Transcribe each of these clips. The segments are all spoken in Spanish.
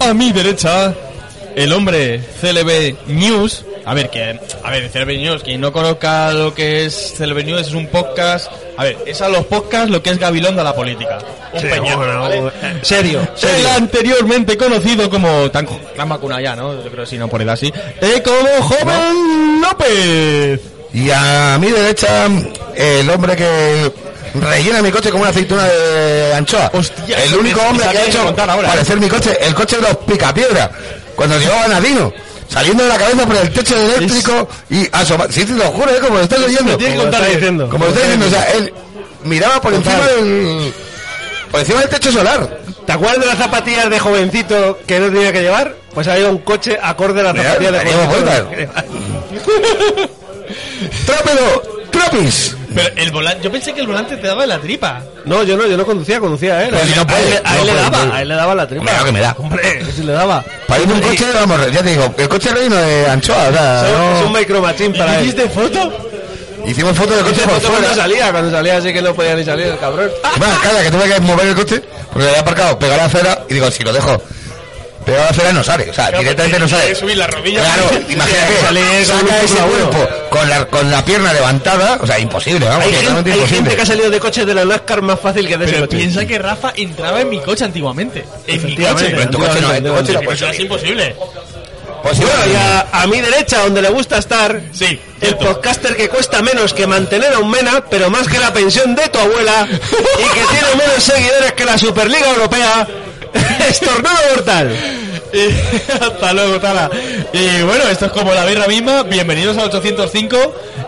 a mi derecha, el hombre CLB News. A ver, que, a ver, CLB News, quien no conozca lo que es CLB News, es un podcast. A ver, es a los podcasts lo que es Gabilondo a la política. Un Sí, peñón, bueno, ¿vale? eh, serio, El serio. anteriormente conocido como tan, tan vacuna ya, ¿no? Yo creo que si no por edad así. Eh, como Joven López. Y a mi derecha, el hombre que rellena mi coche como una aceituna de anchoa. Hostia, el eso único me- me hombre que saca ha de hecho contar ahora, parecer mi coche, el coche de los picapiedras, cuando llevaban a Dino. Saliendo de la cabeza por el techo eléctrico y asomando. Sí, te lo juro, ¿eh? como lo estás leyendo. tiene que Como lo contar estás él. diciendo. Como lo estás diciendo, o sea, él miraba por encima del. Por encima del techo solar. ¿Te acuerdas de las zapatillas de jovencito que no tenía que llevar? Pues había un coche acorde a las Real, zapatillas de daríamos jovencito. vueltas. ¡Trápelo! ¡Trapis! Pero el volante, yo pensé que el volante te daba en la tripa. No, yo no, yo no conducía, conducía, ¿eh? Pero si A no él- puede, a él, no le puede, daba, no. a él le daba la tripa. Hombre, lo que me da. Hombre, que sí le daba. Para irme un coche, vamos, ya te digo, el coche relleno de anchoa, o sea, Es un- no- Es un micromachín para él. ¿Hiciste foto? Hicimos fotos del coche Ese por foto cuando fuera. salía, cuando salía así que no podía ni salir el cabrón. Más, calla, que tuve que mover el coche, porque lo había aparcado, pegar a la acera, y digo, si lo dejo pegado a la acera no sale, o sea, directamente no Tienes sale. que subir las rodillas. Claro, que imagínate, salir con saca un ese culo cuerpo con la, con la pierna levantada, o sea, imposible, vamos, Hay, gente, totalmente hay gente imposible. que ha salido de coche de la NASCAR más fácil que de ese Pero coche. piensa que Rafa entraba en mi coche antiguamente. En mi Efectivamente, coche. Pero en tu coche no, en tu coche no pues Pero puedes eso es salir. imposible. Posible. Bueno, y a, a mi derecha, donde le gusta estar, Sí, el cierto. podcaster que cuesta menos que mantener a un mena, pero más que la pensión de tu abuela, y que tiene menos seguidores que la Superliga Europea, Estornudo Mortal. Y hasta luego, Tala. Y bueno, esto es como la birra misma. Bienvenidos al 805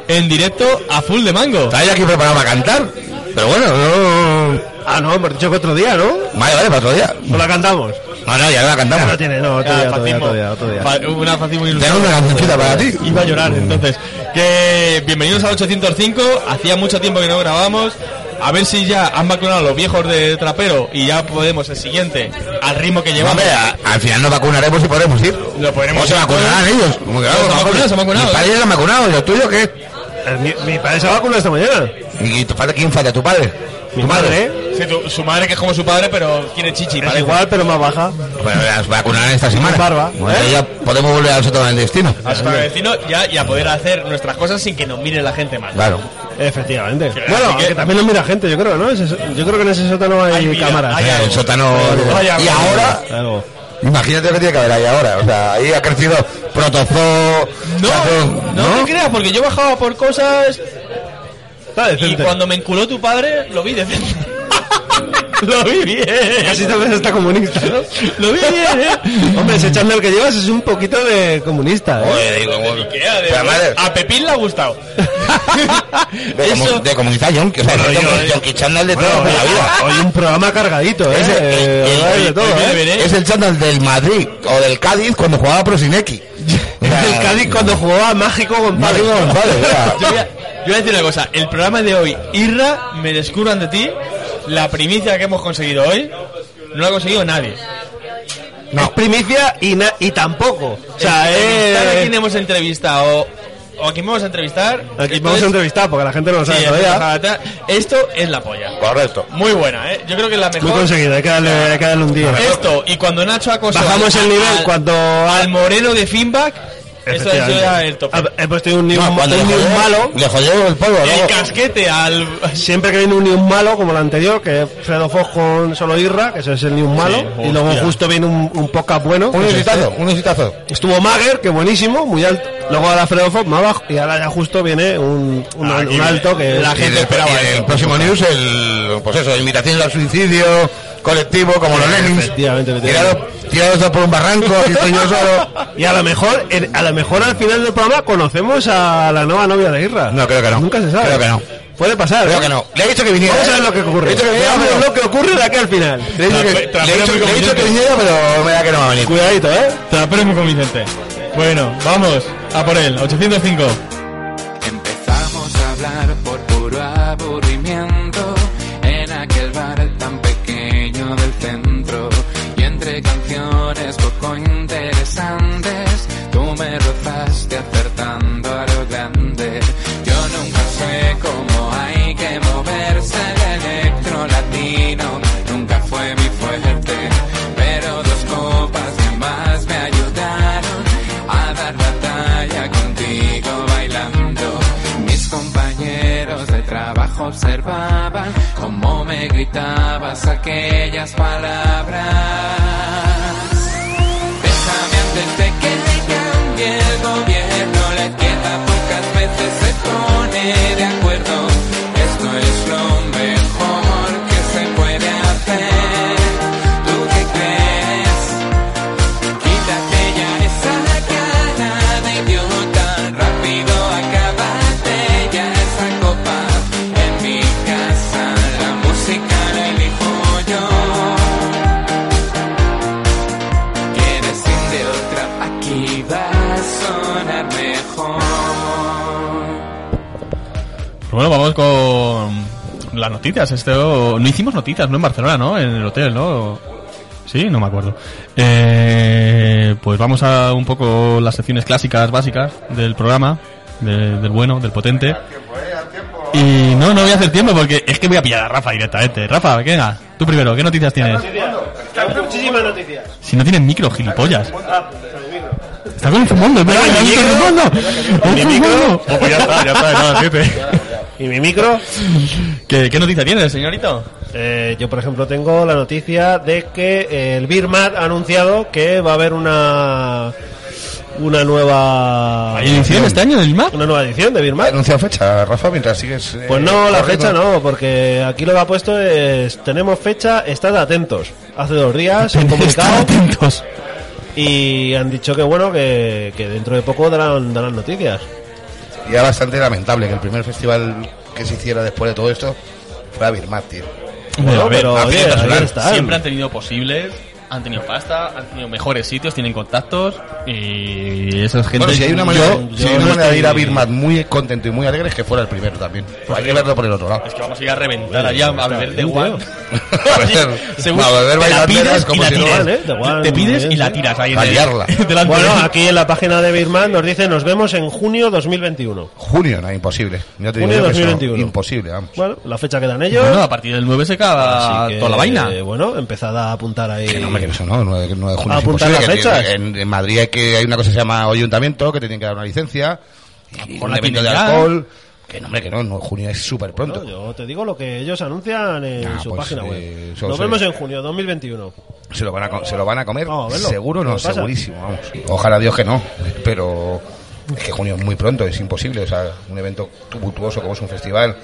en directo a full de mango. Estaba yo aquí preparado para cantar, pero bueno, no... Ah, no, hemos dicho que otro día, ¿no? Vale, vale, para otro día. No la cantamos. No, no, ya la Ah, no cantamos. tiene, no, otro Ah, día, otro día, fascismo. otro día, otro día. Fa- Una fascismo Tenemos una cancioncita para ti. Iba a llorar, entonces. Que bienvenidos al 805. Hacía mucho tiempo que no grabamos. A ver si ya han vacunado a los viejos de trapero y ya podemos el siguiente al ritmo que llevamos. Hombre, a- al final nos vacunaremos y podremos ir. Lo podremos o se ir. vacunarán ellos. Como que, Se han vamos, vacunado, se han vacunado, Mi ¿eh? padre ya se ha vacunado, ¿y los tuyos qué? Eh, Mi, mi padre se ha vacunado esta mañana. ¿Y y tu padre quién falta? ¿Tu padre? Mi ¿Tu madre, ¿eh? Sí, tu- su madre que es como su padre, pero tiene chichi. Es parece. igual, pero más baja. Bueno, Pues, las vacunarán esta semana. barba, Bueno, ¿eh? Ya podemos volver al sótano del destino. Hasta el vecino ya y a poder hacer nuestras cosas sin que nos mire la gente más. Claro. Efectivamente. Sí, Bueno, así que- aunque también nos mira gente, yo creo, ¿no? Ese- yo creo que en ese sótano hay, Hay vida, cámaras. hay Eh, algo. el sótano. Hay algo. y ahora, Algo. imagínate lo que tiene que haber ahí ahora. O sea, ahí ha crecido protozoo. No, chazo, no, te creas, porque yo bajaba por cosas Está y decente. cuando me enculó tu padre, lo vi de frente. Lo vi bien. Así también está comunista, ¿no? Lo vi bien, eh. Hombre, ese chándal que llevas es un poquito de comunista, ¿eh? Oye, digo, bueno, ¿Qué? De- pero madre, a Pepín le ha gustado. de, comu- Eso- de comunidad John, que o sea, Bueno, John- yo- John Chandal de toda hoy, la vida. hoy un programa cargadito, ¿eh? Ese- Eh, el- hoy hay de el- todo, el- ¿eh? el- Veré. Es el chándal del Madrid o del Cádiz cuando jugaba Prosineki. eh, El Cádiz cuando jugaba Mágico González. Yo voy, a, yo voy a decir una cosa. El programa de hoy, Irra, me descubran de ti. La primicia que hemos conseguido hoy no la ha conseguido nadie. Es primicia y, na- y tampoco. O sea, Entrevistar a eh... quién hemos entrevistado o a quién vamos a entrevistar. Aquí Esto vamos es- a entrevistar porque la gente no lo Sí, sabe esto es todavía. barata. Esto es la polla. Correcto. Muy buena, ¿eh? Yo creo que es la Muy mejor. conseguido, hay que darle, hay que darle un día. Esto, y cuando Nacho acosó Bajamos al- el nivel al- cuando... al moreno de Finback, esto es ya el tope. Ah, He puesto un No, nivel cuando le jodió- malo. Le jodió el polvo. El luego. casquete al... Siempre que viene un News malo, como el anterior, que es Fredo Fox con solo Irra, que eso es el News malo, y luego hostia. justo viene un, un podcast bueno. Un que es exitazo, un exitazo. este. Estuvo Mager, que buenísimo, muy alto. Luego ahora Fredo Fox más bajo, y ahora ya justo viene un, un, Ah, un aquí alto que. la gente Y del- esperaba y del eso. próximo news, el, pues eso, invitación al suicidio colectivo, como los Lenins. Efectivamente, efectivamente. Tirado- Tirados por un barranco, aquí estoy yo solo. Y a lo mejor, en- a lo mejor al final del programa conocemos a la nueva novia de Irra. No, creo que no. Nunca se sabe. Creo que no. Puede pasar. Creo ¿eh? que no. Le he dicho que viniera. Vamos a ver ¿eh? lo que ocurre. Le he dicho que viniera, Veamos pero- lo que ocurre de aquí al final. Le he dicho que- Trapero- le he dicho- trapero le he dicho que viniera, pero me da que no va a venir. Cuidadito, ¿eh? Trapero muy convincente. Bueno, vamos, a por él, 805. Empezamos a hablar por puro aburrimiento en aquel bar tan pequeño del centro y entre canciones poco interesantes tú me rozaste acertando a lo grande. Yo nunca sé cómo hay que moverse el electro latino, nunca fue mi fuerte, pero dos copas de observaban cómo me gritabas aquellas palabras. Bésame antes de que me cambie el gobierno. La izquierda pocas veces se pone de acuerdo. Esto es lo mejor que se puede hacer. ¿Tú qué crees? Quítate ya esa cara de idiota. Rápido acábate ya esa copa. En mi casa la música la elijo yo. Quieres sin de otra, aquí va a sonar mejor. Pues Bueno, vamos con las noticias. Esto, no hicimos noticias, ¿no? En Barcelona, ¿no? En el hotel, ¿no? Sí, no me acuerdo. Eh, pues vamos a un poco las secciones clásicas básicas del programa, de- del bueno, del potente. Y no, no voy a hacer tiempo porque es que voy a pillar a Rafa directamente. Rafa, venga, tú primero, ¿qué noticias tienes? Hay muchísimas noticias. Si no tienes micro, gilipollas. Ah, pues, al micro. Está con el fondo, es verdad, ¿Mi está con el micro? fondo. ¿Mi ¡El micro? fondo! Oh, pues ya está, ya está, nada, siete. ¿Y mi micro? ¿Qué, ¿Qué noticia tienes, señorito? Eh, yo, por ejemplo, tengo la noticia de que eh, el Birmat ha anunciado que va a haber una una nueva ¿Hay edición este año del MAP? una nueva edición de Birmat. Anuncia fecha, Rafa, mientras sigues. eh, Pues no, la corriendo. fecha no, porque aquí lo que ha puesto es tenemos fecha, estad atentos. Hace dos días han Estad comunicado atentos. y han dicho que bueno que, que dentro de poco darán darán noticias. Y era bastante lamentable que el primer festival que se hiciera después de todo esto fuera Birmat, tío. Bueno, a ver, pero a oye, fin de ahí personal, están. Siempre han tenido posibles, han tenido pasta, han tenido mejores sitios, tienen contactos y esas gente. Bueno, si hay una manera, yo- si yo hay una no manera de ir a estoy- Birmat muy contento y muy alegre es que fuera el primero también. hay que verlo por el otro lado. Es que vamos a ir a reventar allá a beber de bien, guan. tío. A beber- Seguro, a beber te la bailanderas pides como y la si no- tiras. Vale, de guan, te pides bien, y la sí. tiras ahí. A en el- liarla. delante Bueno, de- aquí en la página de Birmat nos dice nos vemos en junio 2021. Junio, no, imposible. Ya te digo Junio yo que eso, 2021. imposible, vamos. Bueno, la fecha que dan ellos. Bueno, a partir del 9 se acaba Así que, toda la vaina. eh, bueno, empezad a apuntar ahí. Que no, hombre, que eso no, 9, de junio Ah, es apuntar imposible, las que tiene- fechas. en, en Madrid hay, que, hay una cosa que se llama ayuntamiento, que te tienen que dar una licencia, y Por un la evento de tienda. alcohol. Que no, hombre, que no, no, junio es súper pronto. No, yo te digo lo que ellos anuncian en Ah, su pues, página web. eh, eso Nos sí. vemos en junio 2021. Se lo van a, co- se lo van a comer, Vamos a verlo. seguro ¿Qué no, le pasa? segurísimo, vamos. Ojalá Dios que no, pero es que junio es muy pronto, es imposible, o sea, un evento tumultuoso como es un festival.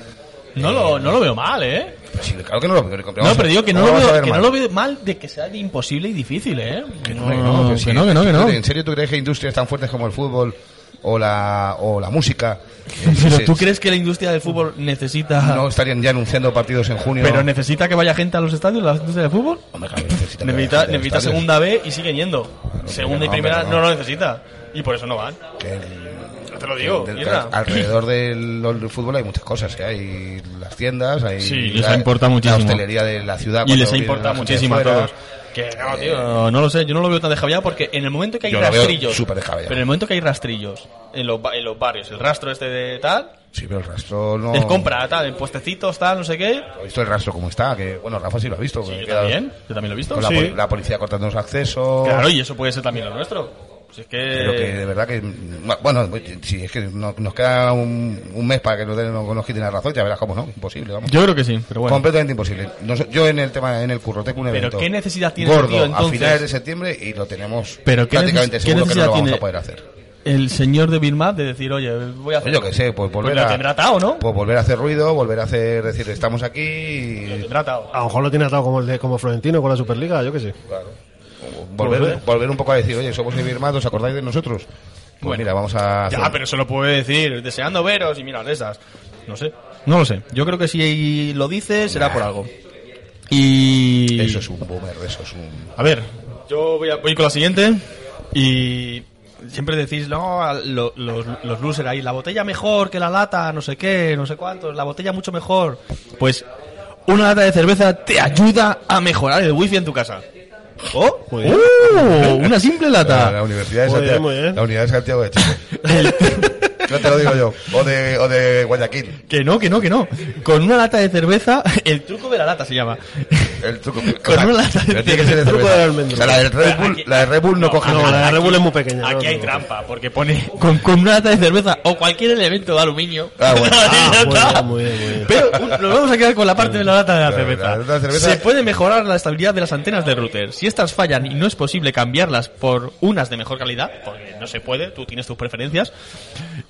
No lo, no lo veo mal, ¿eh? Pues sí, claro que no lo veo. que No, vamos a- pero digo que no, ¿cómo lo vas a veo, ver que no mal? lo veo mal de que sea de imposible y difícil, ¿eh? Que no, que no, que sí. que no, que no, que no. ¿En serio tú crees que industrias tan fuertes como el fútbol o la, o la música eh, Pero se- tú crees que la industria del fútbol necesita. no estarían ya anunciando partidos en junio? Pero necesita que vaya gente a los estadios, la industria del fútbol. Hombre, claro, necesita, Necesita, que la gente necesita de los segunda B y sigue yendo. Claro, segunda y no, primera hombre, no. no. lo necesita. Y por eso no van. estadios, que el- te lo digo, que del- mierda. alrededor del, del fútbol hay muchas cosas, que hay las tiendas, hay Sí, les la, importa la muchísimo. hostelería de la ciudad. Y cuando les viene la importa gente de muchísimo a fuera. todos. Que no, tío, no lo sé, yo no lo veo tan descabellado porque en el momento que hay Yo lo veo rastrillos. súper pero descabellado. en el momento que hay rastrillos en los, ba- en los barrios, el rastro este de tal, Sí, pero el rastro no... les compra, tal, en puestecitos, tal, no sé qué. He visto el rastro como está, que bueno, Rafa sí lo ha visto. Pues que Yo queda- también, yo también lo he visto. Con la, Sí. poli- la policía cortando los accesos. Claro, y eh, eso puede ser también lo nuestro. Si es que. Pero que de verdad que. Bueno, si es que no- nos queda un, un mes para que nos, den, nos quiten la razón, ya verás cómo no. Imposible, vamos. Yo creo que sí, pero bueno. Completamente imposible. Nos- yo en el tema, en el curro, tengo un Pero evento. ¿qué necesidad tiene gordo ese tío, entonces? a finales de septiembre y lo tenemos Pero ¿qué prácticamente neces- seguro qué que no lo vamos necesidad a poder hacer. El señor de Birma de decir, oye, voy a hacer. Pues yo que sé, pues volver lo a. tendrá atado, ¿no? Pues volver a hacer ruido, volver a hacer decir, estamos aquí y. Tendrá atado. A lo mejor lo tiene atado como el de como Florentino con la Superliga, yo qué sé. Claro. Volver, Volver. volver un poco a decir, oye, somos de Birmat, ¿os acordáis de nosotros? Pues Bueno. mira, vamos a. Ya, hacer- pero eso lo puede decir, deseando veros y mirad esas. No sé. No lo sé. Yo creo que si lo dice, será por algo. Y. Eso es un boomer, eso es un. A ver, yo voy, a- voy con la siguiente. Y. Siempre decís, no, a- lo- los, los losers ahí, la botella mejor que la lata, no sé qué, no sé cuántos, la botella mucho mejor. Pues una lata de cerveza te ayuda a mejorar el wifi en tu casa. ¡Oh! Muy bien. ¡Uh! Una simple La, lata. Universidad de Muy bien, Santiago. muy bien. La Unidad de Santiago de Chile. No te lo digo yo. O de, o de Guayaquil. Que no, que no, que no. Con una lata de cerveza, el truco de la lata se llama. el truco. Con una lata de Pero tiene que cerveza. ser de Truco cerveza. de almendro. O sea, la del Red Pero Bull, aquí- la de Red Bull no, coge No, nada. la de Red Bull es muy pequeña. Aquí no, hay no. trampa, porque pone con, con una lata de cerveza o cualquier elemento de aluminio. Ah, bueno. Ah, Ya está. muy bien, muy bien, muy bien. Pero un- nos vamos a quedar con la parte de la lata de la La- cerveza. la lata de cerveza- Se puede mejorar la estabilidad de las antenas de router. Si estas fallan y no es posible cambiarlas por unas de mejor calidad, porque no se puede, tú tienes tus preferencias,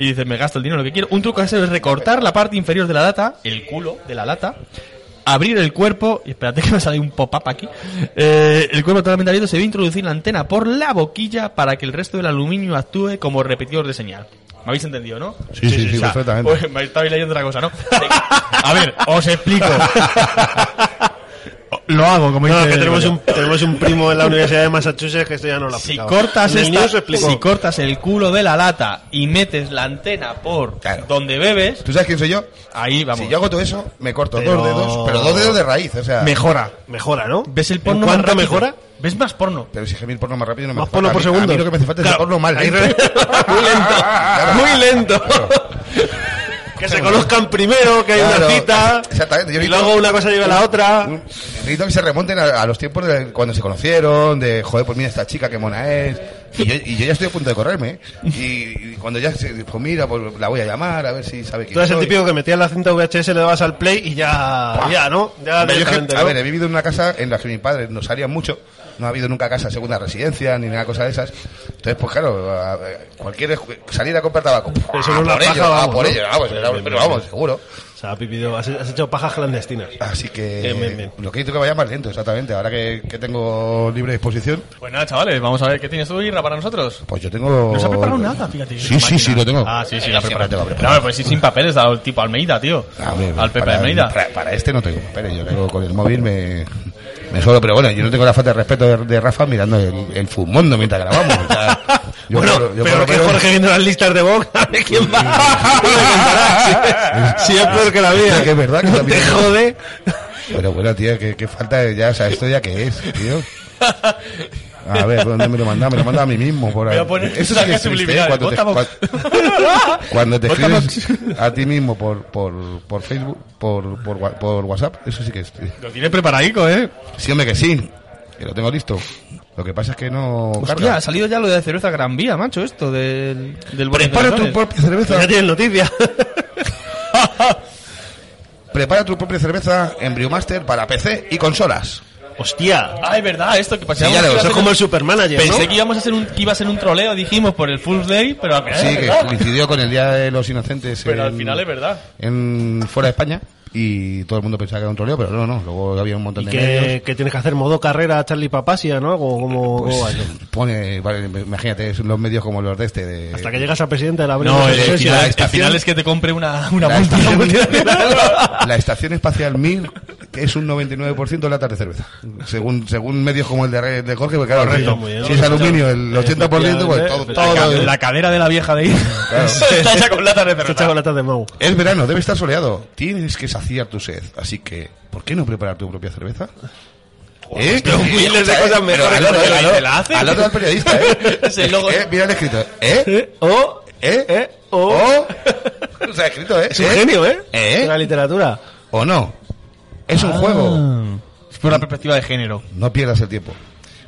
y dices, me gasto el dinero lo que quiero. Un truco casero es recortar la parte inferior de la lata, el culo de la lata, abrir el cuerpo, y espérate que me sale un pop-up aquí, eh, el cuerpo totalmente abierto se debe introducir la antena por la boquilla para que el resto del aluminio actúe como repetidor de señal. ¿Me habéis entendido, no? Sí, sí, sí, perfectamente. pues, me estabais leyendo otra cosa, ¿no? A ver, os explico. Lo hago, como No, dice que tenemos Goyo. un, tenemos un primo en la Universidad de Massachusetts que esto ya no lo ha Si explicado. cortas, Ni esta- News lo explicó. si cortas el culo de la lata y metes la antena por Claro. donde bebes, ¿Tú sabes quién soy yo? ahí vamos. Si yo hago todo eso, me corto Pero- dos dedos, pero dos dedos de raíz, o sea... Mejora. Mejora, ¿no? ¿Ves el ¿En porno ¿Cuánto más rápido? mejora? ¿Ves más porno? Pero si gemir porno más rápido no me Más hace porno falta. por A mí- a segundo. mí lo que me hace falta es el Claro. porno más Ahí lento. re- Muy Ah, lento. Muy lento. Que se conozcan primero, que hay Claro. una cita. Exactamente, yo Y necesito- luego una cosa lleva a la otra. Un- Necesito que se remonten a, a los tiempos de cuando se conocieron, de joder, pues mira esta chica, qué mona es. Y yo, y yo ya estoy a punto de correrme. ¿eh? Y, y cuando ya se, pues mira, pues la voy a llamar a ver si sabe quién Tú eres el soy. típico que metías la cinta VHS, le dabas al play y ya, ya ¿no? Ya Hombre, yo es que- Ah, directamente, a ¿no? ver, eh. he vivido en una casa en la que mis padres nos salían mucho. No ha habido nunca casa de segunda residencia ni nada cosa de esas. Entonces, pues claro, a- a- cualquier escu- salir a comprar tabaco. Eso a no es la por paja, ello, a vamos, por ¿no? ello, Bien, vamos, pero bien, pero bien. vamos, seguro. O sea, Pipido, has, has hecho pajas clandestinas. Así que Bien, bien, bien. lo que necesito es que vaya más lento, exactamente. Ahora que, que tengo libre disposición, Pues nada, chavales, vamos a ver qué tienes tú, Irra, para nosotros. pues yo tengo. No se ha preparado nada, fíjate. Sí, sí, sí, lo tengo. Ah, sí, sí, la Siempre preparaste. tengo Pero preparado. bueno, pues sí, sin papeles, al tipo Almeida, tío. A ver, al Pepe para, Almeida. Para, para este no tengo papeles, yo tengo con el móvil me, me solo, pero bueno, yo no tengo la falta de respeto de, de Rafa mirando el, el fumondo mientras grabamos. o sea, yo bueno, por lo- yo por pero lo que menos- Jorge viendo las listas de Vox, a ver quién va. Me contará, si, si es peor que la Hostia, mía. que es verdad que No también- te jode. Pero bueno, tío, que, que falta de ya, o sea, esto ya que es, tío. A ver, ¿por ¿dónde me lo manda? Me lo manda a mí mismo. Por Voy ahí. a poner Eso sí que es triste, ¿eh? subliminales. cuando, te, Vota cua- cuando te Vota escribes a ti mismo por, por, por Facebook, por, por, wa- por WhatsApp, eso sí que es triste. Lo tiene preparadico, eh. Sí, hombre, que sí. Que lo tengo listo. Lo que pasa es que no Hostia, carga. ha salido ya lo de cerveza Gran Vía, macho, esto del... del Prepara tu Buenos propia cerveza. Ya tienes noticias. Prepara tu propia cerveza en Brewmaster para PC y consolas. Hostia. Ah, es verdad, esto que pasaba. Sí, ya lo- Eso es como el supermanager, ¿no? Pensé que íbamos a hacer un que iba a ser un troleo, dijimos por el Full Day, pero Eh, al final Sí, es que verdad. coincidió con el Día de los Inocentes. Pero al en- final es verdad. En fuera de España. Y todo el mundo pensaba que era un troleo, pero no, no. Luego había un montón Y de medios. que, que tienes que hacer modo carrera Charlie Papasia, ¿no? Como, como, Pues como vaya. Pone, vale, imagínate, son los medios como los de este. De, Hasta que llegas a presidente de la Avenida No, de el, Social. pues sí, final, la el estación- final es que te compre una, una la, multi- estación, multinacional. la estación espacial Mir que es un 99% lata de cerveza. Según según medios como el de, Re- de Jorge, porque claro, Correcto, si- muy bien, si es aluminio el 80%, pues todo, Efectivamente. La, todo- ca- la cadera de la vieja de ahí. Está hecha con latas de Te cerveza. echaba latas de Mau. Es verano, debe estar soleado. Tienes que saciar tu sed. Así que, ¿por qué no preparar tu propia cerveza? ¿Eh? pero Sí, miles de ¿eh? cosas Pero mejores al que la otro, al que otro, la hace. Al otro del periodista, ¿eh? Ese logo- Eh, Mira el escrito. ¿Eh? O, ¿Eh? eh, o. O sea, escrito, ¿eh? Es un ¿Eh? genio, ¿eh? ¿Eh? De La literatura. ¿O no? Es Ah. un juego. Es por la perspectiva de género. No pierdas el tiempo.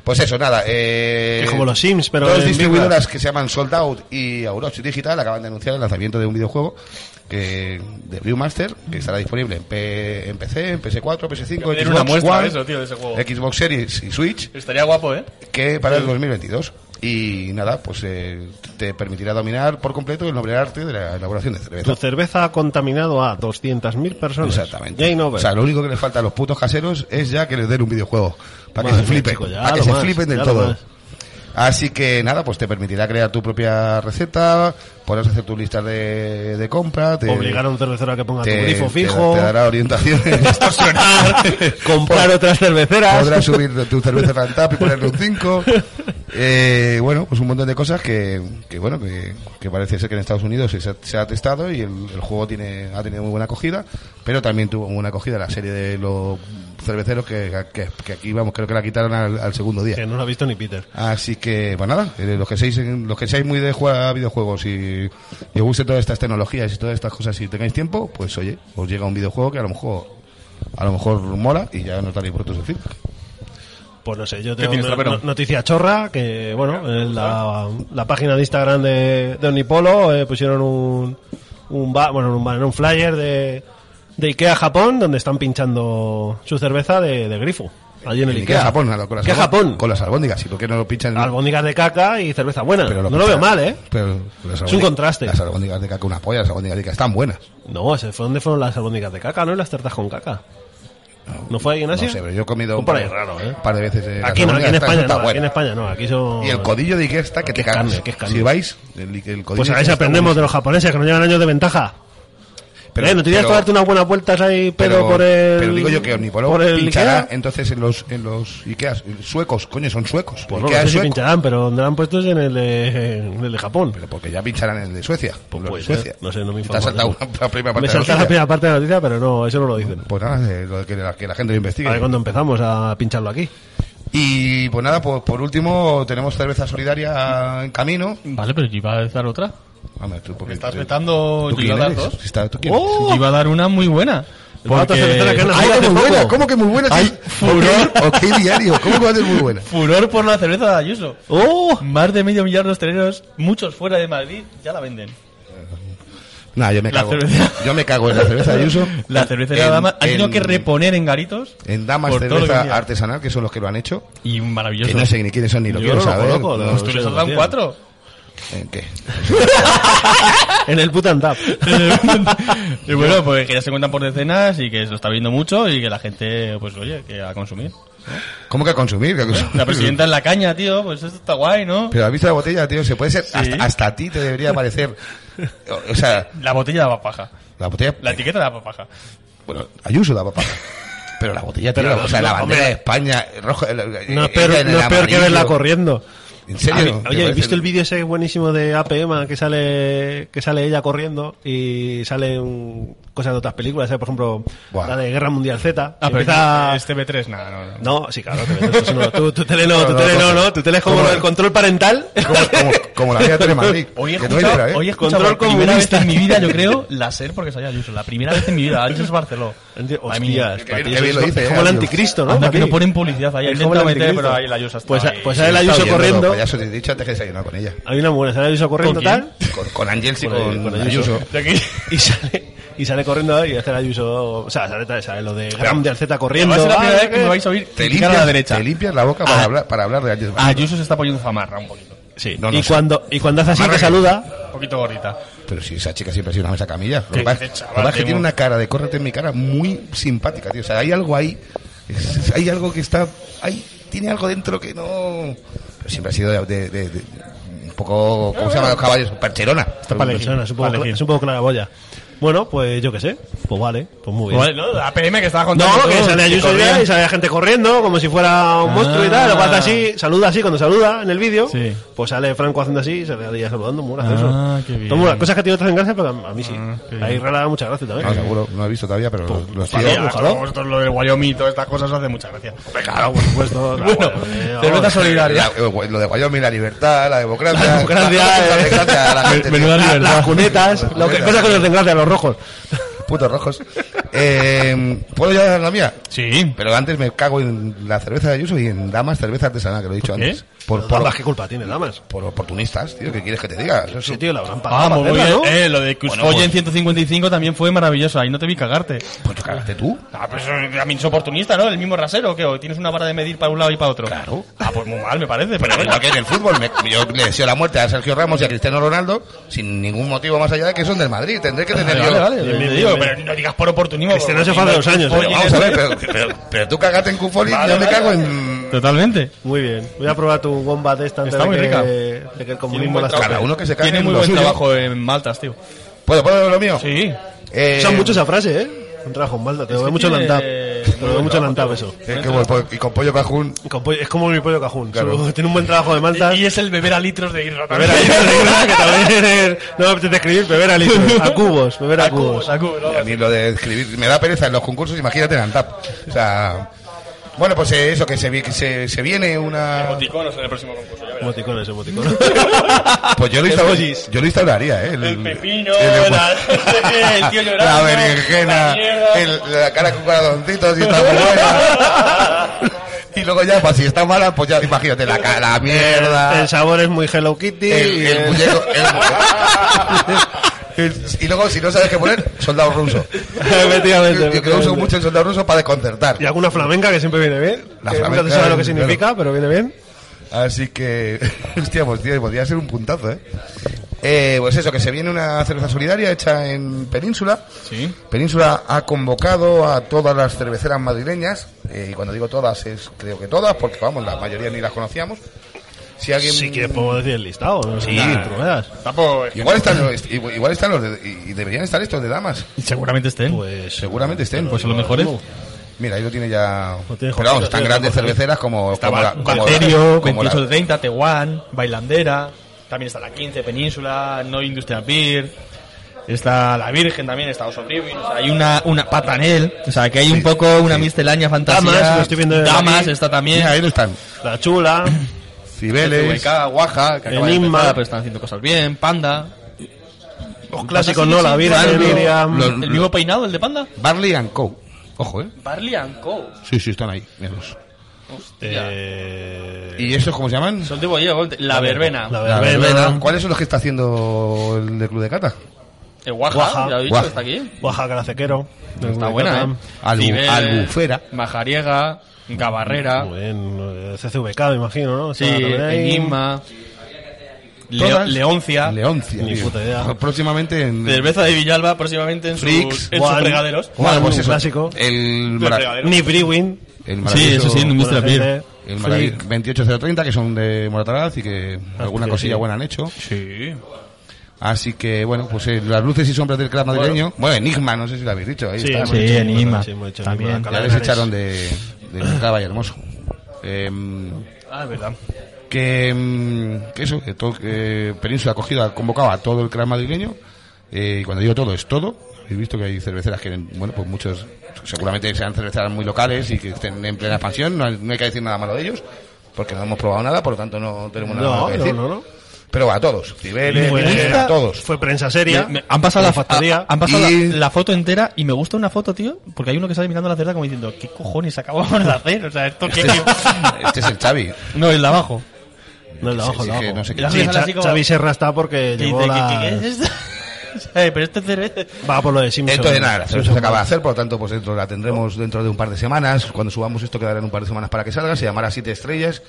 Pues eso, nada. Eh, Es como los Sims, pero Dos en distribuidoras mierda. que se llaman Sold Out y Auroch Digital acaban de anunciar el lanzamiento de un videojuego que, de Brewmaster que estará disponible en, P- en PC, en PS4, PS5, Tiene Xbox una muestra One, de eso, tío, de ese juego. Xbox Series y Switch Estaría guapo, ¿eh? que para el 2022. Y nada, pues eh, te permitirá dominar por completo el noble arte de la elaboración de cerveza. Tu cerveza ha contaminado a 200.000 personas. Exactamente. Game over. O sea, lo único que les falta a los putos caseros es ya que les den un videojuego. Para que Madre se flipen. chico, ya para que lo se más, flipen del ya lo todo. más. Así que nada, pues te permitirá crear tu propia receta, podrás hacer tu lista de, de compra, te, Obligar a un cervecero a que ponga te- tu grifo te- fijo. te, dará orientaciones, comprar otras cerveceras. podrás subir tu cerveza al tap y ponerle un 5. bueno, pues un montón de cosas que, que bueno, que, que parece ser que en Estados Unidos se, ha- se ha testado y el, el juego tiene ha tenido muy buena acogida, pero también tuvo una acogida la serie de los cerveceros que, que, que aquí, vamos, creo que la quitaron al, al segundo día. Que no lo ha visto ni Peter. Así que, pues nada, eh, los que seáis, los que seáis muy de jugar a videojuegos y, y os guste todas estas tecnologías y todas estas cosas y tengáis tiempo, pues oye, os llega un videojuego que a lo mejor a lo mejor mola y ya no daréis vosotros el feedback. Pues no sé, yo ¿Qué tengo tienes, una- trapero? no- noticia chorra, que bueno, en la, la página de Instagram de, de Unipolo eh, pusieron un, un, ba- bueno, un, banner, un flyer de, de Ikea Japón donde están pinchando su cerveza de, de grifo. Allí en el Ni Ikea. que a Japón, nada, con las, Ikea albó- Japón. Con las albóndigas, ¿y por qué no lo pinchan? Albóndigas de caca y cerveza buena. Pero no lo veo pinchan- mal, ¿eh? pero las Es un albóndigas- contraste. Las albóndigas de caca, una polla, las albóndigas de caca están buenas. No, ese fue donde fueron las albóndigas de caca, ¿no? Y las tartas con caca. ¿No fue ahí en No Asia? sé, pero yo he comido ¿Ah, Un por ahí par- raro, ¿eh? par de veces. eh, las Aquí no, aquí albóndigas en están- España están no, aquí en buenas. España no, aquí son... Y el codillo de Ikea está que Qué te cagas. carne, qué carne. Si vais, el, el codillo Pues a ver si de Ikea está aprendemos de buenísimo. los japoneses que nos llevan años de ventaja. Pero, ¿eh? ¿No tenías pero- que darte unas buenas vueltas ahí, pero, por el. pero digo yo que Omnipolo por el pinchará Ikea? entonces en los, en los Ikeas. Suecos, coño, son suecos. Pues no, no Ikea sé es si sueco. pincharán, pero donde lo han puesto es en el de, en el de Japón. Pero porque ya pincharán el de Suecia. Pues puede ser. Suecia. No sé, no me Y Te has informo, saltado la primera parte Me de los salta la Suecia. primera parte de la noticia, pero no, eso no lo dicen. Pues nada, eh, lo de que la, que la gente lo investigue. A ver cuándo empezamos a pincharlo aquí. Y pues nada, pues por último tenemos cerveza solidaria en camino. Vale, pero yo iba a dar otra. Hombre, tú, porque Estás tú- vetando ¿tú quién Gilada eres? Oh. 2. Si está- ¿tú quién eres? Yo iba a dar una muy buena. Una otra cervecera que no- Porque ¡Ay, Ay, que hace muy poco. buena! ¿Cómo que muy buena? Ay, Sí. ¿O qué- ¿O qué diario? ¿Cómo que va a ser muy buena? furor por la cerveza de Ayuso. ¡Oh! Más de medio millar de hosteleros, muchos fuera de Madrid, ya la venden. No, yo me La cago. cerveza. Yo me cago en la cerveza de Ayuso. La cervecera En- Dama ha tenido en- que reponer en garitos. En Damas por todo lo que Cerveza vendía. Artesanal, que son los que lo han hecho. Y maravilloso. Que no sé ni quiénes son ni lo Yo quiero no lo saber. conozco, No, la- Pues tú les has dado un Hostia. 4. ¿En qué? En el putan tap. Eh, y bueno, pues que ya se cuentan por decenas y que se lo está viendo mucho y que la gente, pues oye, que a consumir. ¿Cómo que a consumir? ¿Qué a consumir? La presidenta en la caña, tío, pues esto está guay, ¿no? Pero has visto la botella, tío, se puede ser. Hasta, hasta a ti te debería parecer. O, o sea, La botella daba paja. la botella. eh, La etiqueta daba paja. Bueno, Ayuso daba paja. Pero la botella, tío, Pero o sea, la no, bandera hombre. de España, el rojo. el- el- No es el- peor, el no es peor que amarillo. verla corriendo. ¿En A mí- serio? ¿Te oye, ¿has parece? visto el vídeo ese buenísimo de APM que sale que sale ella corriendo y salen cosas de otras películas? ¿sabes? Por ejemplo, Buah. la de Guerra Mundial Z. Ah, pero Empieza- este B3, nada, no, no. No, sí, claro, te metes, eso no. tu, tu tele no, No, tu no, tele no, no, no. no, tu tele es como ¿Cómo? el control parental. Como, como, como la vida de Madrid. Hoy he que no hay escuchado, letra, ¿eh? hoy he escuchado Control por primera vez comunista. en mi vida, yo creo, la SER porque salía Ayuso. La primera vez en mi vida, antes Barceló. Ay, mi- Hostias, Qué bien- para qué ti eso bien es lo dice, es eh, como el Ayuso. anticristo, ¿no? Anda, Para que no ti. ponen publicidad ahí. El Ha intentado joven meter, anticristo. pero ahí la Ayuso está Pues, ahí. pues sale el Está Ayuso oyendo, corriendo. pero payaso, te he dicho antes que desayunar con ella. Hay una buena, sale el Ayuso corriendo quién? tal. Con, con Ángels y Con- con, con Ayuso. Ayuso. Y sale, y sale corriendo y hace el Ayuso. O sea, sale, sale lo de Gran Mundial Z corriendo. Va a ser la primera ah, vez que me vais a oír Te criticar a la limpias, derecha. te limpias la boca para, Ah. hablar, para hablar de Ángels. Ayuso se está poniendo zamarra un poquito. Sí, No, no y, sé. cuando, y cuando hace así, Amarra te que- saluda. Un poquito gordita. Pero si esa chica siempre ha sido una mesa camilla. Lo ¿Qué que pasa- dices, lo que chaval, pasa es que Timo? tiene una cara de córrete en mi cara muy simpática, tío. O sea, hay algo ahí. es- es- hay algo que está. Hay, tiene algo dentro que no. Pero siempre ha sido de. de- de- de- un poco. ¿Cómo se llaman los caballos? Percherona. Una persona, es un poco, Vale. es un poco claraboya. Bueno, pues yo qué sé. Pues vale, pues muy bien. Vale, ¿no? La PM que estaba contando. No, que todo, sale Ayuso corría. ya y sale gente corriendo, como si fuera un Ah. monstruo y tal. Lo pasa así, saluda así cuando saluda en el vídeo. Sí. Pues sale Franco haciendo así y sale Adrián saludando. Muy gracioso. Ah, qué bien. Ah, Son muy- cosas que a ti no te hacen gracia, pero a a mí sí. qué Ahí Rala da mucha gracia No, también. seguro, no he visto todavía, pero los- los Vale, tíos. ya, Pues, ojalá. vosotros lo del Wyoming y todas estas cosas os hace mucha gracia. Claro, por supuesto. Bueno, cerveza solidaria. La- eh, lo de Wyoming, la libertad, la democracia. La democracia, la- la eh. democracia, la gente, tío. Menuda La- libertad. las cunetas, lo que, cosas que nos hacen gracia a los rojos. Putos rojos. Eh, ¿Puedo ya dar la mía? Sí. Pero antes me cago en la cerveza de Ayuso y en Damas cerveza artesanal, que lo he dicho ¿Por qué? antes. Por, por, Damas, ¿qué culpa tiene, damas? por oportunistas, tío, ¿qué quieres que te diga? Eso es Sí, un- tío, la habrán pagado. Ah, para muy hacerla, bien. ¿no? Eh, lo de que os Bueno, pues- en 155 también fue maravilloso. Ahí no te vi cagarte. Pues cágate tú. Ah, pues eh, a mí es oportunista, ¿no? El mismo rasero, que o tienes una vara de medir para un lado y para otro. Claro. Ah, pues muy mal, me parece. Pero Pero bueno, igual que en el fútbol, me- yo le deseo la muerte a Sergio Ramos y a Cristiano Ronaldo sin ningún motivo más allá de que son del Madrid. Tendré que tener Vale, yo. vale, vale, Bien, bien, te bien, digo, bien. pero no digas por oportunismo. Este no porque se fue hace no- dos años, ¿eh? Oye, Vamos a ver, pero, pero, pero tú cagate en Cufoli y Vale, yo me vale. cago en... Totalmente. Muy bien. Voy a probar tu bomba de esta antes Está de, muy que, rica. de que el Tiene un comunismo buen la trabajo. Cada uno que se cague Tiene en muy lo buen suyo. trabajo en Maltas, tío. ¿Puedo, ¿Puedo lo mío? Sí. Eh, Usan mucho esa frase, ¿eh? Un trabajo en Malta. Te lo que veo mucho en tiene- eh, Antap. Te lo veo mucho en Antap eso. eh, que bueno, pues, y con pollo cajún... Con pollo- Es como mi pollo cajún. Claro. Su- Tiene un buen trabajo de Malta. Y es el beber a litros de irra. Beber a litros, de verdad, que también es- No me apetece escribir, beber a litros. A cubos, beber a, cubos. A cubos, A mí lo de escribir me da pereza en los concursos, imagínate en Antap. O sea, Bueno, pues eh, eso, que se, vi- que se, se viene una... Emoticonos en el próximo concurso, ya verás. Emoticones, emoticones. Pues yo lo, Emojis. instalaría, yo lo instauraría, ¿eh? El pepino, el- la- el tío llorando, La berenjena, la mierda. el- la cara con corazoncitos, si está muy buena. y luego ya, pues si está mala, pues ya imagínate, la, ca- la mierda, El sabor es muy Hello Kitty. el, y el muñeco... el- el- y luego, si no sabes qué poner, soldado ruso. Efectivamente, Yo- Yo que uso efectivamente. mucho el soldado ruso para desconcertar. Y alguna flamenca que siempre viene bien. La que nunca flamenca, se sabe lo que claro. significa, pero viene bien. Así que, hostia, pues tío, podría ser un puntazo, ¿eh? Eh, Pues eso, que se viene una cerveza solidaria hecha en Península. Sí. Península ha convocado a todas las cerveceras madrileñas, eh, y cuando digo todas es creo que todas, porque vamos, la mayoría ni las conocíamos. Si alguien... Ah, Si quieres podemos decir el listado, ¿no? Sí, tú veas. Tampoco. Igual están, los- igual igual están los de- y y deberían estar estos de damas. Seguramente estén. Pues Seguramente este- Uh. estén. Pues a lo mejor es. Mira, ahí lo tiene ya. Lo tiene Pero vamos, Jorgito, están tío, grandes Jorgito. cerveceras como, Está como la- Ba- como la- Baterio, como la- 28 de 30, Tehuán, Bailandera. También está la 15, Península, No Industrial Beer. Está la Virgen también, Estados Unidos. O sea, hay una, una Patanel. O sea, que hay un poco una miscelánea fantasía. Damas, lo estoy viendo Damas aquí. está también. Mira, ahí lo están. la chula, Cibeles. TVK, Guaja, que acaba de Enigma. empezar, pero están haciendo cosas bien. Panda. los clásicos, ¿no? La vida de Barley. Miriam. Los- ¿El mismo peinado, el de Panda? Barley and Co. Ojo, ¿eh? Barley and Co. Sí, sí, están ahí. míralos. eh, ¿Y esos cómo se llaman? Son tipo yo, la verbena. La La verbena. verbena. ¿Cuáles son los que está haciendo el de Club de Cata? El Guaja, Guaja. ya lo he dicho, Guaja. está aquí. Oaxaca la cequero. Está buena, ¿eh? Albu- Cibeles, Albufera. Majariega, Gabarrera. Muy bien, eh, CCVK me imagino, ¿no? Sí, Está también ahí. ¿eh? Enigma. Leo- Todas. Leoncia. Leoncia. Ni tío. puta idea. Próximamente en. cerveza de Villalba próximamente en, sus, Freaks, en sus Juan. regaderos. Bueno, pues Un eso. clásico. El. Los mara- regaderos. Ni Brewing. el maravilloso- eso sí, en Industrial buena Beer. gente. El maravilloso 28030, que son de Morataraz y que alguna sí, cosilla sí. buena han hecho. Sí. Así que, bueno, pues eh, las luces y sombras del club madrileño. Bueno, Enigma, no sé si lo habéis dicho. Ahí Sí, está. hemos dicho Enigma, Enigma, sí, hemos dicho también. Enigma, Ya les Calamares. echaron de, de Cava y Hermoso. Em, Ah, es verdad. que, mm, que eso, que, todo, que Península Acogida convocaba a todo el clan madrileño, eh, y cuando digo todo, es todo. He visto que hay cerveceras que, bueno, pues muchos, seguramente sean cerveceras muy locales y que estén en plena expansión, no hay, no hay que decir nada malo de ellos, porque no hemos probado nada, por lo tanto no tenemos nada malo No, que no, decir. no, no. Pero va, a todos, Cibeles, Fue- Miguel, a todos. Fue prensa seria. Me- me- han pasado, la, Fue factoría. ha- han pasado Y- la, la foto entera y me gusta una foto, tío, porque hay uno que sale mirando la cerveza como diciendo, ¿qué cojones acabamos de hacer? O sea, esto qué... Este es el Xavi. no, el de abajo. No, el de abajo, Sí, el sí, de que abajo. no sé qué. La Sí, gente Cha- así como- Xavi Serra está porque Que llevó dice, las- "¿Qué- qué es esto? O sea, Pero este cerveza... Va por lo de Simpson. Entonces nada, la cerveza Simpson se acaba de Bar. hacer, por lo tanto, pues dentro la tendremos dentro de un par de semanas. Cuando subamos esto quedará en un par de semanas para que salga, se llamará Siete Estrellas.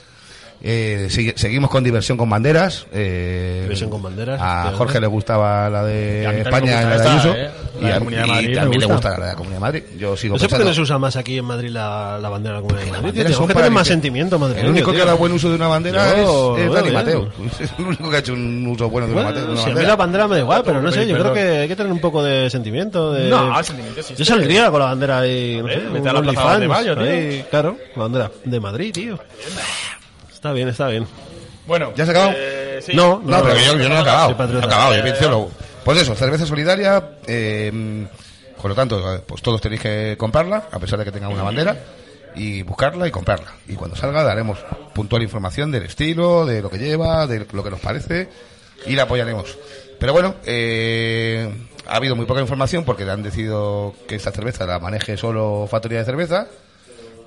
Eh, sigue- seguimos con diversión con banderas. eh, Diversión con banderas, A efectivamente. Jorge le gustaba la Y a mí de también España, me la de gusta Ayuso, esta, eh. La y, de a- Comunidad de y Madrid me también le gusta. gusta la de la Comunidad de Madrid. Yo sigo No sé por qué pensando. no se usa más aquí en Madrid la, la bandera de la Comunidad de Madrid. banderas Tenemos son que tener para más que- sentimiento madrileño. el único que ha tío. dado buen uso de una bandera Yo es, es lo Dani veo Mateo. bien. Es el único que ha hecho un uso bueno de una, mate- de una Bueno, si a mí la bandera. bandera me da igual, pero no sé, yo creo Perdón. que hay que tener un poco de sentimiento. De... No, sentimiento sí, Yo saldría con la bandera ahí. No Hombre, sé, vete un a la Plaza OnlyFans, de Mayo, tío. ahí, claro, la bandera de Madrid, tío. Está bien, está bien. Bueno, ¿Ya se ha acabado? eh, sí. No, no, No, pero que yo, yo no lo he Soy acabado. No he patriota. acabado, yo pienso luego. Pues eso, cerveza solidaria. eh, por lo tanto, eh, pues todos tenéis que comprarla, a pesar de que tenga una bandera, y buscarla y comprarla. Y cuando salga daremos puntual información del estilo, de lo que lleva, de lo que nos parece, y la apoyaremos. Pero bueno, eh, ha habido muy poca información porque han decidido que esta cerveza la maneje solo Factoría de Cerveza.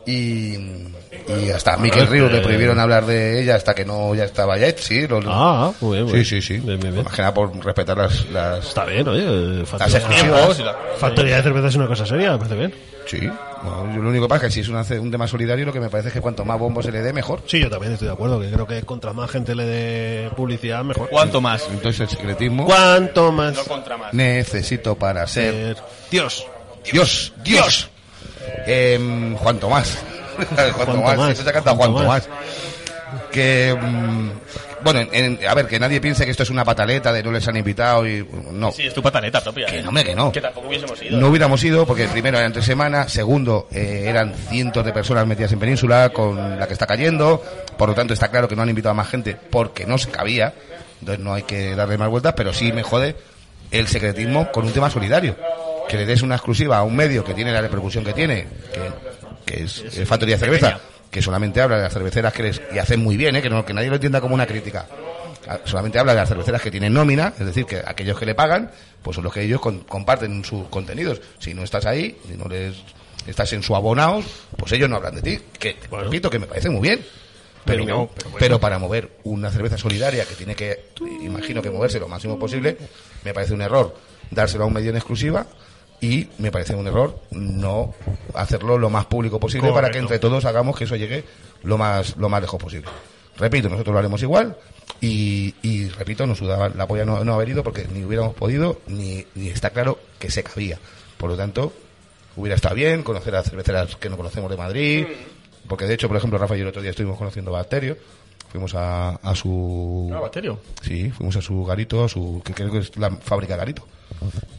Y, y hasta a eh, Miquel Ríos le prohibieron hablar de ella hasta que no ya estaba ya sí, lo- Ah, muy bien. muy Sí, bien. sí, sí. Bien, bien, bien. Más que nada por respetar las, las, Está bien, oye. eh, las Factoría, exclusivas. ¿eh? factoría de cerveza es una cosa seria, me parece bien. Sí. Bueno, yo lo único que pasa es que si es una- un tema solidario, lo que me parece es que cuanto más bombo se le dé, mejor. Sí, yo también estoy de acuerdo, que creo que contra más gente le dé publicidad, mejor. ¿Cuánto más? Entonces el secretismo ¿Cuánto más? contra más. necesito para ser Eh, Dios. Dios, Dios. Eh, Juan Tomás. Juan Tomás, Tomás. eso se canta Juan Juan Tomás. Que, mm, bueno, en- en- a ver, que nadie piense que esto es una pataleta de no les han invitado y no. Sí, es tu pataneta propia. Que eh. no, hombre, que no. Que tampoco hubiésemos ido. No hubiéramos ido porque primero era entre semana, segundo eh, eran cientos de personas metidas en península con la que está cayendo, por lo tanto está claro que no han invitado a más gente porque no se cabía, entonces no hay que darle más vueltas, pero sí me jode el secretismo con un tema solidario. que le des una exclusiva a un medio que tiene la repercusión que tiene, que, que es el Factory de Cerveza, que solamente habla de las cerveceras que les, y hacen muy bien, ¿eh? que, no- que nadie lo entienda como una crítica. Ah, Solamente habla de las cerveceras que tienen nómina, es decir, que aquellos que le pagan, pues son los que ellos con- comparten sus contenidos. Si no estás ahí, si no les estás en su abonados, pues ellos no hablan de ti. Que, te repito, que me parece muy bien. Pero, Pero no, pero bueno. pero para mover una cerveza solidaria que tiene que, imagino que moverse lo máximo posible, me parece un error dárselo a un medio en exclusiva y me parece un error no hacerlo lo más público posible para Correcto. que entre todos hagamos que eso llegue lo más, lo más lejos posible. Repito, nosotros lo haremos igual y, y repito, nos sudaba la polla no, no haber ido porque ni hubiéramos podido ni, ni está claro que se cabía. Por lo tanto, hubiera estado bien conocer a cerveceras que no conocemos de Madrid, porque de hecho, por ejemplo, Rafa y yo el otro día estuvimos conociendo Bacterio, fuimos a, a su... Ah, Bacterio. Sí, fuimos a su garito, a su... que creo que es la fábrica garito.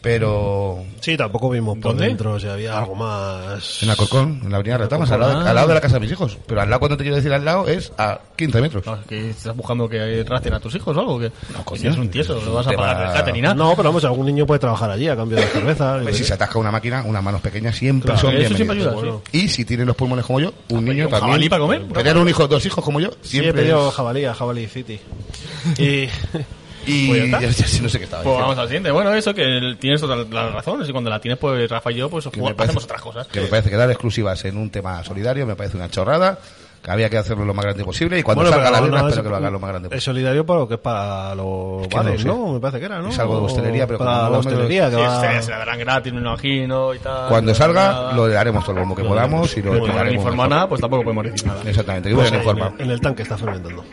Pero... Sí, tampoco vimos por ¿Dónde? dentro, o sea, había algo más... En Alcorcón, en la avenida Retamas, al lado, ah. al lado de la casa de mis hijos. Pero al lado, cuando te quiero decir al lado, es a 15 metros. No, es que estás buscando que racen a tus hijos o algo. Que, No, coño, si es un tieso, es no un vas a tema- pagar el cate ni nada. No, pero vamos, algún niño puede trabajar allí a cambio de cerveza. Hombre, Si se atasca una máquina, unas manos pequeñas siempre Claro, son eso bienvenidas. siempre ayuda, Y si tienen los pulmones como yo, un niño un también. jabalí para comer. Tener un hijo, dos hijos como yo, Sí, he siempre. pedido jabalí a Jabalí City. Y... Y Pues ya ya, está. ya sí, no sé qué estaba. Pues diciendo. vamos al siguiente. Bueno, eso que el- tienes toda la razón. Así que cuando la tienes, pues Rafa y yo, pues Que me jugamos- parece- hacemos otras cosas. Que me parece que dar exclusivas en un tema solidario me parece una chorrada. Que había que hacerlo lo más grande posible. Y cuando Bueno, salga pero la no, luna, no, espero es- que lo hagan lo más grande Es posible. solidario para lo que es para los Es que no bares, lo no, sé. Me parece que era, ¿no? Es algo de hostelería, pero Para como la no me lo- hostelería, que Sí, va- se, se la darán gratis, me imagino, y tal. Cuando salga, Nada. lo haremos todo lo que podamos. Y lo Como no haremos nos informa nada, pues tampoco podemos decir nada. Exactamente, que Pues vayan ahí, en, informados. el, en el tanque está fermentando.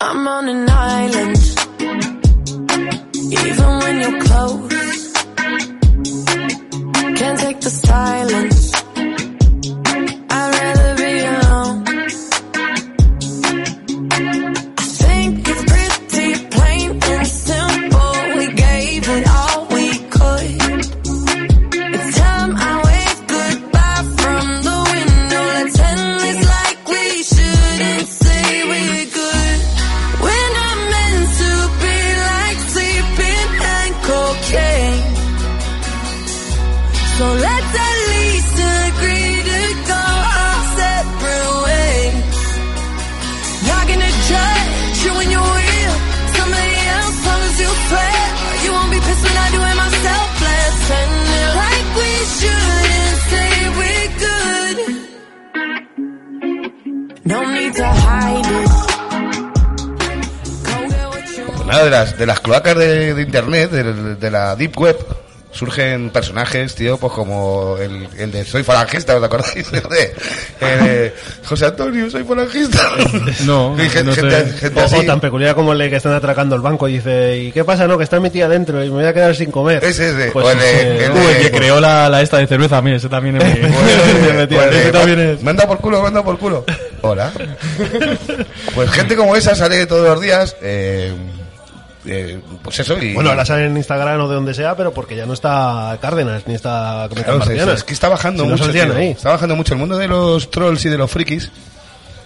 I'm on an island. Even when you're close, can't take the silence. I'd rather be alone. I think it's pretty plain and simple. We gave it all we could. It's time I wave goodbye from the window. Let's end this like we shouldn't say we're good. We're not meant to be like sleeping and cocaine. So let's at least agree to go our separate ways. Y'all gonna judge you when you will. Somebody else promise you fair. You won't be pissed when I do it myself. Let's pretend it like we should and say we're good. No need to hide it. Go get what you want. Pues nada, de las, de las cloacas de, de internet, de, de la deep web, surgen personajes, tío, pues como el, el de Soy Falangista, ¿os acordáis? El de, el de, José Antonio, soy falangista. Pues, No, Y gente, no sé. gente- gente O, así. o tan peculiar como el de que están atracando el banco y dice, ¿y qué pasa? No, que está mi tía dentro y me voy a quedar sin comer. Ese, ese. Pues, o el de, eh, el Uy, de- el que creó la, la esta de cerveza, mire, ese también es. o el de- Ese o el de- tío, ese también es. pues, Me han dado por culo, me han dado por culo. Hola. Pues gente como esa sale todos los días. Eh, eh, pues eso. Y, Bueno, ahora salen en Instagram o de donde sea, pero porque ya no está Cárdenas ni está Cometa Claro, es- Marciana. es que está bajando Si no mucho. saldrían tío. ahí. Está bajando mucho el mundo de los trolls y de los frikis.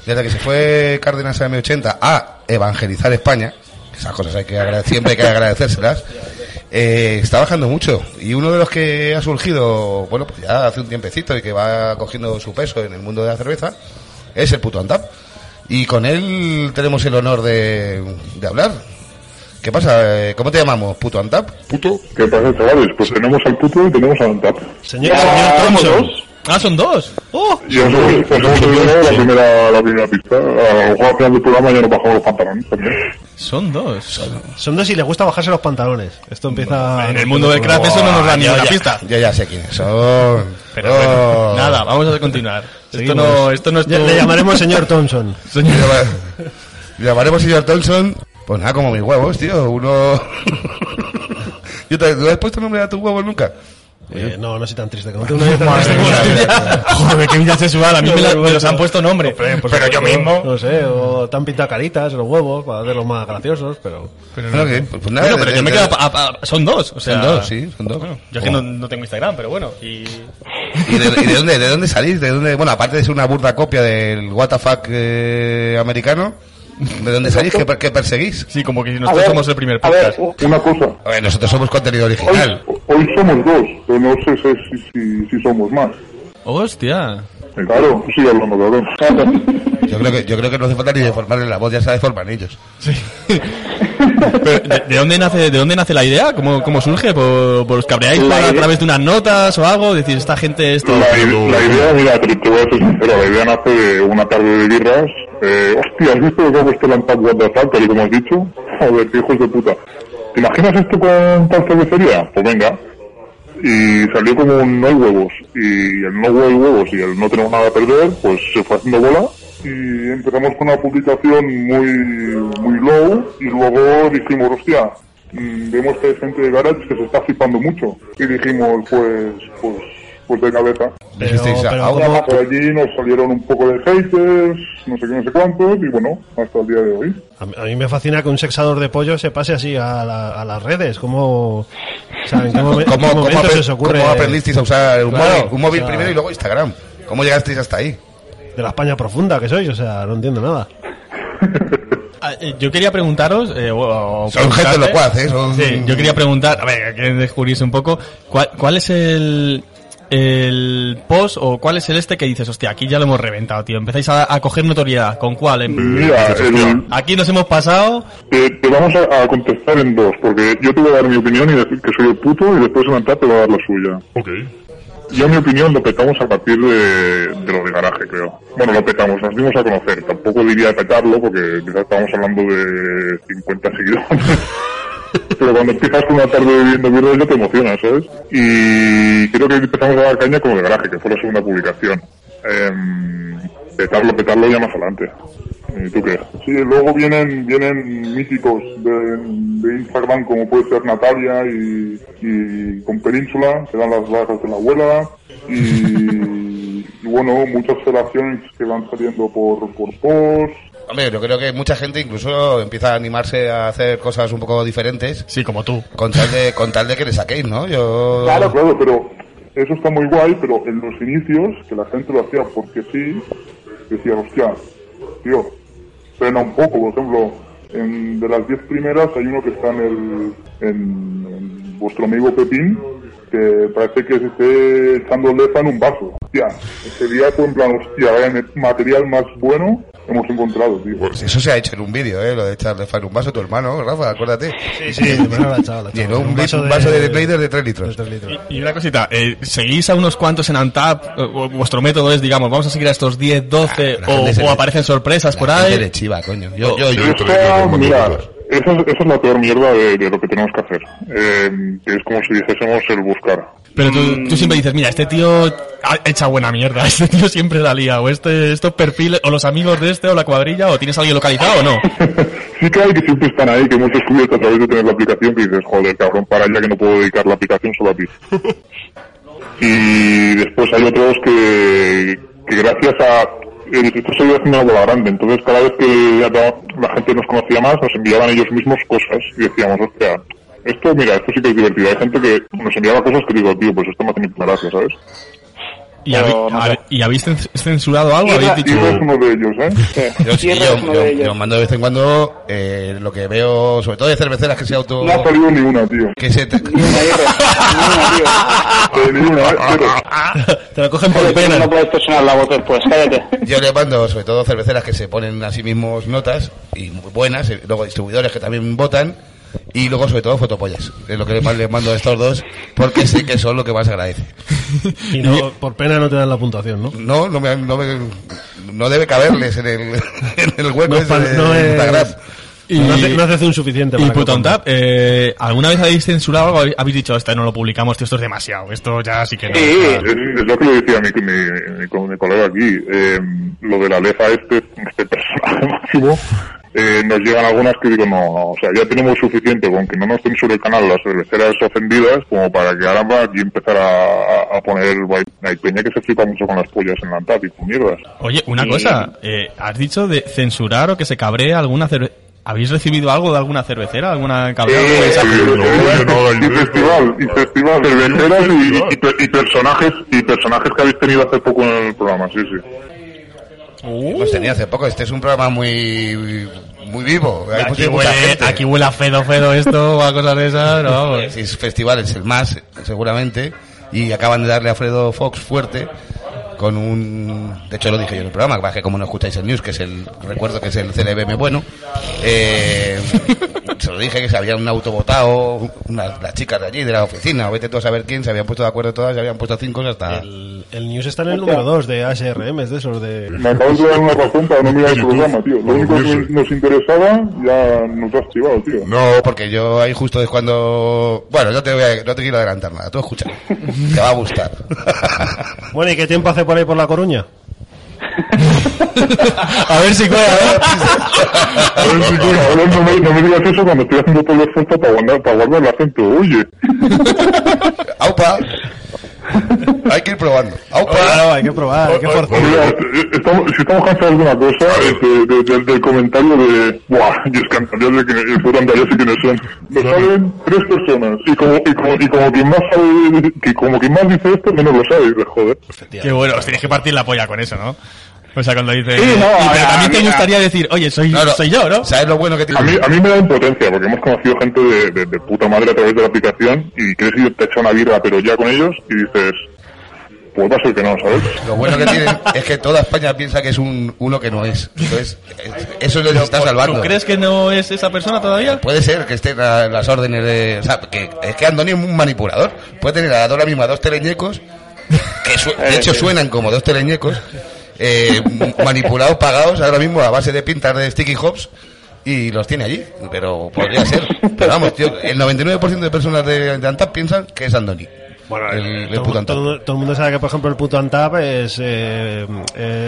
Desde que se fue Cárdenas a M80 a evangelizar España, que esas cosas hay que agradecer, siempre hay que agradecérselas, eh, está bajando mucho. Y uno de los que ha surgido, bueno, pues ya hace un tiempecito y que va cogiendo su peso en el mundo de la cerveza, es el puto Antap. Y con él tenemos el honor de, de hablar. ¿Qué pasa? Eh, ¿Cómo te llamamos? ¿Puto Antap? puto, ¿qué pasa, chavales? Pues tenemos al puto y tenemos al Antap. Señor, Ah, señor somos Thompson. dos. Ah, son dos. ¡Oh! Y os hemos, os hemos olvidado la primera, la primera pista. A lo mejor al final del programa ya nos bajamos los pantalones también. Son dos. Son dos y les gusta bajarse los pantalones. Esto empieza... En el mundo del craft eso no nos da ni una pista. Yo ya sé quiénes son. Pero Oh. bueno, nada, vamos a continuar. Esto Seguimos. no, esto no es Ya- tu- Le llamaremos señor Thompson. Le llama- le llamaremos señor Thompson. Pues nada, como mis huevos, tío. Uno. Yo te, ¿Tú has puesto nombre a tus huevos nunca? Eh, no, no soy tan triste como tú. No, yo también Madre estoy- mía. Joder, qué vida sexual. A mí me, la- me los han puesto nombre. Pero yo mismo. No sé, o tan pinta caritas en los huevos para hacerlos más graciosos, pero. Bueno, que- pues nada, Bueno, pero de- yo me de- quedo. a- a- a- son dos. O sea, Son dos, sí, son dos. Bueno, yo es que no, no tengo Instagram, pero bueno. Y ¿Y, de, y de dónde, de dónde salís? ¿De dónde? Bueno, aparte de ser una burda copia del WTF eh, americano, ¿De dónde salís? ¿Qué, per- qué perseguís? Sí, como que A nosotros ver, somos el primer a ver, podcast. un- Una cosa, A ver, nosotros somos contenido hoy, original. hoy somos dos, pero no sé si, si, si somos más. Hostia. Claro, tú sigue hablando, cabrón. Yo creo que, yo creo que no hace falta ni deformarle la voz, ya se la deforman ellos. Sí. Pero, ¿de, de dónde nace, ¿De dónde nace la idea? ¿Cómo, cómo surge? ¿Por, por os cabreáis La por- a idea- través de unas notas o algo? Decir, esta gente, esto. La, i- la idea, mira, te, te voy a ser sincero, la idea nace de una tarde de birras. Eh, hostia, ¿has visto cómo está el Untapped Water Factory, como has dicho? Joder, qué hijos de puta. ¿Te imaginas esto con tal cervecería? Pues venga. Y salió como un no hay huevos. Y el no hay huevos y el no tenemos nada a perder, pues se fue haciendo bola. Y empezamos con una publicación muy, muy low. Y luego dijimos, hostia, mm, vemos que hay gente de garage que se está flipando mucho. Y dijimos, pues, pues, pues de cabeza. Pero- Dijisteis, pero ahora ¿cómo- Por allí nos salieron un poco de haters, no sé qué, no sé cuántos, y bueno, hasta el día de hoy. A mí, a mí me fascina que un sexador de pollo se pase así a, la- a las redes. ¿Cómo, saben, cómo, me- ¿Cómo, qué cómo, momento apre- se os ocurre cómo aprendisteis a usar un Claro, móvil, un móvil o sea- primero y luego Instagram? ¿Cómo llegasteis hasta ahí? de la España profunda que sois? O sea, no entiendo nada. Ah, eh, Yo quería preguntaros. Eh, o- o Son gente preguntarte- locuaz, ¿eh? Son- Sí, yo quería preguntar, a ver, que descubrirse un poco, ¿cuál, cuál es el, el post o cuál es el este que dices, hostia, aquí ya lo hemos reventado, tío? Empezáis a, a coger notoriedad, ¿con cuál? En- Mira, el- Aquí nos hemos pasado, te, te vamos a, a contestar en dos, porque yo te voy a dar mi opinión y decir que soy el puto, y después el Antat te va a dar la suya. Ok. Yo mi opinión lo petamos a partir de, de lo de garaje, creo. Bueno, lo petamos, nos dimos a conocer. Tampoco diría petarlo, porque quizás estábamos hablando de 50 seguidores. Pero cuando empiezas con una tarde viviendo birras ya te emocionas, ¿sabes? Y creo que empezamos a dar caña como de garaje, que fue la segunda publicación. Em, petarlo, petarlo ya más adelante. ¿Y tú qué? Sí, luego vienen, vienen míticos de, de Instagram como puede ser Natalia y, y con Península, que dan las bajas de la abuela. Y, y bueno, muchas relaciones que van saliendo por, por post. Hombre, yo creo que mucha gente incluso empieza a animarse a hacer cosas un poco diferentes sí, como tú. con tal de, con tal de que le saquéis, ¿no? Yo... Claro, claro, pero eso está muy guay, pero en los inicios, que la gente lo hacía porque sí, decía, hostia, tío, frena un poco, por ejemplo, en- de las 10 primeras hay uno que está en el, en, en vuestro amigo Pepín, que parece que se esté echando lefa en un vaso. Hostia, ese día fue en plan, hostia, vaya material más bueno hemos encontrado, tío. pues Eso se ha hecho en un vídeo, ¿eh? Lo de echarle fan un vaso a tu hermano, Rafa, acuérdate. Sí, sí, la chavala. Llenó un, vaso un vaso de, Raider de 3 litros. Y, y una cosita, eh, ¿seguís a unos cuantos en Antap? O- o Vuestro método es, digamos, vamos a seguir a estos 10, 12 Ah, la gente se o, o le- aparecen sorpresas por ahí. De chiva, coño. Yo, yo, yo. Esta, mira, esa es, esa es la peor mierda de, de lo que tenemos que hacer. Eh, que es como si dijésemos el buscar. Pero tú, tú siempre dices, mira, este tío ha- echa buena mierda, este tío siempre la lía, o este, estos perfiles, o los amigos de este, o la cuadrilla, o tienes a alguien localizado o no. sí que hay que siempre están ahí, que hemos descubierto a través de tener la aplicación, que dices, joder, cabrón, para ya que no puedo dedicar la aplicación solo a ti. y después hay otros que, que gracias a... eh, Esto se iba haciendo una bola grande, entonces cada vez que ya la la gente nos conocía más, nos enviaban ellos mismos cosas y decíamos, hostia, esto, mira, esto sí que es divertido. Hay gente que nos enviaba cosas que digo, tío, pues esto me hace ninguna gracia, ¿sabes? ¿Y, habéis- no sé. habe- y habéis cen- censurado algo? ¿Habéis Mira, dicho? Y no es uno de ellos, ¿eh? Yo, sí, Tierra yo, es uno yo- de ellos. yo mando de vez en cuando eh, lo que veo, sobre todo de cerveceras que se auto... No ha salido ni una, tío. que se... Ni una guerra, Eh, Ni una, ¿eh? Pero- "Ah, Te lo cogen ni una, tío. Joder, tú por pena. No puedes presionar la voz después, cállate. Yo le mando sobre todo cerveceras que se ponen a sí mismos notas y muy buenas, eh, luego distribuidores que también votan y luego sobre todo fotopollas. Es lo que más les mando a estos dos porque sé que son lo que más agradece. Y no, por pena no te dan la puntuación, ¿no? No, no me, no me- no debe caberles en el, en el hueco No, ese pa- de no es- Instagram. Y, No, hace, no haces un suficiente y para Puton contar. Tap, eh, ¿alguna vez habéis censurado algo? Habéis dicho, esto no lo publicamos, tío, esto es demasiado, esto ya sí que no. Sí. Es, Ah, es lo que le decía a mi, mi- mi co- mi colega aquí. eh, lo de la lefa este, este personaje máximo, eh, nos llegan algunas que digo, no, no, o sea, ya tenemos suficiente con que no nos censure el canal las cerveceras ofendidas como para que ahora va aquí empezar a, a- a poner... Hay peña que se flipa mucho con las pollas en la Antártida y con mierdas. Oye, una Sí. cosa, eh, has dicho de censurar o que se cabree alguna cervecera. ¿Habéis recibido algo de alguna cervecera? ¿Alguna cabrea? algún Eh, mensaje? no, yo no y doy de festival, y eso. festival, cerveceras y, y- y per- y personajes, y personajes que habéis tenido hace poco en el programa, sí, sí. Uh, Hemos tenido hace poco. Este es un programa muy, muy vivo. Hay mucha, Aquí mucha huele, gente. aquí huele a fedo, fedo esto, o a cosas de esas, no, vamos. Sí, es festivales, el más, seguramente. Y acaban de darle a Fredo Fox fuerte con un... De hecho, lo dije yo en el programa, que como no escucháis el news, que es el... Recuerdo que es el CLBM bueno. eh, se lo dije que se había un autobotado, unas, las chicas de allí, de la oficina, o vete tú a saber quién, se habían puesto de acuerdo todas, se habían puesto cinco hasta... El, el news está en el número 2 de ASRM, es de esos de... Me acabas de dar una razón para no mirar el YouTube, programa, tío. Lo único que orgulloso. nos interesaba ya nos has chivado, tío. No, porque yo ahí justo es cuando... Bueno, no te, voy a- no te quiero adelantar nada, tú escucha. Te va a gustar. Bueno, ¿y qué tiempo hace por ahí por La Coruña? A ver si cuela, ¿eh? A ver, si coño, ahora no me, no me digas eso cuando estoy haciendo todo el esfuerzo para guardar, para guardar el acento. Oye, ¡Aupa! Hay que ir probando. ¡Aupa! Claro, hay que probar, hay que forzar. mira, eh, estamos, si estamos cansados de una cosa, eh, de- de- de- del comentario de, ¡buah! Y es que andarías de que, es que andarías de quiénes son. Me saben tres personas. Y como, y como, y como quien más sabe, que como quien más dice esto, menos lo sabe, dices, joder. Qué bueno, os tenéis que partir la polla con eso, ¿no? O sea, cuando dice... Sí, no, y- a ver, pero a también mí- te gustaría decir, oye, soy, No, no. soy yo, ¿no? ¿Sabes lo bueno que tiene? A mí, a mí me da impotencia, porque hemos conocido gente de, de- de puta madre a través de la aplicación y crees que yo te echa una birra, pero ya con ellos, y dices, pues va a ser que no, ¿sabes? Lo bueno que tiene es que toda España piensa que es un uno que no es. Entonces, es- eso les está salvando. ¿Tú crees que no es esa persona todavía? Puede ser que estén a las órdenes de... O sea, que, es que Andoni es un manipulador. Puede tener ahora mismo a dos teleñecos, que su- de hecho suenan como dos teleñecos, eh, manipulados, pagados ahora mismo a base de pintas de sticky hops, y los tiene allí. Pero podría ser. Pero vamos, tío, el 99% de personas de, de Antap piensan que es Andoni. el, el eh, todo, puto Antap. todo- todo el mundo sabe que, por ejemplo, el puto Antap es, eh,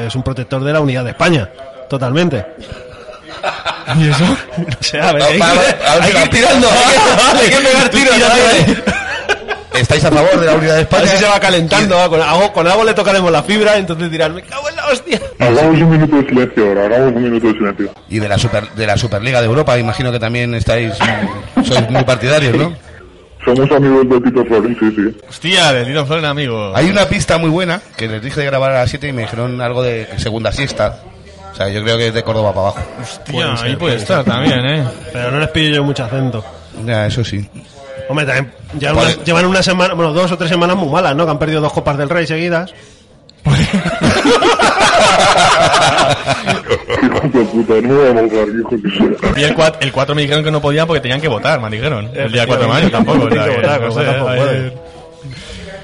es un protector de la unidad de España. Totalmente. ¿Y eso? O sea, a ver, No, hay, va, va, que- a ver si hay que va. ir tirando. Hay que- Vale, hay que pegar tú tiros, tira, ¿vale? tira. ¿Estáis a favor de la unidad de A España? ver si se va calentando. va, Con agua, con agua le tocaremos la fibra, entonces dirán, me cago en la hostia. Hagamos un minuto de silencio ahora, hagamos un minuto de silencio. Y de la, super, de la Superliga de Europa, imagino que también estáis, mm, sois muy partidarios, ¿no? Somos amigos de Tito Florin, sí, sí. Hostia, de Tito Floren, amigo. Hay una pista muy buena que les dije de grabar a las 7 y me dijeron algo de segunda siesta. O sea, yo creo que es de Córdoba para abajo. Hostia, ahí puede estar también, ¿eh? Pero no les pillo yo mucho acento. Ya, eso sí. Hombre, también ya Vale. unas- llevan una semana, bueno, dos o tres semanas muy malas, ¿no? Que han perdido dos copas del Rey seguidas. Hijo de puta, no me voy a mojar, hijo de puta. Y el 4, el cuatro me dijeron que no podían porque tenían que votar, me dijeron. El día 4 de mayo tampoco. o sea, Tienen que que votar, no con sé, lo cual tampoco a ver.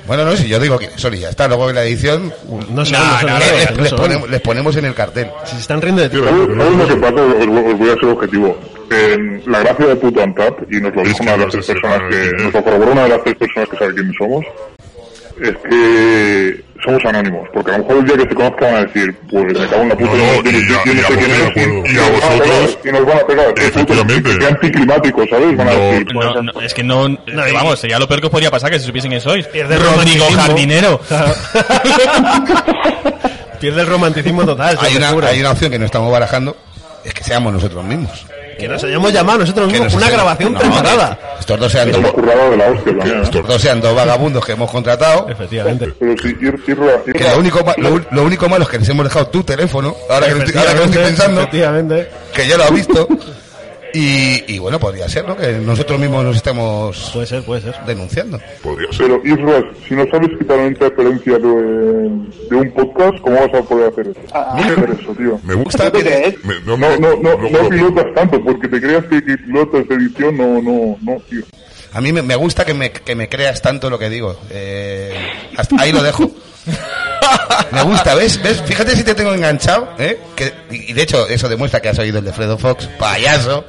Bueno, no, si yo digo que son y ya está. Luego en la edición No sé, No, no, sé, no, no no, sé, les, no les sé. ponemos, les ponemos en el cartel. Si se están riendo de ti. ¿Sabes sabes lo que pasa? Os, os voy a ser objetivo. En la gracia de puto Antap, y nos lo Es dijo que una de las no tres se personas separa de que, ti. nos lo corroboró una de las tres personas que sabe quiénes somos, es que somos anónimos, porque a lo mejor el día que se conozcan van a decir, pues me cago en la puta, No, yo no, yo yo y ya- y a quién vosotros, eres, bueno, y y nos a van pegar, vosotros, y nos van a pegar, qué puto, efectivamente. qué anticlimático, ¿sabes? Van a decir, No, no, es que no, eh, y- vamos, sería lo peor que os podría pasar que si supiesen que sois. Pierde el Rodrigo romanticismo. Jardinero. Pierde el romanticismo total. Hay se una, asegura. hay una opción que no estamos barajando, es que seamos nosotros mismos. Que nos hayamos llamado nosotros Que mismos nos una hacemos- grabación No, preparada. que Estos dos sean es una dos, currada de la hostia también, ¿eh? estos dos sean dos vagabundos que hemos contratado. Efectivamente. Pero sí, ir, irla, Que lo único, ma- lo, u- lo único malo es que les hemos dejado tu teléfono, ahora que lo estoy, ahora que lo estoy pensando, Efectivamente. que ya lo ha visto. Y, y bueno, podría ser, ¿no? Que nosotros mismos nos estemos Puede ser, puede ser. denunciando. Podría ser. Pero Isras, si no sabes quitar una interferencia de, de un podcast, ¿cómo vas a poder hacer eso? hacer eso, tío? Me gusta. ¿Tú crees? Me- no, No, no, no, no, no pilotas tanto, porque te creas que, que pilotas de edición, no, no, no, tío. A mí me, me gusta que me, que me creas tanto lo que digo. Eh, hasta ahí lo dejo. Me gusta, ¿ves? ¿Ves? Fíjate si te tengo enganchado, ¿eh? Que, y y de hecho, eso demuestra que has oído el de Fredo Fox, payaso.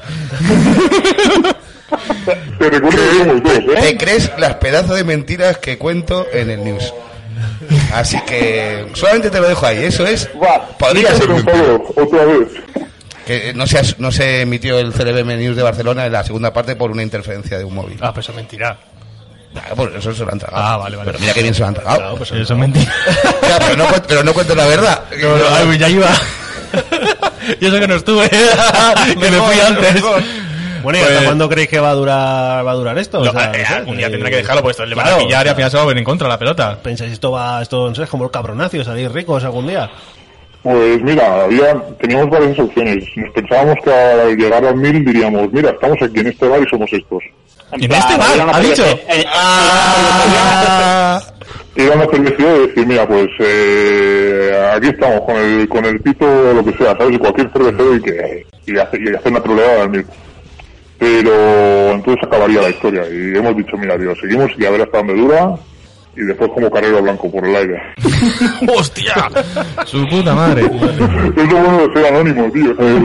Te recuerdo que somos dos, ¿eh? Te crees las pedazos de mentiras que cuento en el news. Así que solamente te lo dejo ahí. Eso es. Buah, Podría ser. Por favor, otra vez. Que eh, no se, as- no se emitió el CLBM News de Barcelona en la segunda parte por una interferencia de un móvil. Ah, pues eso mentira. Ah, por eso se lo han tragado. Ah, vale, vale. Pero mira que bien se lo han tragado. Claro, pues Eso es mentira. Ya, pero, no, cuen- pero no cuento la verdad. pues Ay, ya iba. Yo sé que no estuve. que me fui Mejor, antes. mejor. Bueno, ¿y hasta Pues- cuándo creéis que va a durar, va a durar esto? O No, sea, eh, no sé, algún día eh, tendrá que dejarlo, pues esto le van a claro, pillar y al final se va a ver en contra la pelota. ¿Pensáis esto va, esto no sé, es como el cabronacio, salir ricos algún día? Pues mira, había, teníamos varias opciones. Nos pensábamos que al llegar a mil diríamos, mira, estamos aquí en este bar y somos estos. ¿En este bar? era una ¿Ha dicho? cerveza- eh, eh, Ir a una cervecería y decir, mira, pues eh, aquí estamos con el, con el pito o lo que sea, ¿sabes? Y cualquier cervecero y, que, y, hace- y hacer una troleada del mismo. Pero entonces acabaría la historia y hemos dicho, mira, tío, seguimos y a ver hasta dónde dura y después como carrero blanco por el aire. ¡Hostia! Su puta madre. Eso es lo bueno de ser anónimo, tío. ¿sabes?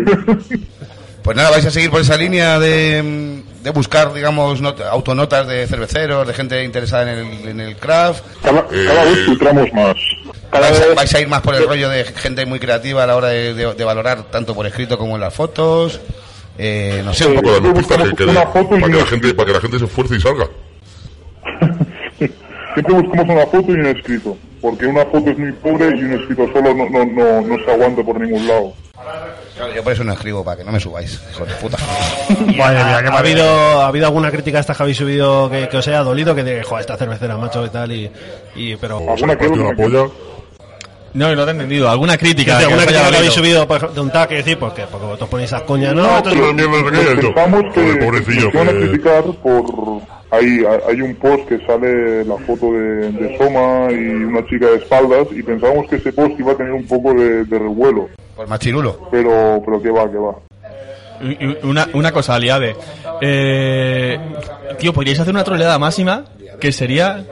Pues nada, vais a seguir por esa línea de, mm, de buscar, digamos, not- autonotas de cerveceros, de gente interesada en el, en el craft. Cada, cada vez filtramos más. Cada vais, a, vez- vais a ir más por el rollo de gente muy creativa a la hora de, de- de valorar tanto por escrito como en las fotos. Eh, no sé, un poco. Para dar un puntaje que Una dé- foto y para que una- la gente, para que la gente se esfuerce y salga. Siempre buscamos una foto y un escrito, porque una foto es muy pobre y un escrito solo no, no, no, no se aguanta por ningún lado. Yo por eso no escribo, para que no me subáis, hijos de puta. Madre mía, que ha, habido, ha habido alguna crítica a estas que habéis subido que, que os haya dolido, que de, joder, esta cervecera, macho, y tal, y, y pero... O se le Alguna que partió otra. una polla. No, no te he entendido. ¿Alguna Que crítica? de alguna os haya crítica que habéis dolido? subido por ejemplo, de un tag, que decir, pues que porque vosotros ponéis esas coñas, ¿no? No, Esto es- Ah, pero- Pensamos que Joder, pobrecillo, nos van a que- criticar por... Hay, hay un post que sale la foto de, de Soma y una chica de espaldas y pensamos que ese post iba a tener un poco de, de revuelo, Por machirulo. pero, pero que va, que va. Y- y Una, una cosa, Aliade. Eh, tío, podríais hacer una troleada máxima que sería,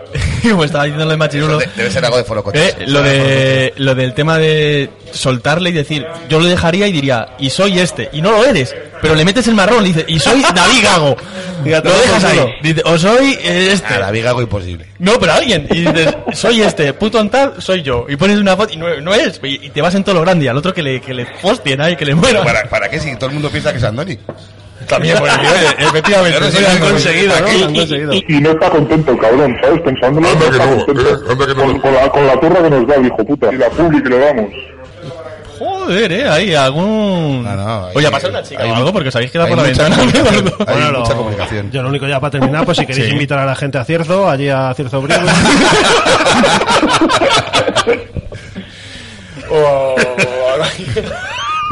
como estaba diciendo el machirulo, De- debe ser algo de forocoche. eh, lo, de, lo del tema de soltarle y decir, yo lo dejaría y diría, y soy este, y no lo eres, pero le metes el marrón y dices, y soy David Gago. Ya te lo lo dejas he ahí. contado. Dice, o soy eh, este. A la viga algo imposible. No, pero alguien. Y dices, soy este, puto antal, soy yo. Y pones una foto y no, no es. Y y te vas en todo lo grande y al otro que le, que le hostien ahí, que le muera. ¿Para, ¿Para qué si todo el mundo piensa que es Andoni? También, pues, tío, oye, efectivamente, Claro, sí, sí, lo han sí, sí. conseguido, ¿no? Aquí- Lo han conseguido. Y no está contento el cabrón, ¿sabes? Pensándolo. Anda que está no, eh, anda que no. Con, con la, con la turra que nos da el hijo puta. Y la publi que le damos. Joder, eh, hay algún. No, no, oye, hay- ha pasado una chica hay- o algo porque os habéis quedado hay por la mucha ventana. comunicación. gordo. Hay Bueno, mucha lo- comunicación. Yo lo único ya para terminar, pues si queréis Sí. invitar a la gente a Cierzo, allí a Cierzo Brito.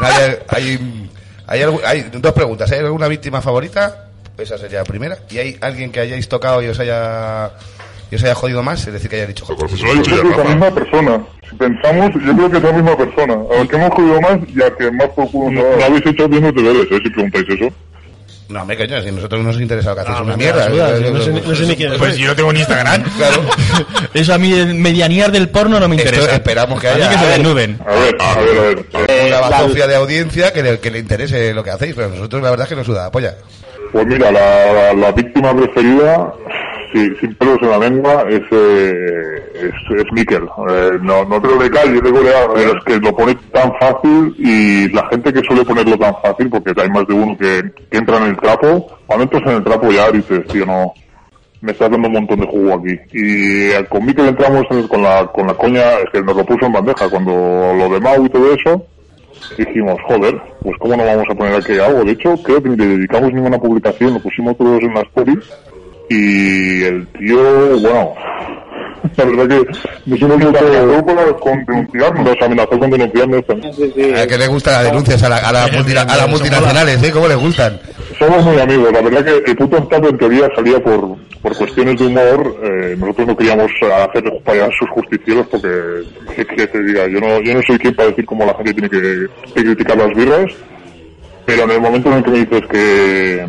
Hay, hay, hay algu- hay dos preguntas. ¿Hay alguna víctima favorita? Esa sería la primera. ¿Y hay alguien que hayáis tocado y os haya, y os haya jodido más? Es decir, que haya dicho, Pero joder, pues, con eso lo ha Yo dicho ya, creo que es la Rafa. misma persona. Si pensamos, yo creo que es la misma persona. A ver, que hemos jodido más y a que más por culo no, habéis hecho bien los deberes, ¿eh? Si preguntáis eso. no, hombre, coño, si a nosotros no nos interesa lo que hacéis, Ah, una me mierda. eh, ayuda, yo no sé ni- no sé ni quién es. Pues yo no tengo ni Instagram. Claro. Eso a mí, el medianear del porno no me Esto interesa. esperamos que A mí haya- que se a ver. desnuden. A ver, a ver, a ver. Eh, Una la- bazofia de audiencia que le, que le interese lo que hacéis, pero a nosotros la verdad es que nos suda la polla. Pues mira, la, la- la víctima preferida, sí, sin pelos en la lengua, es, eh, es, es Miquel. Eh, no, no te lo de calle, te lo de ahora, pero es que lo pone tan fácil y la gente que suele ponerlo tan fácil, porque hay más de uno que, que entra en el trapo, cuando entras en el trapo ya dices, tío, no, me estás dando un montón de jugo aquí. Y eh, con Miquel entramos en- con, la, con la coña, es que nos lo puso en bandeja cuando lo de Mau y todo eso. Dijimos, joder, pues cómo no vamos a poner aquí algo. De hecho, creo que ni le dedicamos ninguna publicación, lo pusimos todos en las stories. Y el tío, bueno, la verdad que nos hemos amenazado con- con denunciarnos, nos amenazó con denunciarnos también. sí, sí. A que le gustan las denuncias a, la- a, la multi- a las multinacionales, ¿eh? ¿Cómo les gustan? Somos muy amigos, la verdad que el puto estado en teoría salía por, por cuestiones de humor, eh, nosotros no queríamos hacer para sus justicieros porque, que, que te diga, yo no, yo no soy quien para decir cómo la gente tiene que, que criticar las birras, pero en el momento en el que me dices que,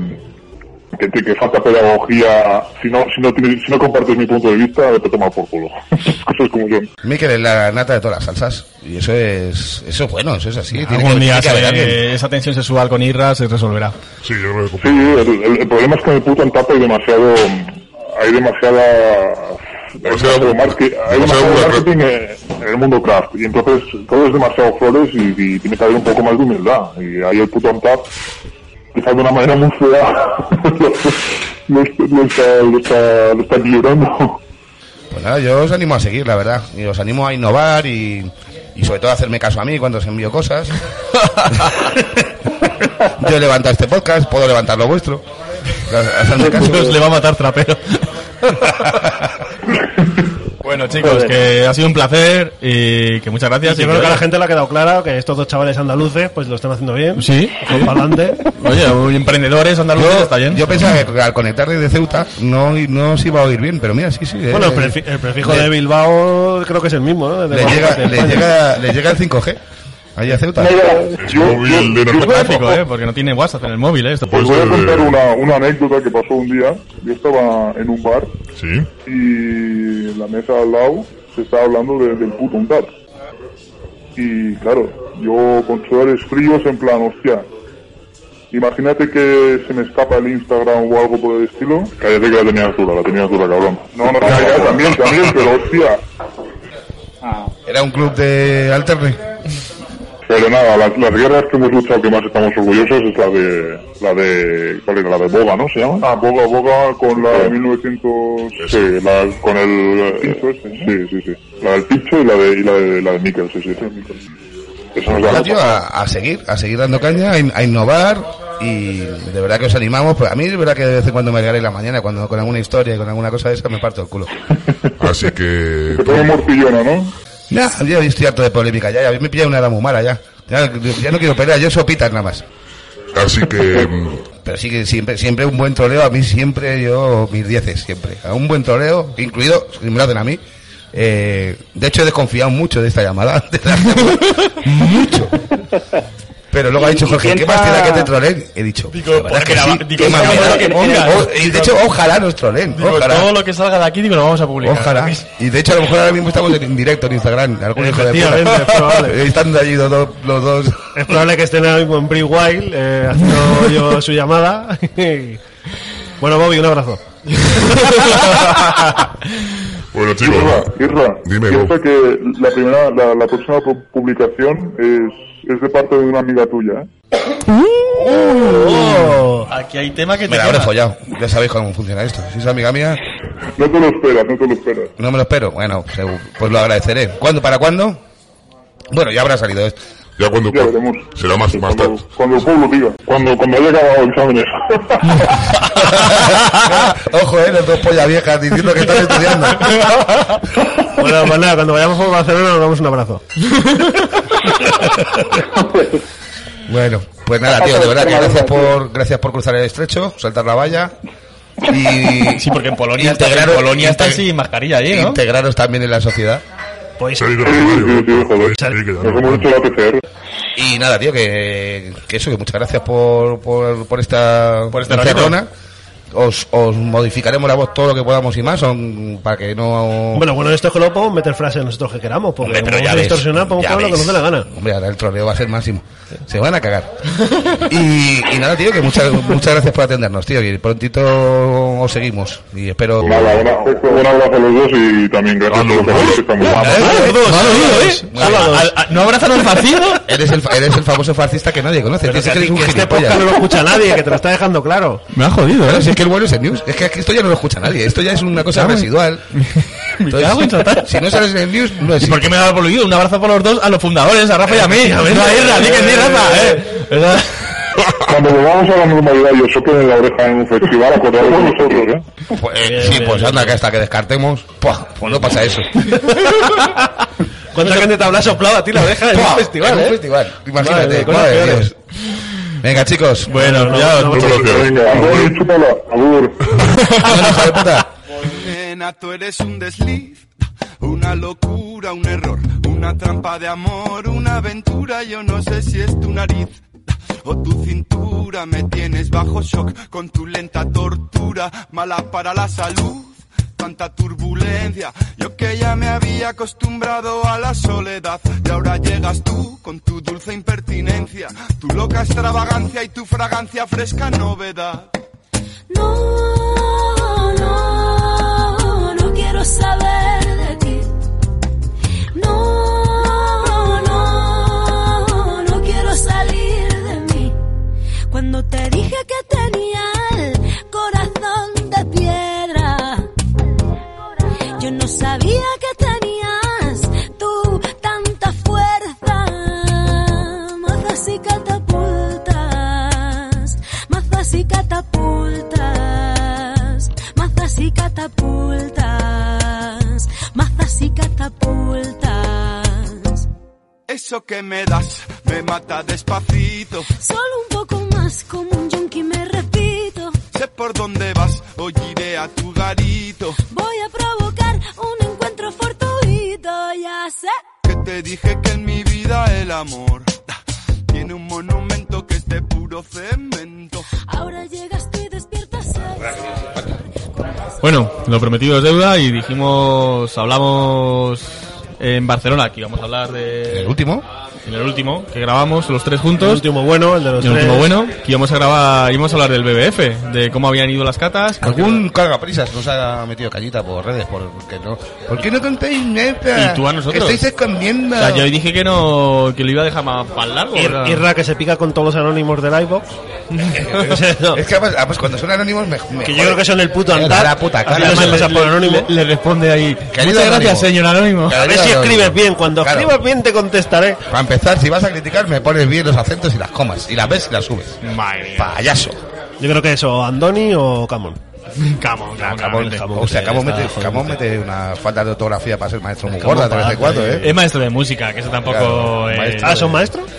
que, te- que falta pedagogía, si no, si no tienes- si no compartes mi punto de vista, te toma por culo. Las Cosas como son. Miquel es la nata de todas las salsas. Y eso es, eso es bueno, eso es así. Tiene que- Algún día tiene que haber se- alguien. esa tensión sexual con Irra se resolverá. Sí, yo creo que Sí, el, el- el problema es que en el puto Antapa hay demasiado. Hay demasiada. hay Demasiado- demasiado marque- hay demasiado demasiado burocra- marketing eh, en el mundo craft. Y entonces todo es demasiado flores y, y tiene que haber un poco más de humildad. Y ahí el puto Antap, quizás de una manera muy fea, lo, lo está, lo está, lo está equilibrando. Pues nada, yo os animo a seguir, la verdad. Y os animo a innovar y, y sobre todo a hacerme caso a mí cuando os envío cosas. yo he levantado este podcast, puedo levantar lo vuestro. Pues Hacedme caso. Dios le va a matar trapero. Bueno, chicos, que ha sido un placer y que muchas gracias. Yo y creo que a oye, la gente le ha quedado claro que estos dos chavales andaluces pues lo están haciendo bien. Sí. Con pa'lante. Oye, un emprendedores andaluces está bien. Yo pensaba que al conectar desde Ceuta no, no se iba a oír bien, pero mira, sí, sí. eh, Bueno, el, eh, prefi- el prefijo le- de Bilbao creo que es el mismo, ¿no? Desde le llega, Guanajuato, le, España. llega, le llega el 5G. Ahí a Ceuta. Me llega- Es móvil de Muy narcotráfico. gráfico, ¿eh? Porque no tiene WhatsApp en el móvil, ¿eh? Esto- Pues, Os voy a eh, contar una, una anécdota que pasó un día. Yo estaba en un bar Sí. y en la mesa al lado se estaba hablando de- del puto un tap. Y claro, yo con sudores fríos en plan, hostia. Imagínate que se me escapa el Instagram o algo por el estilo. Cállate que la tenías dura, la tenías dura, cabrón. No, no, ya, ya, también, también, pero hostia. Era un club de alterne. Pero nada, las, las guerras que hemos luchado que más estamos orgullosos es la de, la de, ¿cuál era? La de Boga, ¿no? ¿Se llama? Ah, Boga, Boga con la de 1900... Sí, la, con el... Pincho este, ese, Sí, sí, sí. La del Pincho y la de, y la de, la de Mikkel, sí, sí. Eso nos da Nada, tío, a, a seguir, a seguir dando caña, a, in- a innovar y de verdad que os animamos. Pues a mí de verdad que de vez en cuando me agarré la mañana cuando con alguna historia y con alguna cosa de esa me parto el culo. Así que. pues, Que pone mortillona, ¿no? Ya, yo estoy harto de polémica ya, ya me pilla una edad muy mala ya. ya. ya no quiero pelear, yo sopitas nada más. Así que. mm, Pero sí que siempre, siempre un buen troleo, a mí siempre yo, mis dieces, siempre. A un buen troleo, incluido, si me lo hacen a mí. Eh, de hecho he desconfiado mucho de esta llamada. de la- mucho. Pero luego ha Y- dicho y Jorge, ¿qué piensa- más te da que te troleen? He dicho, Digo, la verdad pues que que la- sí, digo, qué la mamera. verdad que ponga. O- y de hecho, ojalá nos troleen, Digo, todo ojalá. lo que salga de aquí, digo, lo vamos a publicar. Ojalá. Y de hecho, a lo mejor ahora mismo estamos en en directo en Instagram. Algún hijo de Efectivamente, es puta. probable. Están allí los dos. Los dos. Es probable que estén ahora mismo en Brie Wild eh, haciendo yo su llamada. bueno, Bobby, un abrazo. Bueno, chicos. Irra, Irra, Dime, piensa Bob. que la primera, la, la próxima pu- publicación es, es de parte de una amiga tuya, ¿eh? Oh, Aquí hay tema que Me te la habré quema. follado. Ya sabéis cómo funciona esto. Si es amiga mía, No te lo esperas, no te lo esperas. no me lo espero. Bueno, seguro. pues lo agradeceré. ¿Cuándo? ¿Para cuándo? Bueno, ya habrá salido esto. Ya cuando. Ya veremos. Será más, más tarde. Cuando, cuando el pueblo diga, cuando, cuando haya acabado exámenes. Ojo, eh, los dos pollas viejas diciendo que están estudiando. bueno, pues nada, cuando vayamos por Barcelona nos damos un abrazo. Bueno, pues nada, tío, de verdad que gracias por, gracias por cruzar el estrecho, saltar la valla. Y Sí, porque en Polonia, está, en Integraros- Polonia está integ- sin mascarilla allí, ¿no? integraros también en la sociedad. Pues Salir de Sí, sí, sí, joder. Nos primario. hemos hecho la PCR. Y nada, tío, que, que eso, que muchas gracias por, por, por esta Por este encerrona. Os, os modificaremos la voz todo lo que podamos y más, son, para que no... Bueno, bueno, esto es que lo podemos meter frases nosotros que queramos, porque Hombre, como vamos a ves, distorsionar, podemos ya hablar lo que ves. nos dé la gana. Hombre, ahora el troleo va a ser máximo. Se van a cagar. Y, y nada, tío, que muchas, muchas gracias por atendernos, tío. Y prontito os seguimos. Y espero... Nada, un abrazo, un abrazo a los dos y también Ah, gracias por los amigos que estamos. Eh, Los dos, madre los mía, dos, ¿ves? ¿eh? Muy bien. Al- al- ¿No abrazan al vacío? Eres el, fa- eres el famoso fascista que nadie conoce. Pero tío, que, a si es que ti eres un que este gilipollas. podcast no lo escucha nadie, que te lo está dejando claro. Me ha jodido, Claro, si es que el bueno es el news. Es que aquí esto ya no lo escucha nadie. Esto ya es una cosa residual. Entonces, cago en Satán. si no sales en el news, no ¿Y existe. por qué me da por oído? Un abrazo por los dos, a los fundadores, a Rafa y a mí. A ver, Rafa, di que sí, Rafa, ¿eh? ¿Verdad? Cuando volvamos a la normalidad y os soplen en la oreja en un festival, acordaros de nosotros, ¿eh? Pues, eh, sí, pues anda, que hasta que descartemos. Puah, pues no pasa eso. ¿Cuánta gente te habla soplado a ti la oreja en un Puah, festival, en un eh? festival. Madre Imagínate, mía, cosas madre de peores. Dios. Venga, chicos. Bueno, cuidado. Venga, adiós, chúpala, adiós. Bueno, hijo de puta. Nena, tú eres un desliz, una locura, un error, una trampa de amor, una aventura. Yo no sé si es tu nariz o tu cintura. Me tienes bajo shock con tu lenta tortura, mala para la salud. Tanta turbulencia, yo que ya me había acostumbrado a la soledad. Y ahora llegas tú con tu dulce impertinencia, tu loca extravagancia y tu fragancia fresca novedad. No, no, no quiero saber de ti. No, no, no quiero salir de mí. Cuando te dije que tenía el corazón de piedra, yo no sabía que tenías tú tanta fuerza. Mazas y catapultas, mazas y catapultas, mazas y catapultas, mazas eso que me das me mata despacito. Solo un poco más, como un yonki me repito. Sé por dónde vas, hoy iré a tu garito. Voy a provocar un encuentro fortuito, ya sé. Que te dije que en mi vida el amor ah, tiene un monumento que es de puro cemento. Ahora llegas tú y despiertas el Bueno, lo prometido es deuda y dijimos, hablamos en Barcelona, que íbamos a hablar de... ¿El último? En el último, que grabamos los tres juntos. El último bueno, el de los Y el último tres. bueno, que íbamos a grabar, íbamos a hablar del BBF, de cómo habían ido las catas. Algún cargaprisas nos ha metido cañita por redes, porque no. ¿Por qué no contáis neta? ¿Y tú a nosotros? Que estáis escondiendo. O sea, yo dije que no, que lo iba a dejar más para largo. o sea. Ir- Irra que se pica con todos los anónimos del iBox. Es que ah, además, además, pues cuando son anónimos me, me Que yo jode. creo que son el puto Me da Antar. la puta cara. Aquí no se pasa por anónimo. Le responde ahí. Querido Muchas anónimo. gracias, señor anónimo. A ver si Claro, escribes claro. bien. Cuando Claro. escribas bien te contestaré. Para empezar, si vas a criticar, me pones bien los acentos y las comas. Y las ves y las subes. Payaso. Yo creo que eso, Andoni o Camón. Camón, camón, Camón, camón. o sea, Camón mete, Camón mete una falta de ortografía para ser maestro muy gorda de vez en cuando, ¿eh? Es maestro de música, que eso tampoco Claro, es- maestro. Ah, ¿son maestros?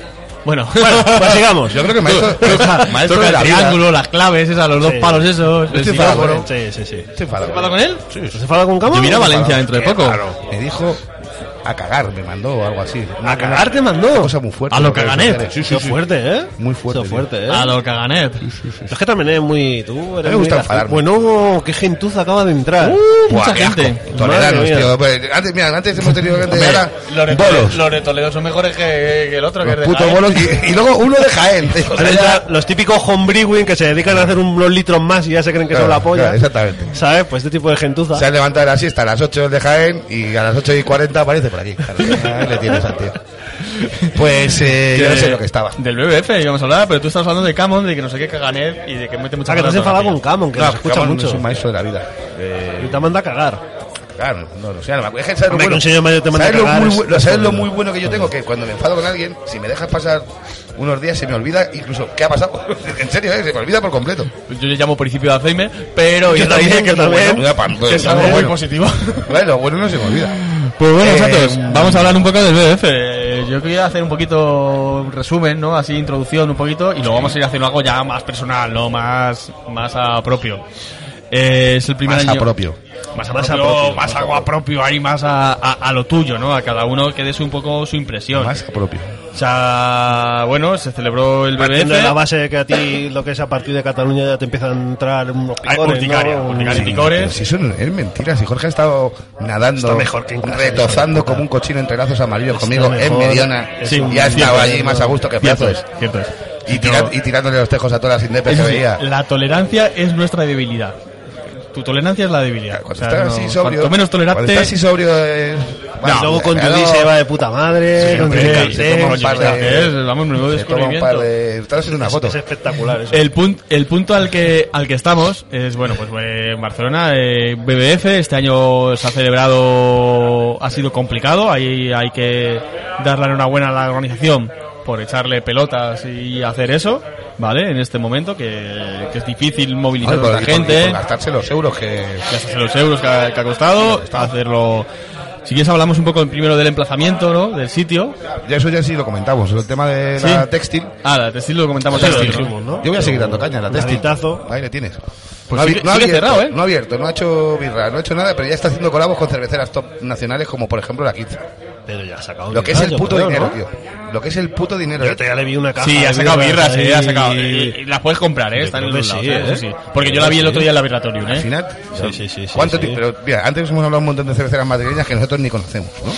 Bueno, Bueno, pues sigamos. Yo creo que maestro, maestro Toca de el la vida. triángulo, las claves esas, los dos Sí. palos esos. el Este cigarro. favor. Bueno. Ah, Sí, sí, sí. Estoy enfadado. ¿Enfadado con él? Sí. ¿Se enfada con Camón? Yo mira Valencia dentro de Qué poco. raro. Me dijo a cagar, me mandó o algo así. Una- A cagar te mandó. Una cosa muy fuerte. A lo por redes caganet. sociales. Sí, sí, Eso sí. fuerte, ¿eh? Muy fuerte, Eso tío. Ah, fuerte, ¿eh? A lo caganet. Es que también es muy... Tú A mí eres me gusta muy- enfadarme. Uh, Bueno, qué gentuza acaba de entrar. Mucha qué gente. asco. Toleranos, Madre mía. tío. Pues, Antes, mira, antes hemos tenido gente de ahora Los de, bolos. los de Toledo son mejores que, que el otro, que es Los de putos Jaén. bolos. Y, y luego uno de Jaén. tío. Han entrado los típicos homebrewing que se dedican a hacer unos litros más y ya se creen que son Claro, la polla. claro, exactamente. ¿Sabes? Pues este tipo de gentuza. Se han levantado de la siesta a las 8 de Jaén y a las 8 y 40 aparece por aquí. Claro, ahí le tienes al tío. Pues eh, yo no sé lo que estaba. Del BBF íbamos a hablar, pero tú estabas hablando de Camon, de que no sé qué caganet y de que mete mucha Ah, que te has falta enfadado con ortografía. Camon, que Claro, nos escucha Camón mucho. Eh, Es un maestro de la vida. Y te manda a cagar. Claro, no, no sé, no me acuerdo. Es que sabes lo Hombre, que un señor mayor te manda a ¿Sabes lo cagar muy es- bu- lo- ¿Sabes lo muy bueno que yo tengo? Que cuando me enfado con alguien, si me dejas pasar unos días, se me olvida incluso qué ha pasado. en serio, ¿eh? se me olvida por completo. Yo le llamo principio de Alzheimer, pero Yo ya te también, dije que yo es lo también. bueno. Mira, pam, Que es pam, algo muy bueno. positivo. Bueno, lo bueno no se me olvida. Pues bueno, Eh, Santos, vamos a hablar un poco del BBF. Yo quería hacer un poquito un resumen, ¿no? Así, introducción un poquito, y luego vamos a ir haciendo algo ya más personal, ¿no? Más, más a propio. Eh, es el primer Más año... a propio. Más a propio, más algo a propio, ahí más a, a, a lo tuyo, ¿no? A cada uno que des un poco su impresión. Más a propio. O sea, bueno, se celebró el Partiendo de la BBF. base que a ti, lo que es a partir de Cataluña, ya te empiezan a entrar unos Ay, picores, urticaria, ¿no? urticaria. Sí. picores. Si eso no- es mentira, si Jorge ha estado nadando, Está mejor que en casa, retozando hijo de puta. como un cochino entre lazos amarillos Está conmigo en mejor, Mediona, es y un- ha estado cierto, allí cierto. más a gusto que Cierto plazo es, cierto es. Y, tira- y tirándole los tejos a todas las indepes que Eso sí, veía. La tolerancia es nuestra debilidad. Tu tolerancia es la debilidad. Cuando O sea, estás no- así sobrio. Cuanto menos Cuando tolerante. estás así sobrio. eh, Y vas- luego con claro, Judy se va de puta madre, Sí, con hombre, Judith se Garcés. toma un par de- Es, vamos, menudo se toma un par descubrimiento. de. Estás haciendo una foto. Es espectacular Eh, eso. El, punto el punto al que, al que estamos es, bueno, pues eh, en Barcelona, eh, BBF, este año se ha celebrado, ha sido complicado, ahí hay que darle la enhorabuena a la organización por echarle pelotas y hacer eso, ¿vale? En este momento, que, que es difícil movilizar Hombre, a la por- y por- y gente. ¿eh? por gastarse los euros que. gastarse los euros que ha, que ha costado, hacerlo. Si quieres hablamos un poco primero del emplazamiento, ¿no? Del sitio. Ya eso ya sí lo comentamos. El tema de la Sí. textil. Ah, la textil lo comentamos. Sí, lo antes, ¿no? dijimos, ¿no? Yo voy a seguir dando caña a la textil. Laditazo. Ahí le tienes. Pues ha sigue- abri- ha sigue abierto, cerrado, ¿eh? no ha abierto, no ha hecho birra, no ha hecho nada, pero ya está haciendo colabos con cerveceras top nacionales como por ejemplo la 15. Pero ya ha sacado Lo que es birra, el yo puto creo, dinero, ¿no? tío. Lo que es el puto dinero. Yo eh. te- ya le vi una caja. Sí, de ha sacado birras, ahí. eh, ha sacado. Y, y las puedes comprar, eh, Yo están en creo los que lados, sí, eh, eh. eso sí. Porque yo la vi el otro día en la Birratorium, Al eh. final, Sí, sí, sí, sí, ¿Cuánto sí. ti- Pero mira, antes hemos hablado un montón de cerveceras madrileñas que nosotros ni conocemos, ¿no?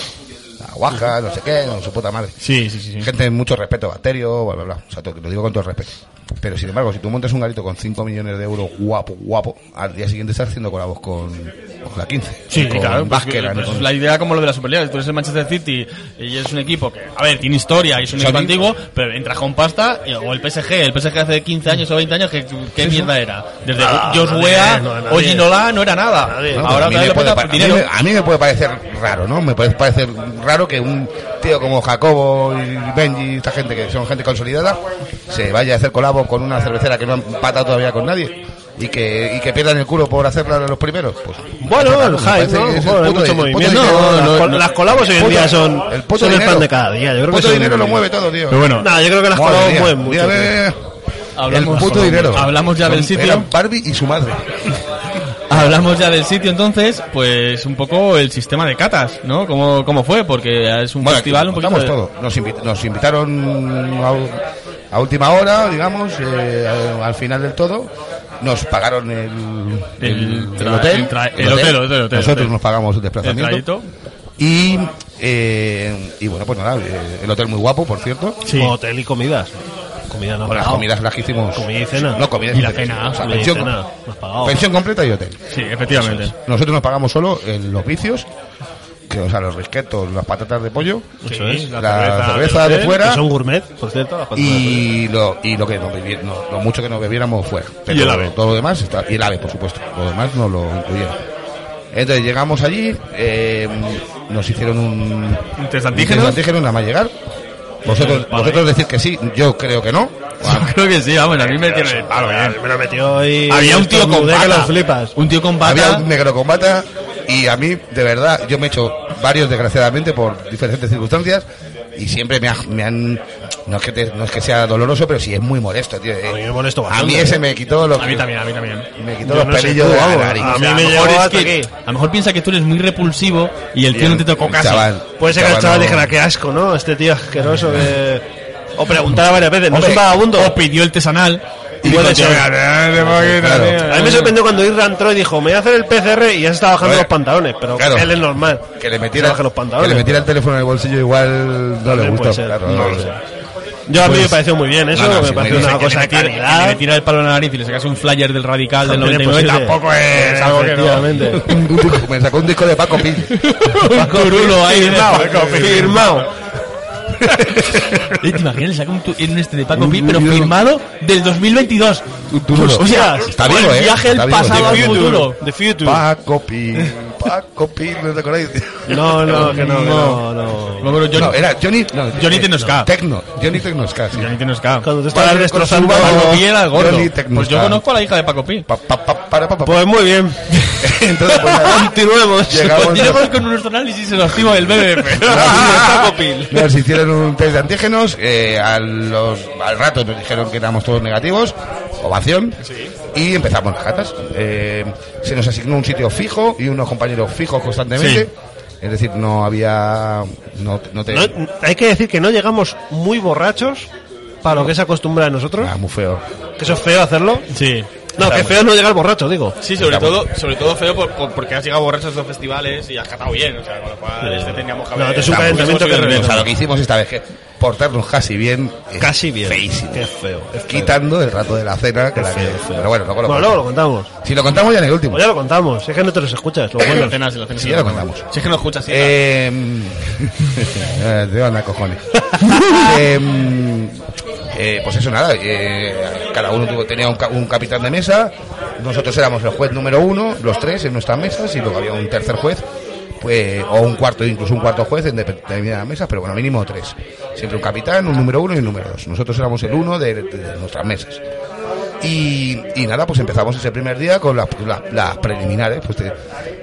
La Guaja, no sé qué, no, su puta madre. Sí, sí, sí. sí. Gente de mucho respeto, Bacterio, bla, bla, bla. O sea, te- te lo digo con todo el respeto. Pero sin embargo, si tú montas un garito con 5 millones de euros, guapo, guapo, al día siguiente estás haciendo colabos con, con la 15. Sí, con claro. pues, Vázquez, pues, con- La idea como lo de la Superliga, tú eres el Manchester City y es un equipo que, a ver, tiene historia y es un Sí. equipo antiguo, pero entras con pasta y- o el PSG, el PSG hace 15 años o 20 años, ¿qué, qué mierda era? Desde Nada, Josh nadie, Weah no, nadie. o Ginola no era nada. Nadie. Bueno, Ahora a, mí otra vez me le pones puede, pa- a mí dinero. me- a mí me puede parecer raro, ¿no? Me puede parecer raro que un tío como Jacobo y Benji, esta gente que son gente consolidada, se vaya a hacer colabo con una cervecera que no han patado todavía con nadie. y que, y que pierdan el culo por hacerla los primeros. Pues, Bueno, el me hype, parece ¿no? que es Joder, hay mucho puto di- el puto movimiento. dinero. Las No, col- no. las colabos hoy en Puto- día son- el puto son el pan dinero. de cada día, yo creo que puto son- dinero lo mueve todo, tío. Pero bueno. No, yo creo que las Madre colabas mía, mueven mucho, mira, tío. ve- Hablamos- el puto dinero. hablamos ya del Son- sitio. Eran Barbie y su madre. Hablamos ya del sitio entonces, pues un poco el sistema de catas, ¿no? ¿Cómo, cómo fue? Porque es un Bueno, festival un poquito... contamos de- todo. Nos, invi- nos invitaron a, u- a última hora, digamos, eh, a- al final del todo. Nos pagaron el, El el tra- hotel, el tra- el hotel, el hotel, el hotel. Nosotros nos pagamos el El desplazamiento. trayecto. y, eh, y bueno, pues nada, eh, el hotel muy guapo, por cierto. Sí. Hotel y comidas. Comida no. Con las pagado. comidas las que hicimos. Comida y cena. No, comida Y la hotel. cena, O sea, comida y pensión, cena, no has pagado. pensión completa y hotel. Sí, efectivamente. Nosotros nos pagamos solo en los vicios, que, o sea, los risquetos, las patatas de pollo. Eso Sí, es. la cerveza de hotel, fuera. que son gourmet, por cierto. las patatas de fuera. y lo y lo que nos bebi- no, lo mucho que nos bebiéramos fuera pero Y el ave. todo lo demás está y el ave por supuesto lo demás no lo incluyeron entonces llegamos allí eh, nos hicieron un ¿Un test antígenos? un test antígeno nada más llegar vosotros Vale. vosotros decir que sí yo creo que no Yo creo que sí, vamos, a mí me tiene el palo bien. Me lo metió ahí. Había un tío con estornudé que bata. lo flipas. Un tío con había bata. un negro con bata y a mí de verdad yo me he hecho varios desgraciadamente por diferentes circunstancias y siempre me, ha- me han no es que te- no es que sea doloroso pero sí es muy molesto tío eh. A mí me molestó a bastante. mí ese me quitó lo eh. A mí también, a mí también. Me quitó Yo los no sé pelillos tú, de la vamos, nariz. a O mí sea, me a lo llegó mejor es hasta que- aquí. A lo mejor piensa que tú eres muy repulsivo y el tío no te tocó el casi. chaval- Puede ser que el chaval chaval no- dijera, qué asco, ¿no? Este tío asqueroso que... O preguntara varias veces, ¿no es Hombre, un vagabundo? O pidió el tesanal. Y Puede dijo, ser. "Ah, "Tío, dale, Claro. poquito, A mí me sorprendió cuando Irra entró y dijo, me voy a hacer el PCR y ya se está bajando A ver, los pantalones, pero claro. él es normal. tío". Que le Se metiera, baja los que pantalones. le metiera el teléfono en el bolsillo igual no le También gustó. puede ser, claro, no no lo sé. sé. Yo a mí me pareció muy bien eso, No, no, me sí, pareció no, una no, cosa de Que le- que le calidad. tira el palo en la nariz y le sacas un flyer del radical del También es 99 posible. tampoco es algo que no. Efectivamente. Un disco- me sacó un disco de Paco Pil. un curulo ahí de Firmao, Paco Pil. firmao. Eh, ¿Te imaginas? Saca un, tu- en este de Paco Un- Pil, un pero video. firmado del 2022. Un duro. Hostias, Está fue vivo, Pues, el ¿eh? viaje Está al vivo, pasado al tío. futuro. The Future. Paco Pil. Paco Pil, ¿no os acordáis? No, no, que no, que no, no. No, pero Johnny, No, era Johnny. No, Johnny eh, Tecnosca. Tecno. Johnny Tecnosca, sí. Johnny tiene Oscar. Cuando te estabas Vale, destrozando... con su Paco No, Pil era el gordo. Johnny Tecnosca. Pues yo conozco a la hija de Paco Pil. Pa, pa, pa, para, pa, pa. Pues muy bien. Entonces, pues, nada, Continuemos. llegamos. Continuamos con nuestro análisis exhaustivo del BBF. Paco Pil. Nos hicieron un test de antígenos, eh, a los, al rato nos dijeron que éramos todos negativos, ovación, y empezamos las catas. Eh, se nos asignó un sitio fijo y unos compañeros fijos constantemente. Sí. Es decir, no había... No, no te... No, hay que decir que no llegamos muy borrachos para lo que se acostumbra de nosotros. Ah, muy feo. Que eso es feo hacerlo. Sí. No, que feo no llegar borracho, digo. Sí, sobre todo, sobre todo feo por- por- porque has llegado borracho a estos festivales y has catado bien, o sea, con lo cual este teníamos que No, haber- te es un Tampoco calentamiento hemos que ido O bien. sea, lo que hicimos esta vez, que portarnos casi bien... es Casi bien. feísimo. Qué feo. es feo. Quitando el rato de la cena, que la que... Pero bueno, luego lo, Bueno, luego lo contamos. Si lo contamos ya en el último. O ya lo contamos. Si es que no te los escuchas. Lo En bueno. la cena, sí, en la cena, Sí, en la ya lo cena. contamos. Si es que no escuchas, sí, Eh, eh, te van a cojones. eh, eh, pues eso, nada. eh, cada uno tuvo- tenía un, ca- un capitán de mesa. Nosotros éramos el juez número uno, los tres en nuestras mesas, y luego había un tercer juez. Pues, o un cuarto, incluso un cuarto juez en determinadas mesas, pero bueno, mínimo tres. Siempre un capitán, un número uno y un número dos. Nosotros éramos el uno de- de nuestras mesas. Y, y nada, pues empezamos ese primer día con las, las- las preliminares. Pues te,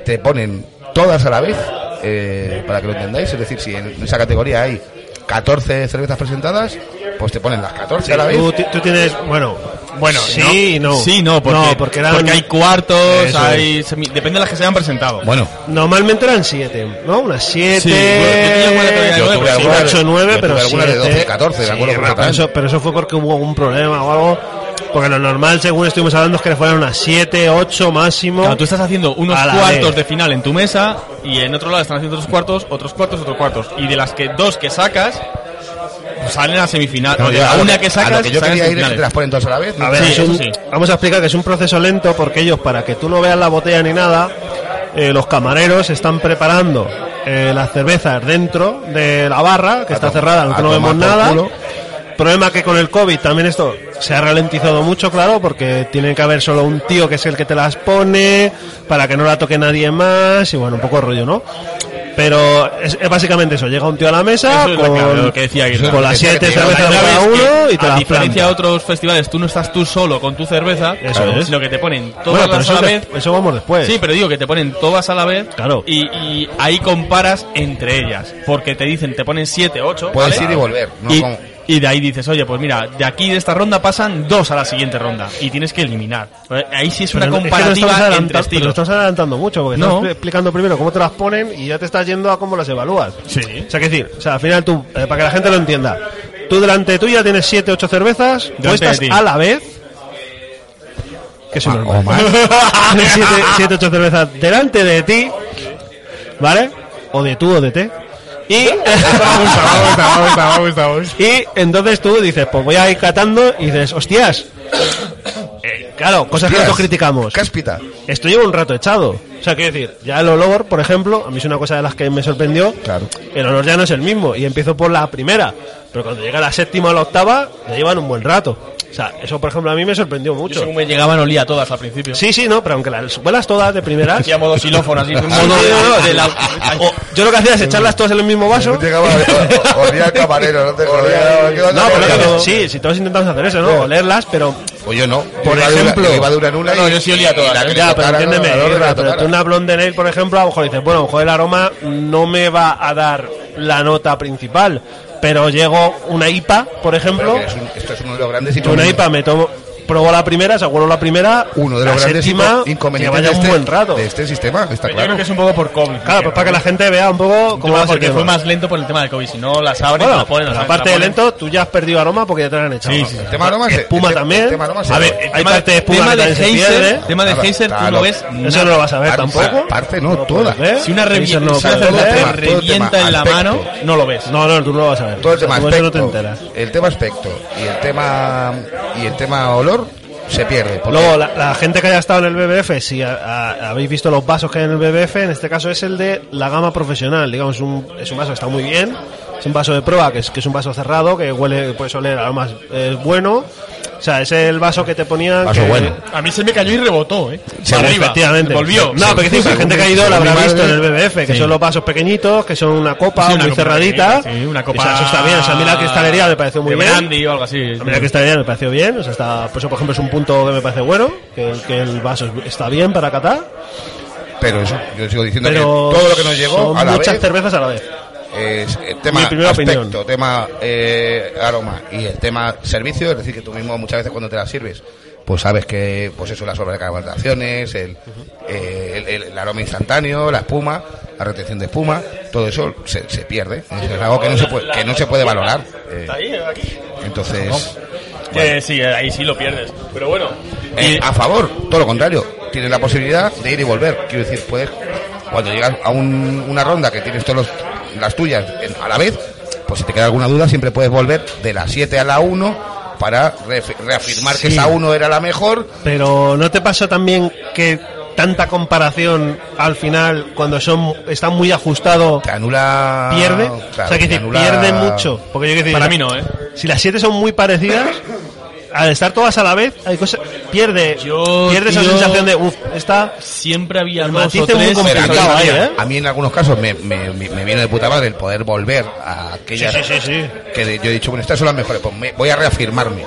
te ponen todas a la vez, eh, para que lo entendáis. Es decir, si en esa categoría hay 14 cervezas presentadas, pues te ponen las 14 a la vez. Tú, ti- tú tienes. Bueno. Bueno, sí y no. Sí, no, porque, porque eran- porque hay cuartos, Eso hay semi- depende de las que se hayan presentado. Bueno, Normalmente eran siete, ¿no? Unas siete. Sí, yo- yo tenía alguna que tenía Yo nueve, tuve sí, alguna- ocho, nueve, yo pero tuve alguna de siete. 12, 14, me Sí, acuerdo pero perfectamente. eso- pero eso fue porque hubo un problema o algo. Porque lo normal, según estuvimos hablando, es que fueran unas siete, ocho máximo. Claro, tú estás haciendo unos A la cuartos vez. de final en tu mesa y en otro lado están haciendo otros cuartos, otros cuartos, otros cuartos. Y de las que dos que sacas, pues salen a semifinal. o de a la lo una que- que a sacas, lo que yo salen quería ir es que te semifinales. las ponen todas a la vez. A ver, Sí, es un- eso sí. vamos a explicar que es un proceso lento porque ellos, para que tú no veas la botella ni nada, eh, los camareros están preparando eh, las cervezas dentro de la barra, que A está tom- cerrada, no, a que no tomar vemos por nada. culo. Problema que con el COVID también esto se ha ralentizado mucho, claro, porque tiene que haber solo un tío que es el que te las pone, para que no la toque nadie más, y bueno, un poco rollo, ¿no? Pero es, es básicamente eso, llega un tío a la mesa Eso es con, lo que, lo que decía Aguilar. con las Decía que siete te lleva cervezas una cada vez que, uno y te A las diferencia planta. de otros festivales, tú no estás tú solo con tu cerveza, Eso es. sino que te ponen Bueno, todas pero las eso, a la es vez. de- eso vamos después. Sí, pero digo que te ponen todas a la vez Claro. y, y ahí comparas entre ellas. Porque te dicen, te ponen 7, 8. Puedes ir y volver, no y, como- y de ahí dices, oye, pues mira, de aquí de esta ronda pasan dos a la siguiente ronda y tienes que eliminar. Eh, Ahí sí es una Pero no- es que no comparativa estamos adelanta- entre pero estilos. estás adelantando mucho, porque No. estás pl- explicando primero cómo te las ponen y ya te estás yendo a cómo las evalúas. Sí. O sea, que decir, o sea, al final tú, eh, para que la gente lo entienda, tú delante tuya tienes 7, 8 cervezas, Delante puestas de ti. Ah, a la vez. Que eso no es O más. Tienes 7, 8 cervezas delante de ti, ¿vale? O de tú o de té. Y. Y entonces tú dices, pues voy a ir catando y dices, hostias. Eh, claro, cosas que Tías, nosotros criticamos. Cáspita. Esto lleva un rato echado. O sea, quiero decir, ya el olor, por ejemplo, a mí es una cosa de las que me sorprendió. Claro. El olor ya no es el mismo y empiezo por la primera. Pero cuando llega la séptima o la octava, ya llevan un buen rato. O sea, eso, por ejemplo, a mí me sorprendió Yo mucho. según me llegaban olía a todas al principio. Sí, sí, no, pero aunque las vuelas todas de primeras. Hacía modo xilófono, así. modo No, no, no, de la- o- yo lo que hacía es echarlas todas en el mismo vaso. No Pues llegaba, olía al camarero, no te olía. No, pero es que no- sí, si todos intentamos hacer eso, ¿no? Olerlas, pero O Pues yo no. Por Yo iba de una- ejemplo- Iba de una en una. No, no, y- yo sí olía a todas. y la que Ya, le pero tocara, entiéndeme, no, no, no, Irra, la pero tocara. tú una blonde ale, por ejemplo, a lo mejor dices, bueno, a lo mejor el aroma no me va a dar la nota principal, pero llego una IPA, por Pero ejemplo, que es un- Esto es uno de los grandes y una IPA me tomo, probo la primera, se acuerdo la primera, Uno de los la grandes séptima, inco- inconvenientes lleva ya de un este, buen rato. de este sistema, está Yo creo claro. que es un poco por COVID. Claro, pues para que la gente vea un poco cómo va a ser porque el fue tema. más lento por el tema del COVID. Si no, las abren, Bueno, las ponen, las pero abren, aparte las de ponen. lento, tú ya has perdido aroma porque ya te lo han echado. Sí, sí. El tema de aromas, Espuma el te- también. el tema de aromas, A ver, el- el tema- espuma tema que de también se Heiser, pierde. tema de Claro, Heiser, tú no claro. ves Eso nada. no lo vas a ver Parte- tampoco. parte no, toda. ¿Eh? Si una Eso revisión no no, si una puede todo cerveza el te tema, todo el revienta tema, en la aspecto. mano, no lo ves. No, no, tú no lo vas a ver. todo el tema Tú eso no te aspecto, enteras. el tema aspecto y el tema y el tema olor se pierde. porque- Luego, la, la gente que haya estado en el BBF, si a- a- habéis visto los vasos que hay en el BBF, en este caso es el de la gama profesional. Digamos, un, es un vaso que está muy bien, es un vaso de prueba, que es, que es un vaso cerrado, que huele, puedes oler aromas eh, bueno. O sea, es el vaso que te ponían. Vaso que- bueno. A mí se me cayó y rebotó, ¿eh. Sí, efectivamente. Volvió. No, porque sí, la gente que ha ido según la habrá mi madre- visto en el BBF, que Sí. son los vasos pequeñitos, que son una copa Sí, una muy copa cerradita. pequeñita, sí, una O sea, copa. eso está bien. O sea, a mí la cristalería me pareció muy de bien. brandy o algo así. A mí la cristalería me pareció bien, o sea, está, por eso, por ejemplo, es un punto que me parece bueno, que, el- que el vaso es- está bien para catar, Pero eso, yo sigo diciendo pero que todo lo que nos llegó son a la muchas vez cervezas a la vez. es el tema Mi primera aspecto, opinión. tema eh, aroma y el tema servicio, es decir, que tú mismo muchas veces cuando te las sirves, pues sabes que, pues eso, las sobrecarbonaciones, el, eh, el, el- el aroma instantáneo, la espuma, la retención de espuma, todo eso se, se pierde. Es algo que no se puede, que no se puede valorar. eh, Ahí, aquí. entonces, Que sí, ahí sí lo pierdes. Pero bueno. Eh, a favor, todo lo contrario. Tienes la posibilidad de ir y volver. Quiero decir, puedes, cuando llegas a un- una ronda que tienes todas las tuyas en- a la vez, pues si te queda alguna duda, siempre puedes volver de las 7 a la 1 para refi- reafirmar que Sí. esa 1 era la mejor. Pero ¿no te pasa también que tanta comparación al final, cuando son está muy ajustado, Te anula. pierde? Ah, Claro, o sea, que te te anula- pierde mucho. Porque yo quiero decir, Para mí no, ¿eh? Si las siete son muy parecidas, al estar todas a la vez, hay cosas, pierde, Yo, pierde esa tío, sensación de, uff, esta... Siempre había El dos matiz o este es muy tres. Pero a, mí, complicado ahí, ¿eh? a mí en algunos casos me, me, me- me viene de puta madre el poder volver a aquellas Sí, sí, sí, sí. que de- yo he dicho, bueno, estas son las mejores, pues me- voy a reafirmarme.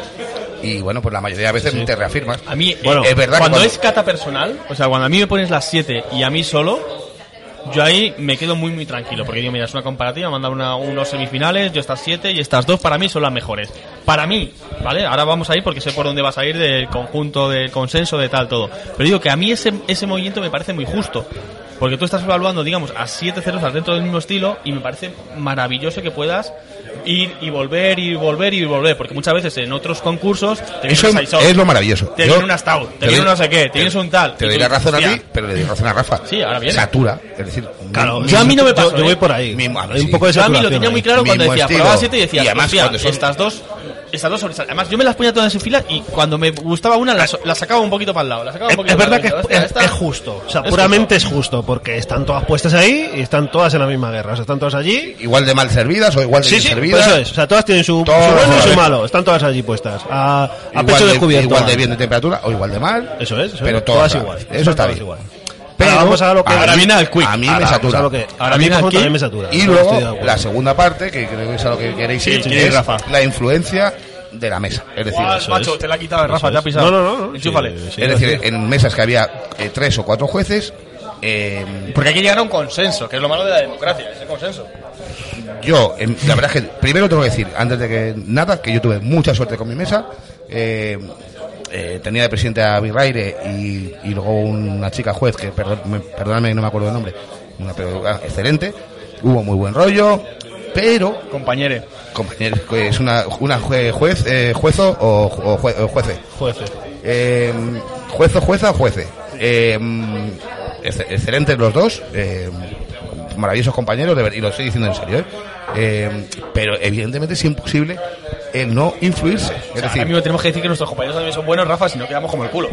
Y bueno, pues la mayoría de veces te reafirmas. A mí, Bueno, eh, es verdad que cuando, cuando- es cata personal, o sea, cuando a mí me pones las 7 y a mí solo, yo ahí me quedo muy, muy tranquilo. Porque digo, mira, es una comparativa, me han dado una- unos semifinales, yo estas 7 y estas dos para mí son las mejores. Para mí, ¿vale? Ahora vamos a ir porque sé por dónde vas a ir del conjunto, del consenso, de tal, todo. Pero digo que a mí ese, ese movimiento me parece muy justo. Porque tú estás evaluando, digamos, a siete cervezas dentro del mismo estilo y me parece maravilloso que puedas ir y volver, y volver, y volver. Porque muchas veces en otros concursos te Eso vienes a Isol. es lo maravilloso. Te Yo- viene un stout, te, viene doy- un no sé qué, te, te- vienes un tal. Te y doy tú la razón a dices, ti, pero le doy razón a Rafa. Sí, ahora viene. Satura, es decir, Claro, no- Yo a mí no me pasó, Yo, yo voy ¿eh? por ahí. Mismo, a mí Hay un sí. poco de Yo a mí lo saturación tenía muy ahí. claro cuando Mismo decía, estilo. probaba siete y decía, Y además, hostia, cuando son- estas dos, estas dos sobresalen. Además, yo me las ponía todas en su fila y cuando me gustaba una, la, so- la sacaba un poquito para el lado. La sacaba un Es, poquito es para verdad el que es, lado. es- Hostia, esta- es justo. O sea, es puramente es justo, porque están todas puestas ahí y están todas en la misma guerra. O sea, están todas allí. Igual de mal servidas o igual de bien por servidas. eso es. O sea, todas tienen su, su pues Todas bueno y a la su vez. malo. Están todas allí puestas. A, a Igual pecho de- descubierto. Igual de bien de temperatura o igual de mal. Eso es. eso Pero es. todas todas, a la igual. vez. Eso está todas bien. igual. ahora vamos a lo que. ahora viene al quick. A mí me Ahora vamos satura. a lo que- Ahora a mí, viene al por ejemplo, quick. también me satura. Y No luego, estoy de acuerdo. la segunda parte, que creo que es a lo que queréis Sí, ir, sí, que es Rafa. la influencia de la mesa. Es decir, Guau, macho, te la ha quitado, Rafa, Eso te ha es. pisado. No, no, no, no, Enchúfale. sí, sí. es decir en mesas que había eh, tres o cuatro jueces, eh, Porque hay que llegar a un consenso, que es lo malo de la democracia, es el consenso. Yo, em, la verdad es que primero tengo que decir, antes de que nada, que yo tuve mucha suerte con mi mesa. Eh, eh, tenía de presidente a Virraire y, y luego una chica juez, que perdón- me- perdonadme que no me acuerdo el nombre, una pedagoga excelente. Hubo muy buen rollo, pero, Compañere. compañero, es una, una jue- juez, eh, juezo o, ju- o jue- o juece. Jueces. Eh, juezo, jueza o juece. Eh, ex- excelentes los dos. eh, maravillosos compañeros, de ver- y lo estoy diciendo en serio. ¿eh? Eh, pero evidentemente es imposible el no influirse. Es O sea, ahora decir, mismo tenemos que decir que nuestros compañeros también son buenos, Rafa, si no quedamos como el culo.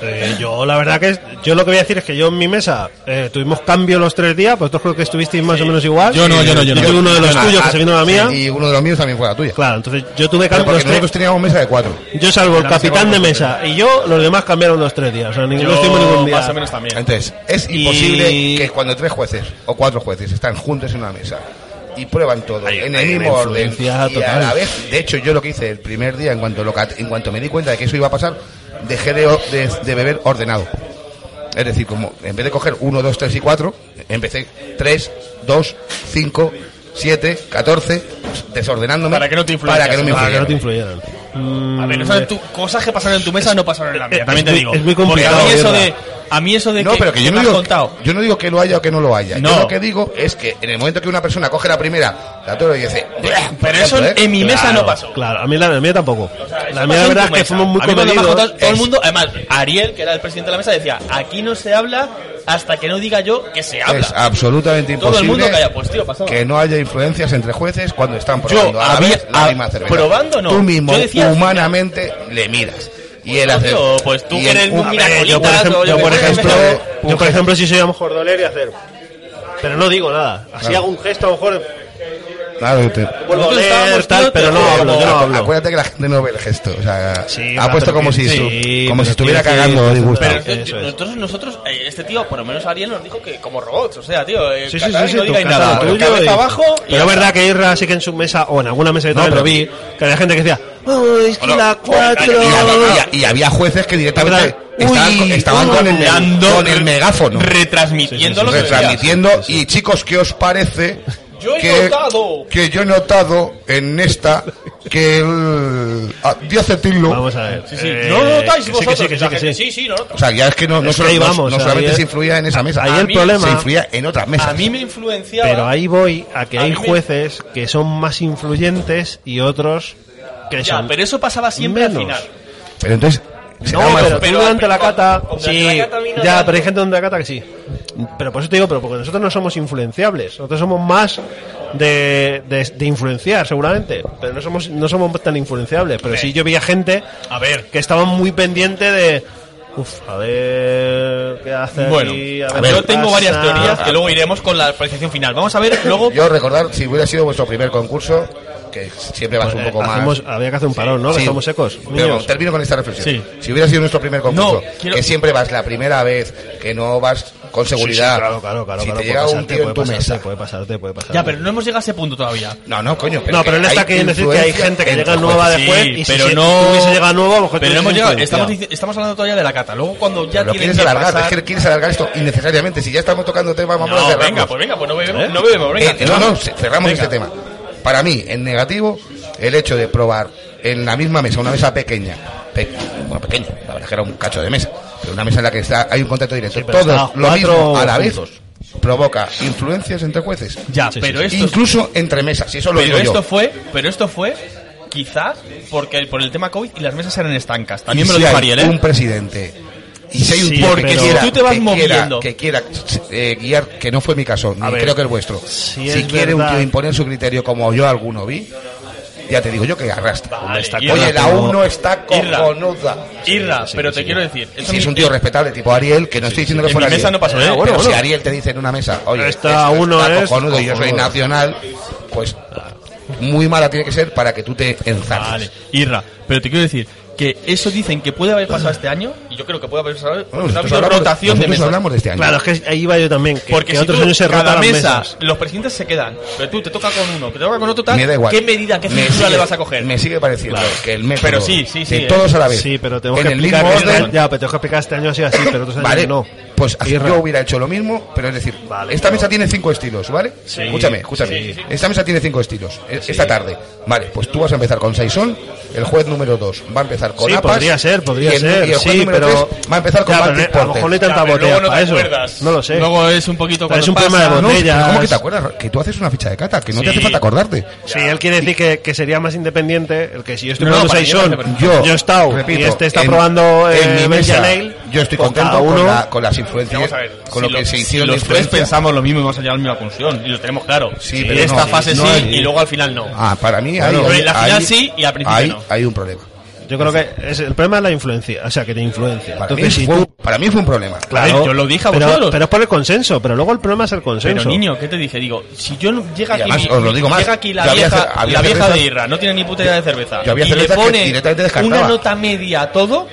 Eh, yo la verdad que es- yo lo que voy a decir es que yo en mi mesa eh, tuvimos cambio los tres días, vosotros creo que estuvisteis más o menos igual. Yo no, yo no, yo no. tuve uno de los Ah, tuyos ah, que se vino a la mía. sí, y uno de los míos también fue la tuya. Claro, entonces yo tuve Pero cambio porque los tres. nosotros teníamos mesa de cuatro. Yo salvo el Claro, capitán sí, de vamos, mesa y yo, los demás cambiaron los tres días. O sea, ninguno Yo estuvimos ningún día. más o menos también. Entonces, es Y- imposible que cuando tres jueces o cuatro jueces están juntos en una mesa y prueban todo Hay- en hay el una mismo orden y influencia a la total. vez, de hecho, yo lo que hice el primer día en cuanto lo cat- en cuanto me di cuenta de que eso iba a pasar, dejé de, o- de- de beber ordenado. Es decir, como en vez de coger 1, 2, 3 y 4, empecé 3, 2, 5, 7, 14, desordenándome. Para que no te Para que no me Para que no te influyeran. influyeran. A ver, o sea, tú- cosas que pasaron en tu mesa no pasaron en la mía, es también te muy- digo. es muy Porque complicado, A mí eso mierda. de, a mí eso de No, que, pero que yo que no, me digo, has contado. yo no digo que lo haya o que no lo haya. No. Yo lo que digo es que en el momento que una persona coge la primera, la toro y dice, "Buah", por Pero eso ejemplo, ¿eh? en mi mesa Claro, no pasó. Claro, a mí la, la mía tampoco. Eso la pasó mía en la verdad es tu que mesa. fuimos muy A mí cuando me ha comedidos. contado todo el Es- mundo, además, Ariel, que era el presidente de la mesa, decía, aquí no se habla hasta que no diga yo que se habla. Es ah, absolutamente Todo el imposible mundo calla, pues, tío, pasaba. que no haya influencias entre jueces cuando están probando Yo a la había- vez la a- misma cerveza. probando no. Tú mismo, Yo decía- humanamente, le miras. Y él no, hace... tío, pues tú y que él- eres un- un miracolista, yo por ejemplo, o yo yo, que por sé, ejemplo, me- un yo, por gesto. ejemplo, si soy a lo mejor doler y hacer. Pero no digo nada. Así Claro. hago un gesto, a lo mejor Claro, yo te- vuelvo a Nosotros oler, estábamos, tal, tío, pero no pero- hablo, yo no Acu- hablo. Acuérdate que la gente no ve el gesto. O sea, Sí, ha va, puesto pero como si, que- su- sí, como si pero estuviera que- cagando de disgusto. Pero Eso eh, es. nosotros, nosotros eh, este tío, por lo menos Ariel nos dijo que como robots, o sea, tío, eh, Sí, sí, catar sí, y sí, no tú digáis canta nada, lo tuyo cabeza y- abajo y Pero es verdad que Irra sí que en su mesa, o en alguna mesa de No, tal, pero- lo vi, que había gente que decía, "Oh, es que la cuatro... Y había, y había jueces que directamente Uy, estaban, con- estaban uy, con, el, hablando, con el megáfono. retransmitiendo lo que veías. retransmitiendo. Y chicos, ¿qué os parece? Yo he que, notado. que yo he notado en esta que el ah, diacetilo. Vamos a ver. Sí, sí, eh, no lo notáis que sí, vosotros. que sí, que la sí, que gente, sí. sí, sí, no lo notáis. O sea, ya es que no, no Es que solo- ahí no- vamos, no solamente ahí- se influía en esa mesa. ahí A el mí problema- Se influía en otras mesas. A mí me influenciaba. Pero ahí voy a que A hay mí me- jueces que son más influyentes y otros que Ya, son... pero eso pasaba siempre menos. al final. Pero entonces. se No, da más- pero, pero- tú durante la pero- cata. durante Sí, la cata a mí no ya, tanto. pero hay gente donde la cata que sí. Pero por eso te digo, pero porque nosotros no somos influenciables. Nosotros somos más de, de, de influenciar, seguramente. Pero no somos, no somos tan influenciables. Pero sí, yo veía gente A ver. que estaba muy pendiente de. Uf, a ver. ¿Qué hace Bueno, aquí? a ver ver, qué yo tengo pasa". varias teorías que luego iremos con la apreciación final. Vamos a ver luego. Yo recordar, si hubiera sido vuestro primer concurso, que siempre vas Pues, un eh, poco más. hacemos- había que hacer un parón, ¿no? Que Sí. Estamos secos. Pero niños. bueno, termino con esta reflexión. Sí. Si hubiera sido nuestro primer concurso, No, quiero- que siempre vas la primera vez, que no vas con seguridad. Sí, sí, claro, claro, claro. si claro, te llega un tío en tu puede pasarte, mesa. puede pasarte, puede pasarte. Ya, pero no hemos llegado a ese punto todavía. No, no, coño. No, pero en esta hay que decir que hay influencia gente que entre llega jueces. nueva de juez y si pero se- no. tú hubiese llegado nuevo, a lo mejor pero tú no hemos hubieses llegado. influenciado. Estamos, dic- estamos hablando todavía de la cata. Luego cuando ya Lo tienen quieres que alargar, pasar- es que quieres alargar esto innecesariamente. Si ya estamos tocando temas, vamos a No, cerrar. venga, pues venga, pues no bebemos, no bebemos, venga. Eh, no, no, cerramos. ce- cerramos Venga. este tema. Para mí, en negativo, el hecho de probar en la misma mesa, una mesa pequeña, pe- bueno, pequeña, la verdad es que era un cacho de mesa, pero una mesa en la que está, hay un contacto directo, Sí, pero todos está lo mismo cuatro a la vez, juntos. provoca influencias entre jueces, Ya, Sí, sí, pero sí. esto incluso entre mesas, y eso lo pero digo esto yo. fue, pero esto fue quizás porque el- por el tema COVID y las mesas eran estancas. También Y me lo si dijo hay Ariel, ¿eh? Un presidente. Y si hay un Sí, tipo porque que si quiera, tú te vas que quiera- moviendo. que quiera eh, guiar, que no fue mi caso, ni ver, creo que el vuestro. si Si, es quiere un verdad. tío imponer su criterio como yo alguno vi, ya te digo yo que arrastra. Vale, Está- Irra, Oye, la pero- uno está Irra. cojonuda. Irra, pero te quiero decir, Y eso si mi- es un tío respetable tipo Ariel, que no estoy diciendo que en fuera mi mesa no Ariel. pasó, ¿eh? Pero Bueno, bueno. si Ariel te dice en una mesa, oye, Esta esto uno está es- cojonudo y yo soy cojonudo. nacional, pues muy mala tiene que ser para que tú te enzarces. Vale, Irra, pero te quiero decir que eso dicen que puede haber pasado este año, y yo creo que puede haber pasado, porque no ha habido hablamos de- rotación de nosotros mesas. hablamos de este año. Claro, es que ahí va yo también. que- Porque que si otros tú, años se cada rotan las mesa, mesas. los presidentes se quedan, pero tú te toca con uno, que te toca con otro tal, Me da igual. ¿qué medida, qué Me censura sigue- le vas a coger? Me sigue pareciendo Claro. que el método Pero sí, sí, sí, de eh. todos a la vez. Sí, pero tenemos en que el explicar. mismo que este- orden. Ya, pero tenemos que explicar este año así así, pero otros años Vale, no. pues así Irra. yo hubiera hecho lo mismo, pero es decir, Vale, esta pero- mesa tiene cinco estilos, ¿vale? Sí. escúchame, escúchame. Sí, sí, sí. Esta mesa tiene cinco estilos, e- esta tarde. Vale, pues tú vas a empezar con Saison, el juez número dos va a empezar con Sí, Apas. podría ser, podría y el, ser. Y el juez sí, número pero. tres va a empezar con Ya, pero Baltic A lo mejor no hay Porter. tanta Ya, pero botella luego no para te eso. acuerdas. No lo sé. Luego es un poquito Pero cuando es un pasa, tema de No, no, botellas. ¿Cómo que te acuerdas? Que tú haces una ficha de cata, que no te Sí. hace falta acordarte. Sí, él quiere decir que, que sería más independiente el que si yo estoy No, probando para mí me Saison, parece Yo, yo he estado repito, y este está en- probando en eh, mi Belgian mesa, Ale, Yo estoy pues cada contento uno, con, la- con las influencias, Vamos a ver, con si lo que los- se si hicieron de los tres influencia. pensamos lo mismo y vamos a llegar a la misma conclusión, y lo tenemos claro. Sí, Sí, pero esta no, fase no sí hay- y luego al final no. Ah, para mí Claro, hay, en la final hay- sí y al principio hay- no. Hay un problema. yo creo que es, el problema es la influencia, o sea, que te influencia. Para, Entonces, mí, si fue, tú- para mí fue un problema. Ay, yo lo dije a pero, vosotros. Pero es por el consenso, pero luego el problema es el consenso. Pero niño, ¿qué te dije? Digo, si yo no llega Y aquí, además, mi- os lo digo más, llega aquí la yo había vieja, cer- había la vieja cerveza- de Irra, no tiene ni puta idea de cerveza. yo había y le cerveza que pone directamente descartaba. una nota media a todo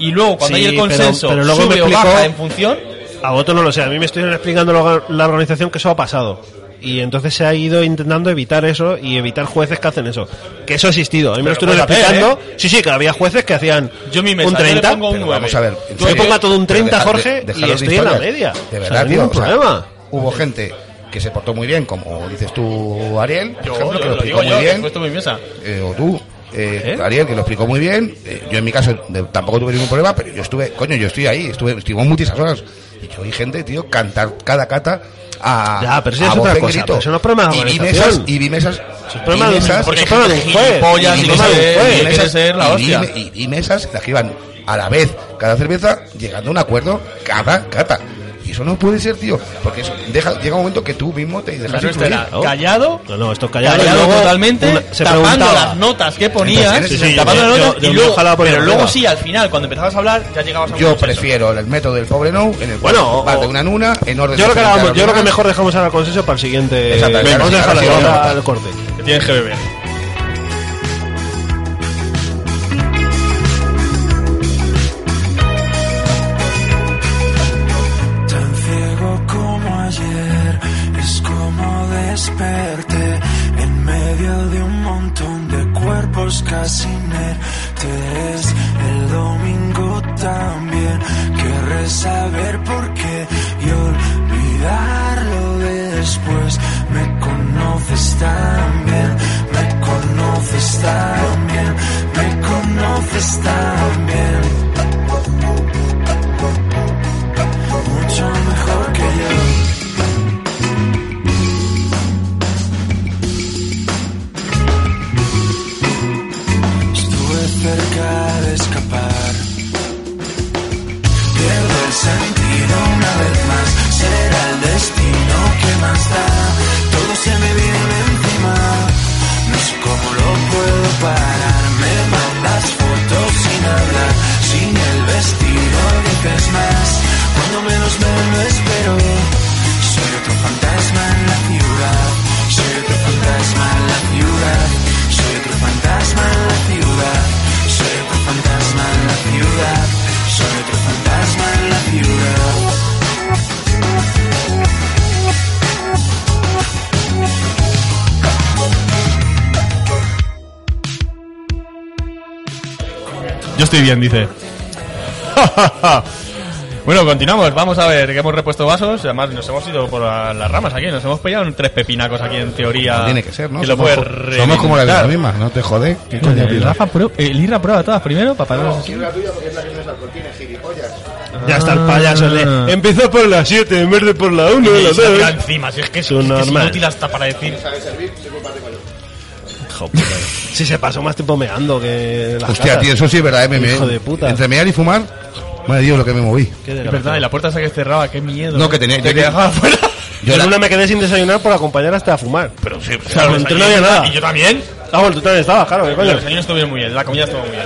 y luego cuando Sí, hay el pero- consenso pero luego sube me o explicó- baja en función. A otro no lo sé, a mí me estuvieron explicando la, la organización que eso ha pasado. Y entonces se ha ido intentando evitar eso y evitar jueces que hacen eso. Que eso ha existido. A mí me lo Pero estuvieron puede haber, ¿eh? explicando. Sí, sí, que había jueces que hacían Yo mi mesa, un yo le 30. pongo un Pero nueve. vamos a ver. en Yo le serio, pongo a todo un pero 30, dejar de- Jorge, dejar y de estoy en la historias. media. O De sea, verdad, no hay tío. ningún o sea, problema. hubo gente que se portó muy bien, como dices tú, Ariel. por Yo, ejemplo, yo que lo lo explicó digo yo, muy que he bien. puesto mi mesa. eh, o tú, eh, Ariel, que lo explicó muy bien. eh, yo en mi caso de- tampoco tuve ningún problema, pero yo estuve, coño, yo estoy ahí, estuve, estuve en muchas horas. Y yo vi gente, tío, cantar cada cata a. Ya, pero eso a es otra voz en cosa, grito. pero eso no es problema de Y vi organización. mesas, y vi mesas. es problema y de- mesas- porque Porque eso hay para gente un juez. gilipollas y Y no para un sabe- juez. y quiere ser la y- hostia. y- y mesas las que iban a la vez cada cerveza llegando a un acuerdo cada cata. Y eso no puede ser, tío, porque eso deja, llega un momento que tú mismo te dejas Claro, influir. espera. este Callado, este No, no, esto callado. callado, y luego totalmente, una- se tapando preguntaba. las notas que ponías, Sí, sí, tapando yo- las yo- notas yo y me luego, ojalá por pero la luego prueba. sí, al final, cuando empezabas a hablar, ya llegabas a un Yo consenso. prefiero el método del pobre no, en el cual Bueno, vas o- de una en una, en orden Yo creo, que diferente a hagamos- los yo creo que demás. mejor dejamos ahora el consenso para el siguiente. Exacto, Venga, claro, vamos a ahora dejar sí, ahora la sí. al corte. que tienes que beber. Tan ciego como ayer, es como desperté en medio de un montón de cuerpos casi inertes. El domingo también querré saber por qué y olvidarlo después. Me conoces tan bien, me conoces tan bien, me conoces tan bien. mucho mejor que yo. Estuve cerca de escapar. Pierdo el sentido una vez más. Será el destino que más da. Todo se me viene encima. No sé cómo lo puedo parar. Me mandas fotos sin hablar. Sin el vestido dices más. Cuando menos me lo espero. Soy otro fantasma en la ciudad. Soy otro fantasma en la ciudad. Soy otro fantasma en la ciudad. Soy otro fantasma en la ciudad. Soy otro fantasma en la ciudad. Yo estoy bien, dice. bueno, continuamos. Vamos a ver, que hemos repuesto vasos. Además, nos hemos ido por la- las ramas aquí. Nos hemos pillado en tres pepinacos aquí, en teoría. Ah. Tiene que ser, ¿no? Que lo somos, puede co- somos como la vida reventar. misma, no te jode. ¿Qué coño El, piensas? Rafa prueba- Ah, eh, el Irra prueba todas primero para parar así. Ya está el payaso. Ah. De, Empezó por las 7 en vez de por la 1 de Y la se la tira 2. encima, si es que es, Su es que es normal. inútil hasta para decir. Si se pasó más tiempo meando que las Hostia, gatas. tío, eso sí es verdad, ¿eh? me- Hijo me- de puta. Entre mear y fumar, madre Dios, lo que me moví. Qué Es desgracia. verdad, y la puerta esa que cerraba, qué miedo. No, que tenía- Te yo tenía- quedaba fuera. Yo en una me quedé sin desayunar por acompañar hasta a fumar. Pero sí, pues sea, no había nada. Y yo también. Ah, bueno, tú también estabas, claro, ¿qué coño? Los desayunos estuvieron muy bien, la comida estuvo muy bien.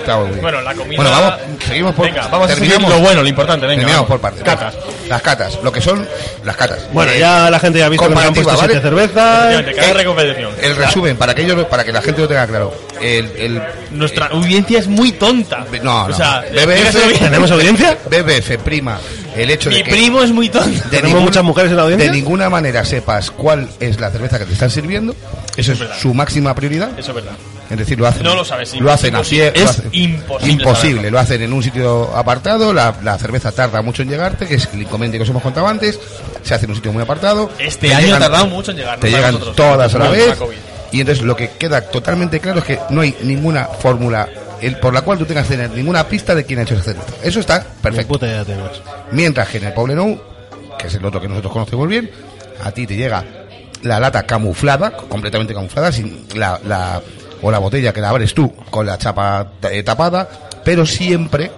Estaba muy bien. Bueno, la comida- Bueno, vamos, seguimos por. Venga, vamos a seguir terminamos- lo bueno, lo importante, venga, vamos. Terminamos por partes. Catas. Las catas, lo que son las catas. Bueno, Eh, ya la gente ya ha visto que nos han comparativa, puesto ¿vale? siete cervezas. Efectivamente, cada eh, recomendación. El resumen, para aquellos, para que la gente lo tenga claro. El, el, Nuestra audiencia es muy tonta. no, no. O sea, BBF, explícaselo bien. ¿Tenemos audiencia? BBF, prima. El hecho Mi de que primo es muy tonto. de ¿Tenemos muchas mujeres en la audiencia? de ninguna manera sepas cuál es la cerveza que te están sirviendo. Eso es verdad. su máxima prioridad. Eso es verdad. Es decir, lo hacen. No lo sabes, Lo hacen a pie. imposible. lo Es hacen- imposible Imposible. saberlo. Lo hacen en un sitio apartado. La, la cerveza tarda mucho en llegarte, que es el inconveniente que os hemos contado antes. Se hace en un sitio muy apartado. Este Te año llegan- ha tardado mucho en llegar, no Te para llegan nosotros. todas a la Bueno, vez. la COVID. Y entonces lo que queda totalmente claro es que no hay ninguna fórmula el- por la cual tú tengas que tener ninguna pista de quién ha hecho esa cerveza. Eso está Ni perfecto. puta idea tenemos. Mientras que en el Poblenou, que es el otro que nosotros conocemos bien, a ti te llega la lata camuflada, completamente camuflada, sin la, la- o la botella que la abres tú con la chapa eh, tapada, pero siempre,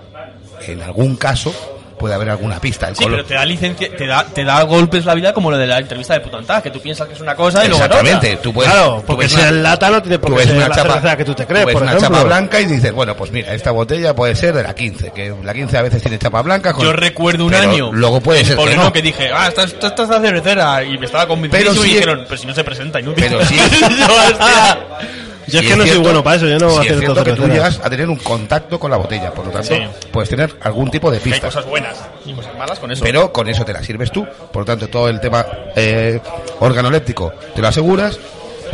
en algún caso, puede haber alguna pista. El Sí, color. pero te da licencia, te da, te da golpes la vida como lo de la entrevista de Putantá, que tú piensas que es una cosa y luego es otra. Exactamente, tú puedes. claro, tú porque ves si una- el lata no tiene Tú por qué ves ser una la chapa, cerveza que tú te tú crees, ves por una ejemplo. chapa blanca y dices, bueno, pues mira, esta botella puede ser de la 15, que la 15 a veces tiene chapa blanca. con- Yo recuerdo un pero año. Luego puede en ser. que Poblenou no. que dije, ah, esta, esta, esta es la cervecera. Y me estaba convencido Pero y sí- dijeron, pero si no se presenta, inútil. Pero sí- Yo, hostia. Yo es Y que no soy cierto- bueno para eso, yo no sí, voy a hacer es cierto dos que tú cerveceras. llegas a tener un contacto con la botella, por lo tanto, Sí. puedes tener algún tipo de Que hay pista. cosas buenas y cosas malas con eso. Pero con eso te la sirves tú, por lo tanto, todo el tema eh, organoléptico te lo aseguras,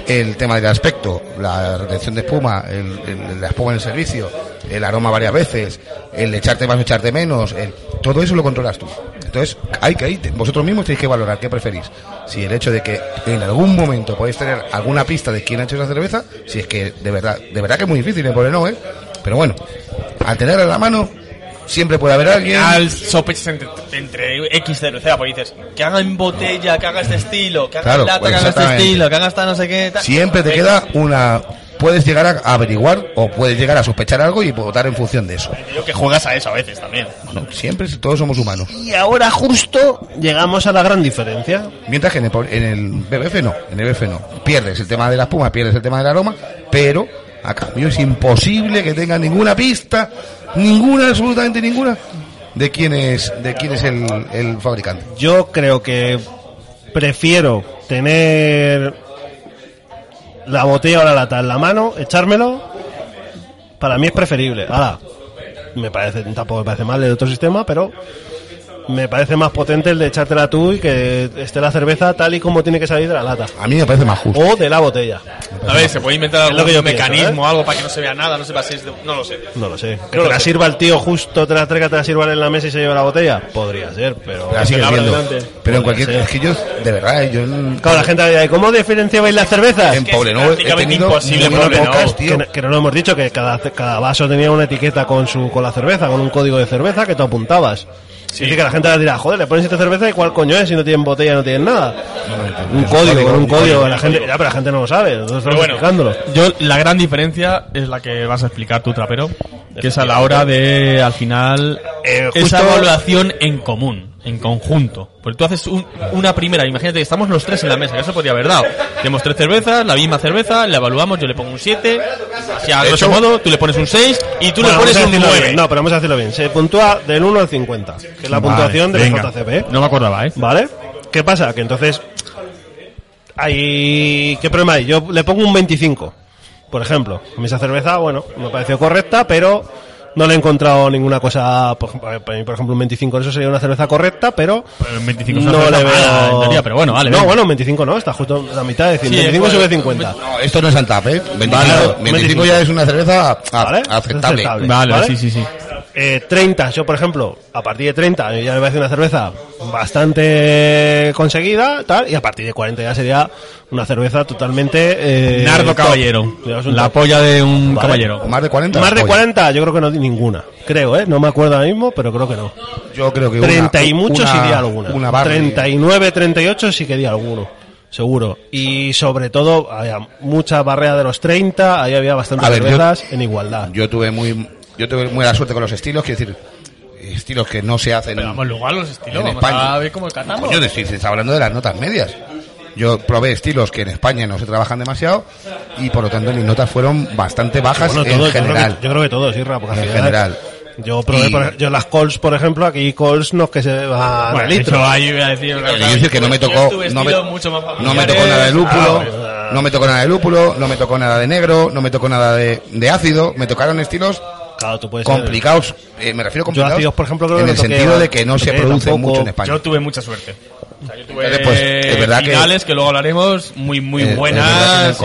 el tema del aspecto, la retención de espuma, el- el- la espuma en el servicio, el aroma varias veces, el echarte más o echarte menos, el- todo eso lo controlas tú. Entonces, hay que ahí- vosotros mismos tenéis que valorar qué preferís. Si el hecho de que en algún momento podéis tener alguna pista de quién ha hecho esa cerveza, si es que de verdad, de verdad que es muy difícil, ¿eh? Porque no, ¿eh? Pero bueno, al tenerla en la mano, siempre puede haber Al alguien. final sospechas entre, entre X cervecera, porque dices, que haga en botella, que haga este estilo, que haga Claro, en lata, pues, que haga este exactamente. estilo, que haga esta no sé qué. tal. Siempre te Venga. queda una. Puedes llegar a averiguar o puedes llegar a sospechar algo y votar en función de eso. Yo que juegas a eso a veces también. Bueno, siempre todos somos humanos. Y ahora justo llegamos a la gran diferencia. Mientras que en el, po- en el BBF no, en el BBF no. Pierdes el tema de la espuma, pierdes el tema del aroma, pero a cambio es imposible que tenga ninguna pista, ninguna, absolutamente ninguna, de quién es, de quién es el, el fabricante. Yo creo que prefiero tener la botella o la lata en la mano, echármelo. Para mí es preferible. Ahora, me parece, tampoco me parece mal el otro sistema, pero me parece más potente el de echártela tú y que esté la cerveza tal y como tiene que salir de la lata. A mí me parece más justo. O de la botella. A ver, se puede inventar Es lo algún que yo pienso, mecanismo, ¿eh? algo para que no se vea nada, no sepa si es de- No lo sé. No lo sé. Que No te lo la sé. sirva el tío justo, te la traiga, te la sirva en la mesa y se lleva la botella. Podría ser, pero. La sigue Pero viendo. adelante. Pero Podría en cualquier. ser. Es que yo, de verdad, eh, yo. en- Claro, la gente dirá, ¿y cómo diferenciabais las cervezas? En que es Poblenou he prácticamente tenido imposible, muy Poblenou. pocas, tío. Que, no- que no lo hemos dicho, que cada, cada vaso tenía una etiqueta con su con la cerveza, con un código de cerveza que tú apuntabas. Sí. Y que la gente ahora dirá, joder, le pones esta cerveza y cuál coño es si no tienen botella, no tienen nada. Un código, con un código, la gente, ya, pero la gente no lo sabe, nosotros Pero estamos bueno, explicándolo. yo la gran diferencia es la que vas a explicar tu trapero, que es a la hora de, al final, Eh, justo- esa evaluación en común, en conjunto. Porque tú haces un- una primera, imagínate que estamos los tres en la mesa, que eso podría haber dado. Tenemos tres cervezas, la misma cerveza, la evaluamos, yo le pongo un 7, así a De grosso hecho- modo, tú le pones un 6 y tú Bueno, le vamos a pones un decirlo 9. bien. No, pero vamos a decirlo bien. Se puntúa del 1 al 50, que es la puntuación del JCP. No me acordaba, ¿eh? ¿Vale? ¿Qué pasa? Que entonces. Hay... ¿Qué problema hay? Yo le pongo un 25, por ejemplo. A mí esa cerveza, bueno, me pareció correcta, pero no le he encontrado ninguna cosa. Por ejemplo, eh, para mí, por ejemplo, un 25 eso sería una cerveza correcta, pero. Pero 25 es una no le cerveza mala, veo. en teoría, pero bueno, vale, No, venga. bueno, un 25 no, está justo la mitad. Es decir, Sí, 25 es sube bueno. 50. No, esto no es Antap, ¿eh? 25, Vale, 25 25. ya es una cerveza a- ¿Vale? aceptable. Aceptable. Vale, ¿Vale? sí, sí, sí. Eh, 30, yo por ejemplo, a partir de 30 ya me parece una cerveza bastante conseguida, tal, y a partir de 40 ya sería una cerveza totalmente... eh, Nardo top. Caballero, Digamos un la top. polla de un Vale. caballero. ¿Más de 40? Más de Oye, 40 yo creo que no di ninguna, creo, ¿eh? No me acuerdo ahora mismo, pero creo que no. Yo creo que una- 30 y muchos una- sí di alguna. Una barra. 39, 38 sí que di alguno, seguro. Y sobre todo, había mucha barrera de los 30, ahí había bastantes A ver, yo- cervezas en igualdad. Yo tuve muy yo tuve muy la suerte con los estilos, quiero decir, estilos que no se hacen Pero vamos Pues luego a los estilos, en vamos España. a ver cómo catamos. Coño, te estoy- te está hablando de las notas medias. Yo probé estilos que en España no se trabajan demasiado y por lo tanto mis notas fueron bastante bajas Bueno, todo, en yo creo que- general. Yo creo que todo, sí, Ra, porque al En final- general. Yo probé, Y- por ej- yo las calls, por ejemplo, aquí calls no es que se va Bueno, al litro. eso ahí voy a decir, claro, Quiero decir que no me yo tocó, estuve no me, estilo mucho más no me familiares. tocó nada de lúpulo, Ah, no me tocó nada de lúpulo, no me tocó nada de negro, no me tocó nada de, de ácido, me tocaron estilos Claro, tú Pues, puedes ser- complicados, eh, me refiero Yo a complicados ácidos, por ejemplo, creo que en no el toqué, sentido de ¿verdad? que no se Toqué producen tampoco. mucho en España. Yo tuve mucha suerte. O sea, yo tuve Entonces, pues, es verdad que- Eh, finales que, luego hablaremos muy, muy Es- es verdad buenas que me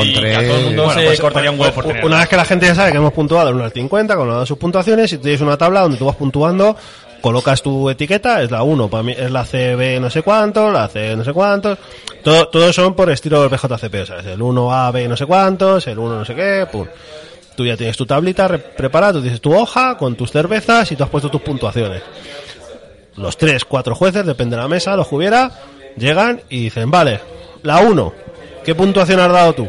y que a todo el mundo encontré- se cortaría un huevo por tener. Una vez que la gente ya sabe que hemos puntuado del 1 al 50 con una de sus puntuaciones, y tú tienes una tabla donde tú vas puntuando, colocas tu etiqueta, es la 1, para mí es la CB no sé cuánto, la C no sé cuántos, todo, todos son por estilo del BJCP, o sea, es el 1A, B no sé cuántos, el 1 no sé qué, pum. Tú ya tienes tu tablita re- preparada, tú tienes tu hoja con tus cervezas y tú has puesto tus puntuaciones. Los tres, cuatro jueces, depende de la mesa, los que hubiera, llegan y dicen, vale, la 1, ¿qué puntuación has dado tú?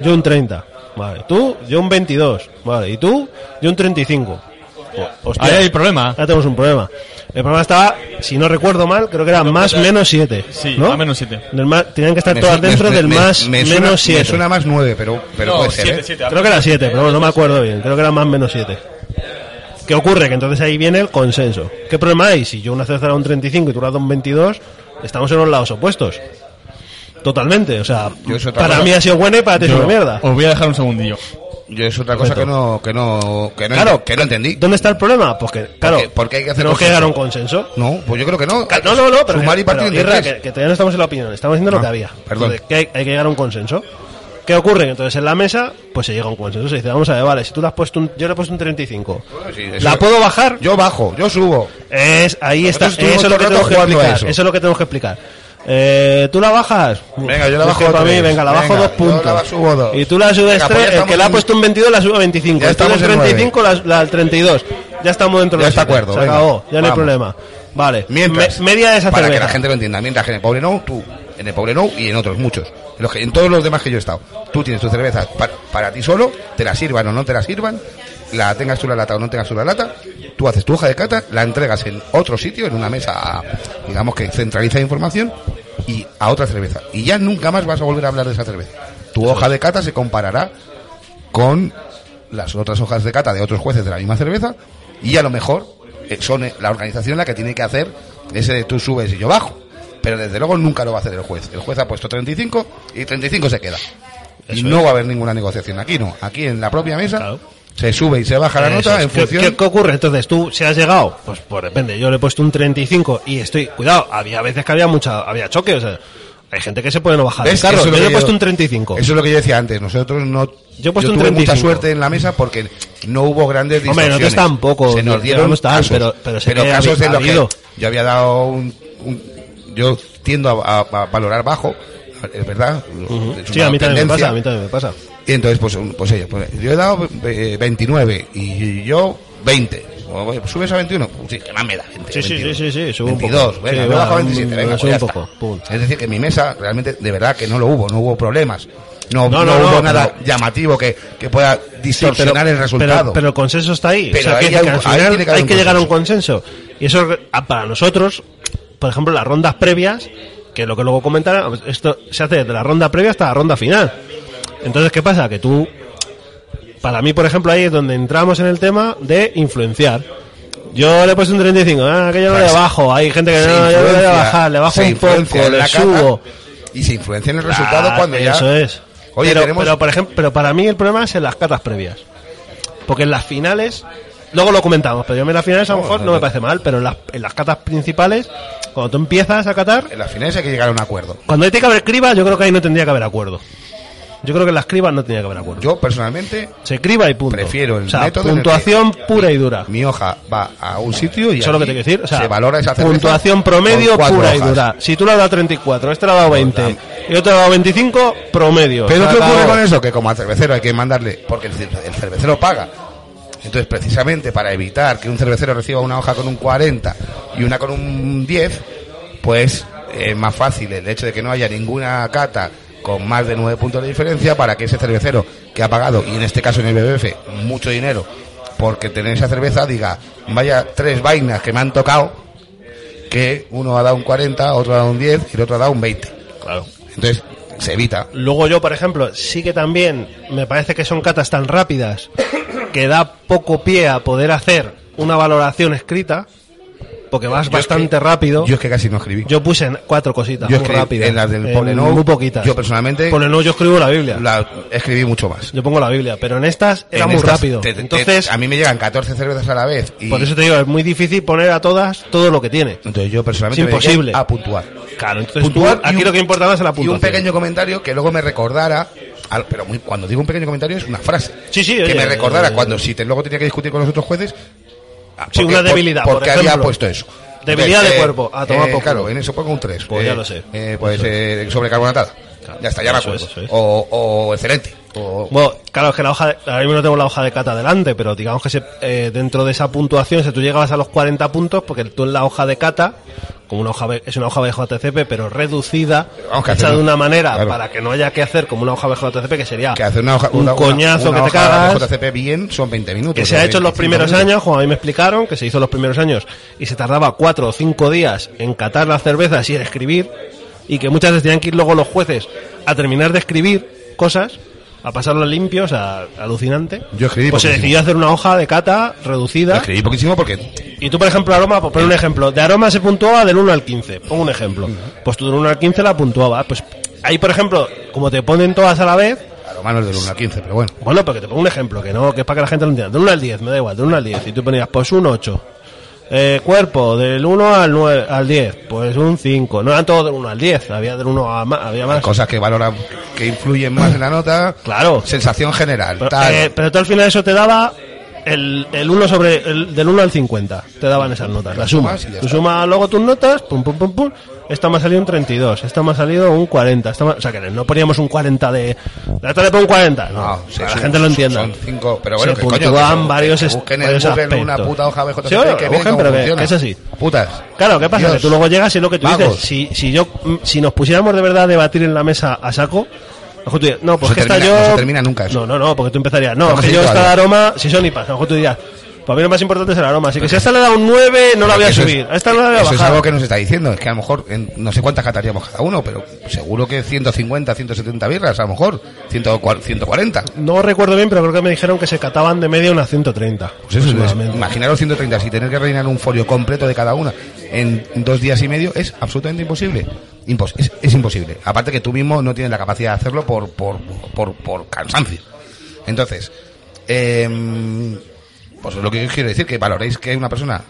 Yo un 30. Vale. Tú, yo un 22. Vale. Y tú, yo un 35. O- Hostia. Ahí hay problema. Ahora tenemos un problema. El problema estaba, si no recuerdo mal, creo que era más menos 7. Sí, ¿no? a menos 7. Del más- tenían que estar Me todas su- me- dentro me- del me- más me suena- menos 7. Me suena más 9, pero, pero No, puede ser. siete, ¿eh? siete. Creo que era 7, pero no me acuerdo bien. Creo que era más menos 7. ¿Qué ocurre? Que entonces ahí viene el consenso. ¿Qué problema hay? Si yo una cerveza era un 35 y tú la das un 22, estamos en los lados opuestos. Totalmente. O sea, Yo eso para tampoco- mí ha sido buena y para ti es una Yo mierda. Os voy a dejar un segundillo. Yo es otra cosa que no, que no, que no, Claro. que no entendí. ¿Dónde está el problema? Pues que, claro, Porque- porque hay que hacer tenemos que consenso. llegar a un consenso. No, pues yo creo que no. No, no, no, pero, Sumar y pero, partir de Irra, tres. que, que todavía no estamos en la opinión, estamos diciendo lo Ah, que había. perdón. Entonces, que hay, hay que llegar a un consenso. ¿Qué ocurre? Que entonces en la mesa, pues se llega a un consenso. Se dice, vamos a ver, vale, si tú le has puesto un, yo le he puesto un 35. Bueno, sí, eso- ¿La puedo bajar? Yo bajo, yo subo. Es, ahí está, Nosotros estuvimos eso es lo que todo el rato tenemos que jugando a explicar. eso. Eso. es lo que tenemos que explicar. Eh, ¿Tú la bajas? Venga, yo la Es bajo que para tres. mí, venga, la bajo Venga, dos yo puntos. la subo dos. Y tú la subes Venga, pues tres, ya el estamos que la ha en- puesto un 22 la sube a 25. Ya el tú la estamos en nueve. 35 la, la al 32. Ya estamos dentro Ya de está siete. acuerdo, Se venga. acabó, ya no hay Vamos. problema. Vale, Mientras, me- media de esa para que cerveza. la gente lo entienda, mientras que en el pobre no, tú, en el pobre no y en otros muchos, en, los que- en todos los demás que yo he estado, tú tienes tu cerveza pa- para, ti solo, te la sirvan o no te la sirvan, la tengas tú la lata o no tengas tú la lata, tú haces tu hoja de cata, la entregas en otro sitio, en una mesa, digamos que centraliza información y a otra cerveza. Y ya nunca más vas a volver a hablar de esa cerveza. Tu hoja de cata se comparará con las otras hojas de cata de otros jueces de la misma cerveza y a lo mejor eh, son eh, la organización la que tiene que hacer ese de tú subes y yo bajo. Pero desde luego nunca lo va a hacer el juez. El juez ha puesto 35 y 35 se queda. y no va a haber ninguna negociación. Aquí no. Aquí en la propia mesa Claro. se sube y se baja la Eso nota es. en ¿Qué- función... ¿Qué, qué ocurre? Entonces, tú, si has llegado, pues, pues depende. Yo le he puesto un 35 y estoy. Cuidado, había veces que había mucha. Había choque, o sea. Hay gente que se puede no bajar. del ¿Ves? carro. Eso es lo yo le he que puesto un 35. Eso es lo que yo decía antes. Nosotros no. Yo he puesto un tuve mucha 35. suerte en la mesa porque no hubo grandes Hombre, distorsiones. nosotros tampoco, Se nos nosotros dieron no estaban, casos, pero- pero sé que casos ha- en ha los que habido. yo había dado un, un- yo tiendo a, a- a valorar bajo, es verdad. Ujú. es Sí, una a mí también me tendencia. pasa, a mí también me pasa. Y entonces, pues, un- pues ellos, pues, yo he dado eh, 29 y yo 20. O, oye, ¿Subes a 21? Pues sí, que más me da 20, Sí, sí, 22. sí, sí, sí, sube un poco. 22, venga, Sí, yo bajo a va, 27, venga, sube pues ya un está. poco, pum. Es decir, que en mi mesa realmente, de verdad, que no lo hubo, no hubo problemas. No, No, no, no, hubo no, nada pero- llamativo que, que pueda Sí, pero- distorsionar el resultado. Pero, pero el consenso está ahí. Pero o sea, ahí que, hay que al un- ahí final tiene que haber hay un que llegar a un consenso. Y eso ah, para nosotros, por ejemplo, las rondas previas, que es lo que luego comentará, esto se hace desde la ronda previa hasta la ronda final. Entonces, ¿qué pasa? Que tú, para mí, por ejemplo, ahí es donde entramos en el tema de influenciar. Yo le he puesto un 35, ah, que yo no Claro, le se- bajo. Hay gente que Pues Se no, yo le voy a influencia- bajar, le bajo se un poco, influencia en le la cata subo. Y se influencia en el resultado Ah, cuando ya. Eso es. Oye, pero, tenemos- pero, por ejemplo, pero para mí el problema es en las catas previas. Porque en las finales, luego lo comentamos, pero yo en las finales a lo No, mejor no, no, no. me parece mal, pero en las, en las catas principales, cuando tú empiezas a catar, En las finales hay que llegar a un acuerdo. cuando ahí tiene que haber criba, yo creo que ahí no tendría que haber acuerdo. Yo creo que en las cribas no tendría que haber acuerdo. Yo personalmente Se criba y punto. prefiero el o sea, método. en el que puntuación pura y dura. Mi hoja va a un sitio y Eso es lo que allí te quiero decir. O sea, se valora esa cerveza puntuación con promedio cuatro pura y hojas. dura. Si tú le has dado 34, este le ha dado 20, y otro le ha dado 25, promedio. Pero Se ¿qué ocurre acabó. con eso? Que como al cervecero hay que mandarle, porque el, cer- el cervecero paga. Entonces, precisamente para evitar que un cervecero reciba una hoja con un 40 y una con un 10, pues es más fácil el hecho de que no haya ninguna cata con más de 9 puntos de diferencia para que ese cervecero que ha pagado, y en este caso en el BBF, mucho dinero, porque tener esa cerveza diga, vaya tres vainas que me han tocado, que uno ha dado un 40, otro ha dado un 10 y el otro ha dado un 20. Claro. Entonces, se evita. Luego yo, por ejemplo, sí que también me parece que son catas tan rápidas que da poco pie a poder hacer una valoración escrita, porque vas bastante rápido. Yo es que casi no escribí. Yo puse en cuatro cositas Yo muy escribí rápidas. en las del en Polenou, Muy poquitas. yo personalmente- Polenou yo escribo la Biblia. La- escribí mucho más. Yo pongo la Biblia, pero en estas era En muy estas, rápido. te- te- Entonces, a mí me llegan 14 cervezas a la vez. Y por eso te digo, es muy difícil poner a todas todo lo que tiene. Entonces yo personalmente Es me dediqué imposible. a puntuar. Claro, entonces tú, Puntuar y aquí un- lo que importaba es la Y puntuación. un pequeño comentario que luego me recordara, al- pero muy- cuando digo un pequeño comentario es una frase, Sí, sí, que oye, me recordara eh, cuando si te, luego tenía que discutir con los otros jueces. ah, Sí, porque- una debilidad, por- por Porque había ejemplo. puesto eso. Debilidad Entonces, de eh, cuerpo. A tomar eh, por culo. Claro, en eso pongo un 3. Pues ya lo sé. pues eh, sobrecarbonatada. ya está, ya me Eso acuerdo. es, eso es. O, o excelente. O, Bueno, claro, es que la hoja de- ahora mismo no tengo la hoja de cata delante, pero digamos que se- eh, dentro de esa puntuación, si tú llegabas a los 40 puntos, porque tú en la hoja de cata, como una hoja B- es una hoja BJCP, pero reducida, vamos, que hecha hacer- de una manera claro. para que no haya que hacer como una hoja BJCP, que sería que hacer una hoja, un una, una- coñazo una que te hoja cagas. de JCP bien son 20 minutos. Que se o ha hecho en los 25 primeros minutos. años, como a mí me explicaron, que se hizo en los primeros años, y se tardaba cuatro o cinco días en catar las cervezas y en escribir, y que muchas veces tenían que ir luego los jueces a terminar de escribir cosas, a pasarlas limpios, a, alucinante. Yo escribí Pues se poquísimo. decidió hacer una hoja de cata reducida. Escribí poquísimo porque Y tú, por ejemplo, aroma, por poner un ejemplo, de aroma se puntuaba del 1 al 15, pongo un ejemplo. Pues tú del 1 al 15 la puntuabas. Pues ahí, por ejemplo, como te ponen todas a la vez, Claro, manos del 1 al 15, pero bueno. Bueno, porque te pongo un ejemplo, que no, que es para que la gente lo entienda. Del 1 al 10, me da igual, del 1 al 10. Y tú ponías, pues un 8. Eh, cuerpo, del 1 al 9, al 10, pues un 5. No eran todos del 1 al 10, había del 1 a más, había Hay más. cosas que valoran, que influyen más en la nota. Claro. Sensación general, Pero, tal. eh, pero tú al final eso te daba el, el 1 sobre, el, del 1 al 50, te daban esas notas, la suma. sumas y ya Tú está. sumas luego tus notas, pum, pum, pum, pum. Esta me ha salido un 32, esta me ha salido un 40. Esta me- o sea que no poníamos un 40 de. La nota le pongo un 40. No, No, que se la suman, gente lo Ah, son- entienda. Son cinco, pero bueno, se que coño, que puntúan son- varios, que est- busquen en varios Google aspectos. una puta hoja BJCP Sí, bueno, que lo vean busquen, cómo pero que- funciona. que es así. Putas. Claro, ¿qué pasa? Dios. Que tú luego llegas y lo que tú Vagos. dices, si, si yo, mm, si nos pusiéramos de verdad a debatir en la mesa a saco, a lo mejor tú dirías, no, pues se que esta termina- yo... no se termina nunca No, eso. no, no, porque tú empezarías, no, Hemos que yo dicho esta de algo. aroma, si son IPAs, a lo mejor tú dirías, para mí lo más importante es el aroma, así que si a esta le da un 9, no la voy a Eso es- subir, a esta no la voy a Eso es bajar. algo que nos está diciendo. Es que a lo mejor, en- no sé cuántas cataríamos cada uno, pero seguro que 150, 170 birras, a lo mejor. 140. No recuerdo bien, pero creo que me dijeron que se cataban de media unas 130. Pues eso, es, aproximadamente. imaginaros 130, si tener que rellenar un folio completo de cada una en dos días y medio es absolutamente imposible. Impos- es, es imposible. Aparte que tú mismo no tienes la capacidad de hacerlo por, por, por, por cansancio. Entonces, em, pues lo que yo quiero decir, que valoréis que una persona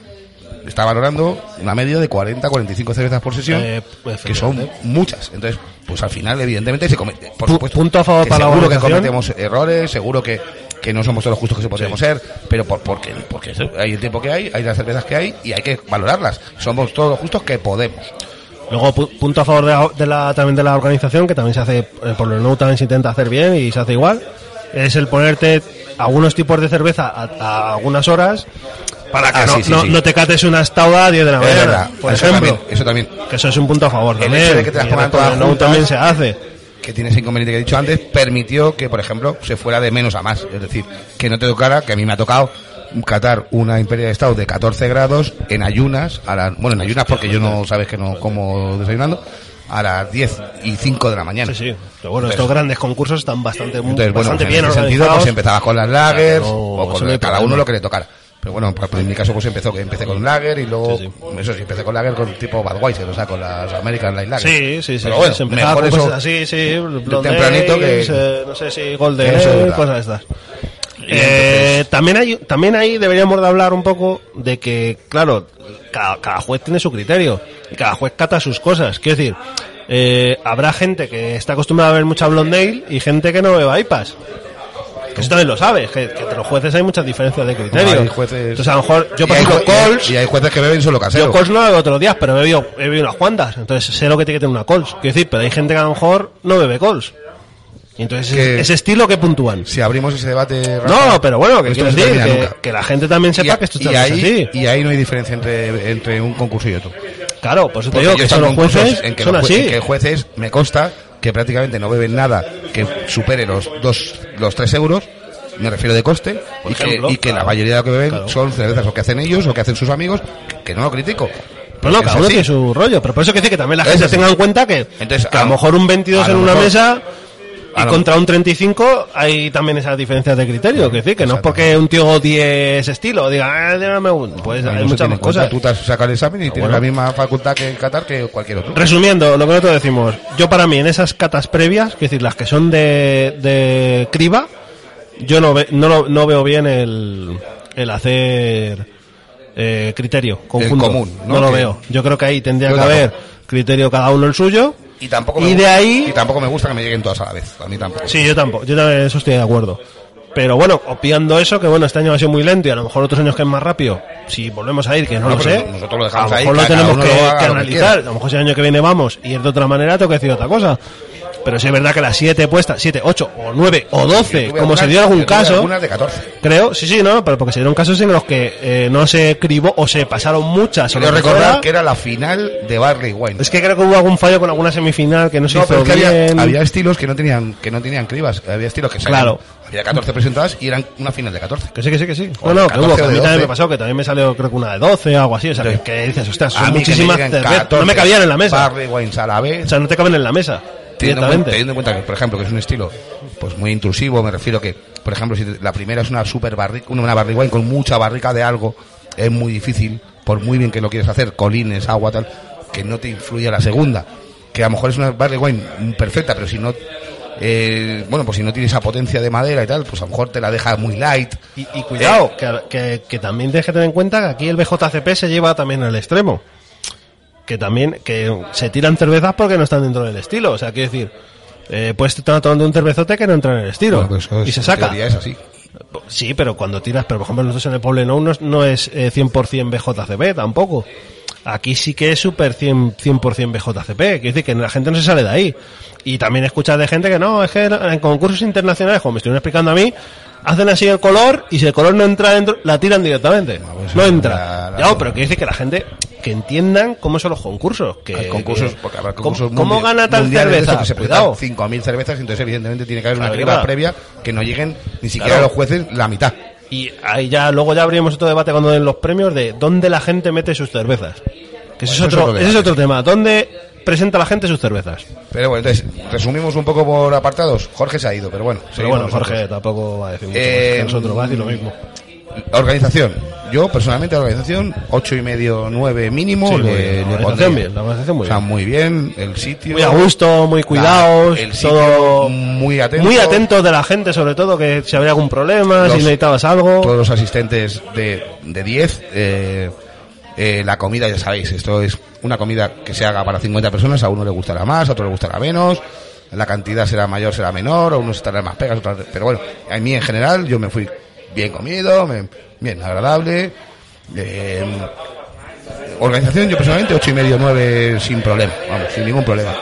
está valorando una media de 40, 45 cervezas por sesión, Eh, que son muchas. Entonces, pues al final, evidentemente, se come, por Pu- supuesto, punto a favor que para la seguro que valoración. cometemos errores, seguro que, que no somos todos los justos que se podríamos ser, pero por, porque, porque hay el tiempo que hay, hay las cervezas que hay y hay que valorarlas. Somos todos los justos que podemos. Luego, pu- punto a favor de la, de la- también de la organización, que también se hace, eh, por lo no también se intenta hacer bien y se hace igual, es el ponerte algunos tipos de cerveza a, a algunas horas para que Ah, no, sí, sí, no- sí. no te cates una estauda a 10 de la Es mañana, verdad, por eso ejemplo. también, eso también. Que eso es un punto a favor El también. hecho de que te las y pongan en el todas Por lo no juntas- Mm. también se hace. que tiene ese inconveniente que he dicho antes, permitió que, por ejemplo, se fuera de menos a más. Es decir, que no te tocara, que a mí me ha tocado catar una Imperial Stout de 14 grados en ayunas, a la- bueno, en ayunas porque yo no sabes que no como desayunando, a las 10 y 5 de la mañana. Sí, sí. Pero bueno, Entonces- estos grandes concursos están bastante, Entonces, bueno, Mm, bastante pues, bien en ese sentido, organizados. pues empezabas con las lagers, Claro, o eso con no hay cada problema. uno lo que le tocara. Pero bueno, pues, en mi caso pues empezó, que empecé con lager y luego, Sí, eso sí, empecé con lager con tipo Budweiser, o sea, con las American Light Lager. Sí, sí, sí. Pero bueno, se empezaba mejor con eso, cosas así, sí. blonde tempranito que- ales, eh, no sé si Golden Eso es ale, verdad. cosas de estas. entonces- Eh, también, hay, también ahí deberíamos de hablar un poco de que, claro, cada, cada juez tiene su criterio y cada juez cata sus cosas. Quiero decir, eh, habrá gente que está acostumbrada a ver mucha blonde ale y gente que no beba IPAs. Que Eso también lo sabes, que, que entre los jueces hay muchas diferencias de criterio. Hay jueces- Entonces, a lo mejor, yo por y hay ejemplo, jue- y hay- Coles- Y hay jueces que beben solo casero. yo Cols no bebo todos los días, pero he bebido, he bebido unas cuantas. Entonces sé lo que tiene que tener una Cols. Quiero decir, pero hay gente que a lo mejor no bebe Cols. Y entonces Que- ese, ese estilo que puntúan. si abrimos ese debate Rafa, No, pero bueno, que esto quiero no se decir termina que, nunca. que la gente también y, sepa a- que esto y también es ahí así. y ahí no hay diferencia entre, entre un concurso y otro Porque Claro, por eso te digo yo he que estado son los en concursos jueces en que son los jue- así. en que jueces me consta que prácticamente no beben nada que supere los dos los tres euros me refiero de coste Por y, que, ejemplo, y que la claro. mayoría de lo que beben Claro. son cervezas o que hacen ellos o que hacen sus amigos que no lo critico Pero no, Es cada uno así. tiene su rollo. Pero por eso que dice que también la gente así. tenga en cuenta que, Entonces, que a, a lo lo- mejor un 22 a lo en una mejor- mesa a y lo- contra un 35 hay también esas diferencias de criterio. Que decir, que no es porque un tío odie ese estilo, diga, ah, no me gusta. Pues Ahí hay no se muchas tiene más en cuenta. cosas. Tú te has sacado el examen y tienes bueno. la misma facultad que en Qatar que cualquier otro. Resumiendo, lo que nosotros decimos, yo para mí en esas catas previas, es decir, las que son de, de criba, yo no, ve- no, lo- no veo bien el, el hacer eh, criterio conjunto. común, ¿no? ¿no? lo Que- veo. Yo creo que ahí tendría Yo que tampoco. haber criterio cada uno el suyo. Y tampoco Y me de gusta- ahí- y tampoco me gusta que me lleguen todas a la vez. A mí tampoco. Sí, yo tampoco, yo también en eso estoy de acuerdo. Pero bueno, obviando eso, que bueno, este año ha sido muy lento y a lo mejor otros años que es más rápido, si volvemos a ir, que no, No, lo Ah, pero sé, nosotros lo dejamos a lo ahí, mejor lo cada tenemos uno que, lo haga que lo que analizar. quiera. a lo mejor si el año que viene vamos y es de otra manera, tengo que decir otra cosa. Pero si es verdad que las 7 puestas, 7, 8 o 9 o 12, Yo tuve como se algunas- dio algún yo tuve caso, Algunas de 14. creo, sí, sí, no, pero porque se dieron casos en los que eh, no se cribó o se pasaron muchas. o Quiero lo que recordar fuera. que era la final de Barley Wine. Es que creo que hubo algún fallo con alguna semifinal que no se No, pero hizo es que bien. había, había estilos que no tenían que no tenían cribas. Había estilos que salían- Claro. Había 14 presentadas y eran una final de 14. Que sí, que sí, que sí. O no, no, de que hubo, 14 que a o de mí 12. también me pasó, que también me salió creo que una de 12 o algo así. O sea, que, que dices, ostras, son A mí que me Ah, muchísimas lleguen cervezas. No 14 me cabían en la mesa. Barley Wines a la vez. O sea, no te caben en la mesa. Teniendo, en cuen- Directamente. teniendo en cuenta que, por ejemplo, que es un estilo pues muy intrusivo, me refiero que, por ejemplo, si te- la primera es una super barrica, una, una barrica con mucha barrica de algo, es muy difícil, por muy bien que lo quieres hacer, colines, agua, tal, que no te influya la segunda. Que a lo mejor es una barley wine perfecta, pero si no, eh, bueno, pues si no tiene esa potencia de madera y tal, pues a lo mejor te la deja muy light. Y, y cuidado, Eh. que, que, que también tienes que tener en cuenta que aquí el BJCP se lleva también al extremo. Que también que se tiran cervezas porque no están dentro del estilo. O sea, quiero decir, eh, puedes estar tomando un cervezote que no entra en el estilo. Bueno, pues eso y es- se en saca. teoría es así. Sí, pero cuando tiras, pero por ejemplo nosotros en el Poble No no, es- no es eh, 100% BJCP tampoco. Aquí sí que es super 100%, 100% BJCP, quiere decir que la gente no se sale de ahí. Y también escuchas de gente que no, es que en concursos internacionales, como me estuvieron explicando a mí, hacen así el color y si el color no entra dentro, la tiran directamente. No, pues eso entra. la- la- ya, pero quiere decir que la gente que entiendan cómo son los concursos. Que, Hay concursos, que- Eh, porque habrá ¿cómo- concursos ¿Cómo, mundi- gana tal mundiales de cerveza? esos que se Cuidado. presentan 5.000 cervezas, entonces evidentemente tiene que haber una Claro, criba claro. previa que no lleguen ni siquiera Claro. a los jueces la mitad. Y ahí ya, luego ya abrimos otro debate cuando den los premios de dónde la gente mete sus cervezas. Que ese es Eso es otro, otro ese es debate. otro tema. ¿Dónde presenta la gente sus cervezas? Pero bueno, entonces, resumimos un poco por apartados. Jorge se ha ido, pero bueno. Pero seguimos bueno, nosotros. Jorge tampoco va a decir mucho más Eh, que nosotros, va a decir lo mismo. Organización. Yo, personalmente, la organización, ocho y medio, nueve mínimo. Sí, le- muy bien. le La organización pondría. bien, la organización muy O sea, bien. muy bien, el sitio. Muy a gusto, muy cuidados, el sitio todo muy atento. muy atentos de la gente, sobre todo, que si habría algún problema, si Los- necesitabas algo. Todos los asistentes de de 10. eh, eh, la comida, ya sabéis, esto es una comida que se haga para 50 personas. A uno le gustará más, a otro le gustará menos. La cantidad será mayor, será menor. A unos estarán más pegas, otros- Pero bueno, a mí en general, yo me fui bien comido, me- bien agradable. eh, organización, yo personalmente, ocho y medio, 9 sin problema. Vamos, sin ningún problema.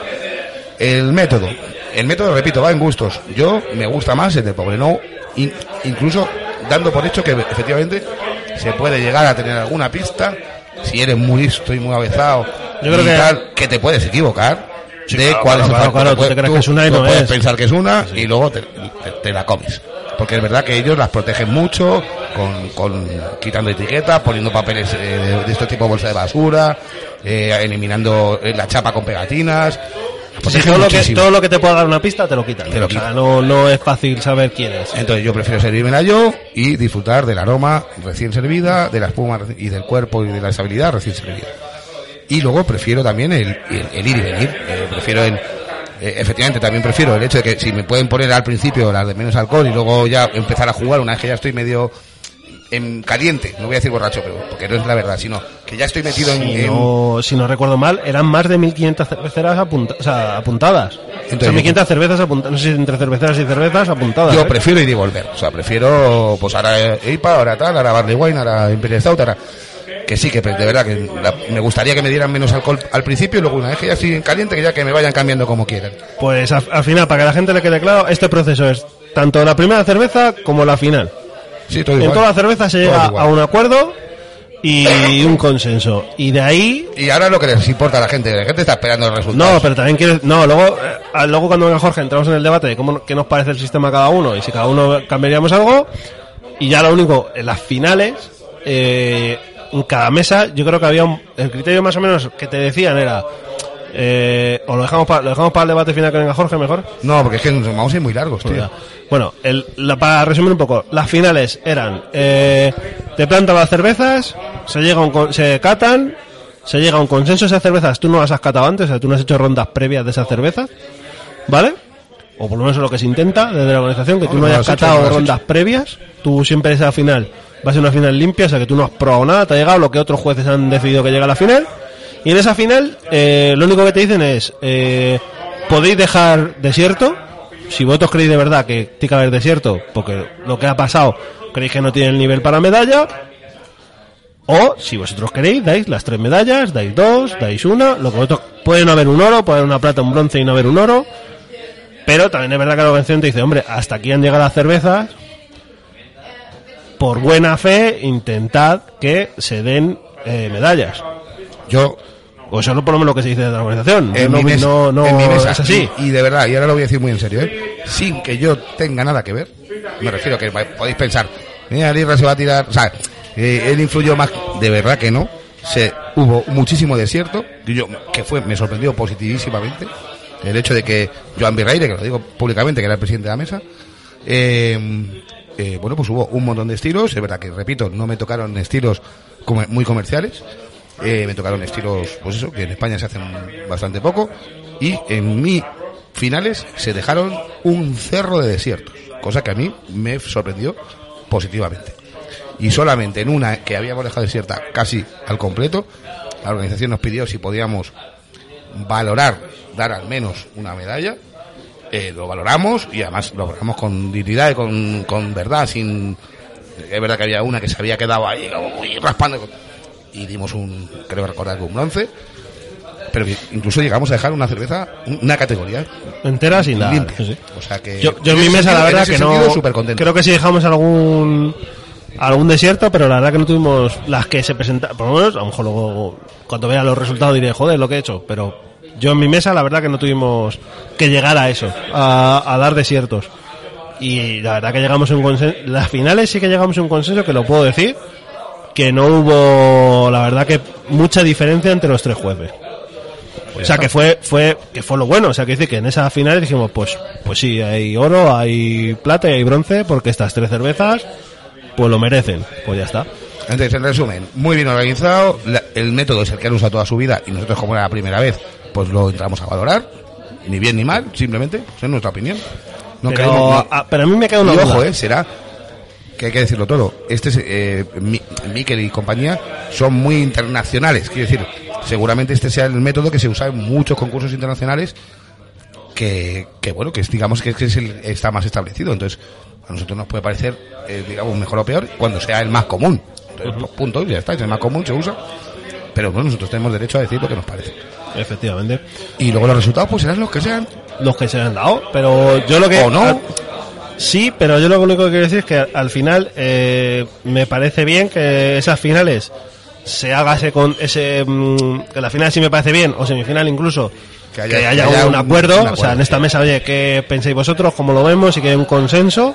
El método. El método, repito, va en gustos. Yo me gusta más el de Poblenou, in- incluso dando por hecho que efectivamente se puede llegar a tener alguna pista si eres muy listo y muy avezado. Yo creo y que- tal, que te puedes equivocar Sí, de claro, cuál claro, es el claro, factor. claro, Te tú te crees que es una y tú no puedes es. pensar que es una y luego te, te- te la comes. Porque es verdad que ellos las protegen mucho, con, con- quitando etiquetas, poniendo papeles eh, de, de este tipo de bolsa de basura, eh, eliminando eh, la chapa con pegatinas. Las Sí, protegen todo, lo que, muchísimo. todo lo que te pueda dar una pista te lo quitan. Te lo O sea, quitan. no, no es fácil saber quién es. Entonces yo prefiero servírmela yo y disfrutar del aroma recién servida, de la espuma reci- y del cuerpo y de la estabilidad recién servida. Y luego prefiero también el, el- el ir y venir. Eh, prefiero el, eh, efectivamente también prefiero el hecho de que si me pueden poner al principio las de menos alcohol y luego ya empezar a jugar una vez que ya estoy medio en caliente, no voy a decir borracho, pero porque no es la verdad, sino que ya estoy metido en, Si en- no, si no recuerdo mal, eran más de 1500 cerveceras apunta- o sea, apuntadas. o Entonces, sea, 1500 cervezas apuntadas. No sé si entre cerveceras y cervezas apuntadas. Yo ¿eh? prefiero ir y volver. O sea, prefiero, pues ahora eh, IPA, ahora tal, ahora Barley Wine, ahora Imperial Stout, ahora... Que sí, que de verdad, que la- me gustaría que me dieran menos alcohol al principio y luego una vez que ya estoy en caliente, que ya que me vayan cambiando como quieran. Pues al, al final, para que la gente le quede claro, este proceso es tanto la primera cerveza como la final. Sí, todo En igual. toda la cerveza se Todo llega igual. a un acuerdo y un consenso. Y de ahí Y ahora lo que les importa a la gente, la gente está esperando el resultado. No, pero también quieres. No, luego, eh, ah, luego cuando venga Jorge entramos en el debate de cómo qué nos parece el sistema a cada uno y si cada uno cambiaríamos algo. Y ya lo único, en las finales, eh, en cada mesa yo creo que había un, el criterio más o menos que te decían era eh, o lo dejamos para lo dejamos para el debate final que venga Jorge mejor no porque es que nos vamos a ir muy largos tío bueno el- la- para resumir un poco las finales eran eh, te plantan las cervezas se llega a un con- se catan se llega a un consenso esas cervezas tú no las has catado antes o sea tú no has hecho rondas previas de esas cervezas vale o por lo menos es lo que se intenta desde la organización que No, tú no no lo hayas has hecho, catado no lo has rondas hecho. previas tú siempre esa final va a ser una final limpia o sea que tú no has probado nada te ha llegado lo que otros jueces han decidido que llega a la final y en esa final eh, lo único que te dicen es eh, podéis dejar desierto si vosotros creéis de verdad que tiene que haber desierto porque lo que ha pasado creéis que no tiene el nivel para medalla o, si vosotros queréis, dais las tres medallas, dais dos, dais una, lo que vosotros... Puede no haber un oro, puede haber una plata, un bronce y no haber un oro. Pero también es verdad que la organización te dice, hombre, hasta aquí han llegado las cervezas. Por buena fe, intentad que se den eh, medallas. Yo... O eso es por lo menos lo que se dice de la organización. en Mm. no, mi mes- no, no en mi mesa. es así. Y, y de verdad, y ahora lo voy a decir muy en serio, ¿eh? sin que yo tenga nada que ver, me refiero a que va- podéis pensar, mira, Lirra se va a tirar, o sea, eh, él influyó más, de verdad que no, se, hubo muchísimo desierto, que, yo, que fue, me sorprendió positivísimamente el hecho de que Joan Virreire, que lo digo públicamente, que era el presidente de la mesa, eh, eh, bueno, pues hubo un montón de estilos, es verdad que, repito, no me tocaron estilos como- muy comerciales, eh, me tocaron estilos, pues eso, que en España se hacen bastante poco. Y en mi finales se dejaron un cerro de desiertos, cosa que a mí me sorprendió positivamente. Y solamente en una que habíamos dejado desierta casi al completo, la organización nos pidió si podíamos valorar, dar al menos una medalla. Eh, lo valoramos y además lo valoramos con dignidad y con, con verdad, sin... Es verdad que había una que se había quedado ahí como muy raspando y dimos un, creo recordar que un bronce, pero que incluso llegamos a dejar una cerveza, una categoría Entera sin nada. limpia. Sí, sí. O sea que Yo, yo en mi ese mesa, la sentido- verdad ese que sentido, no. súper contento. Creo que sí dejamos algún algún desierto, pero la verdad que no tuvimos las que se presentaron. Por lo menos, a lo mejor luego, cuando vea los resultados, diré, joder, lo que he hecho. Pero yo en mi mesa, la verdad que no tuvimos que llegar a eso, a, a dar desiertos. Y la verdad que llegamos a un consenso. Las finales sí que llegamos a un consenso, que lo puedo decir, que no hubo, la verdad que mucha diferencia entre los tres jueces. O sea, que fue, fue, que fue lo bueno. O sea, que dice que en esa final dijimos, pues, pues sí, hay oro, hay plata y hay bronce, porque estas tres cervezas, pues lo merecen. Pues ya está. Entonces, en resumen, muy bien organizado, la- el método es el que han usado toda su vida y nosotros como era la primera vez, pues lo entramos a valorar, ni bien ni mal, simplemente, pues, en nuestra opinión. No pero, queremos- no- ah, pero a mí me queda una y ojo, duda. eh, será que hay que decirlo todo. Este es, eh, Mi- Mikel y compañía son muy internacionales. Quiero decir, seguramente este sea el método que se usa en muchos concursos internacionales que, que, bueno, que es, digamos que es, que es el- está más establecido. Entonces, a nosotros nos puede parecer, eh, digamos, mejor o peor cuando sea el más común. Entonces, pues, punto, ya está, es el más común, se usa. Pero bueno, nosotros tenemos derecho a decir lo que nos parece. Efectivamente. Y luego los resultados, pues serán los que sean. Los que se han dado, pero yo lo que. O no. al- sí, pero yo lo único que quiero decir es que al- al final, eh, me parece bien que esas finales se haga ese con ese mm, que la final sí me parece bien o semifinal incluso Que que haya- haya, que haya un, un- acuerdo, un o sea acuerdo, en esta sí. mesa oye qué pensáis vosotros cómo lo vemos y que hay un consenso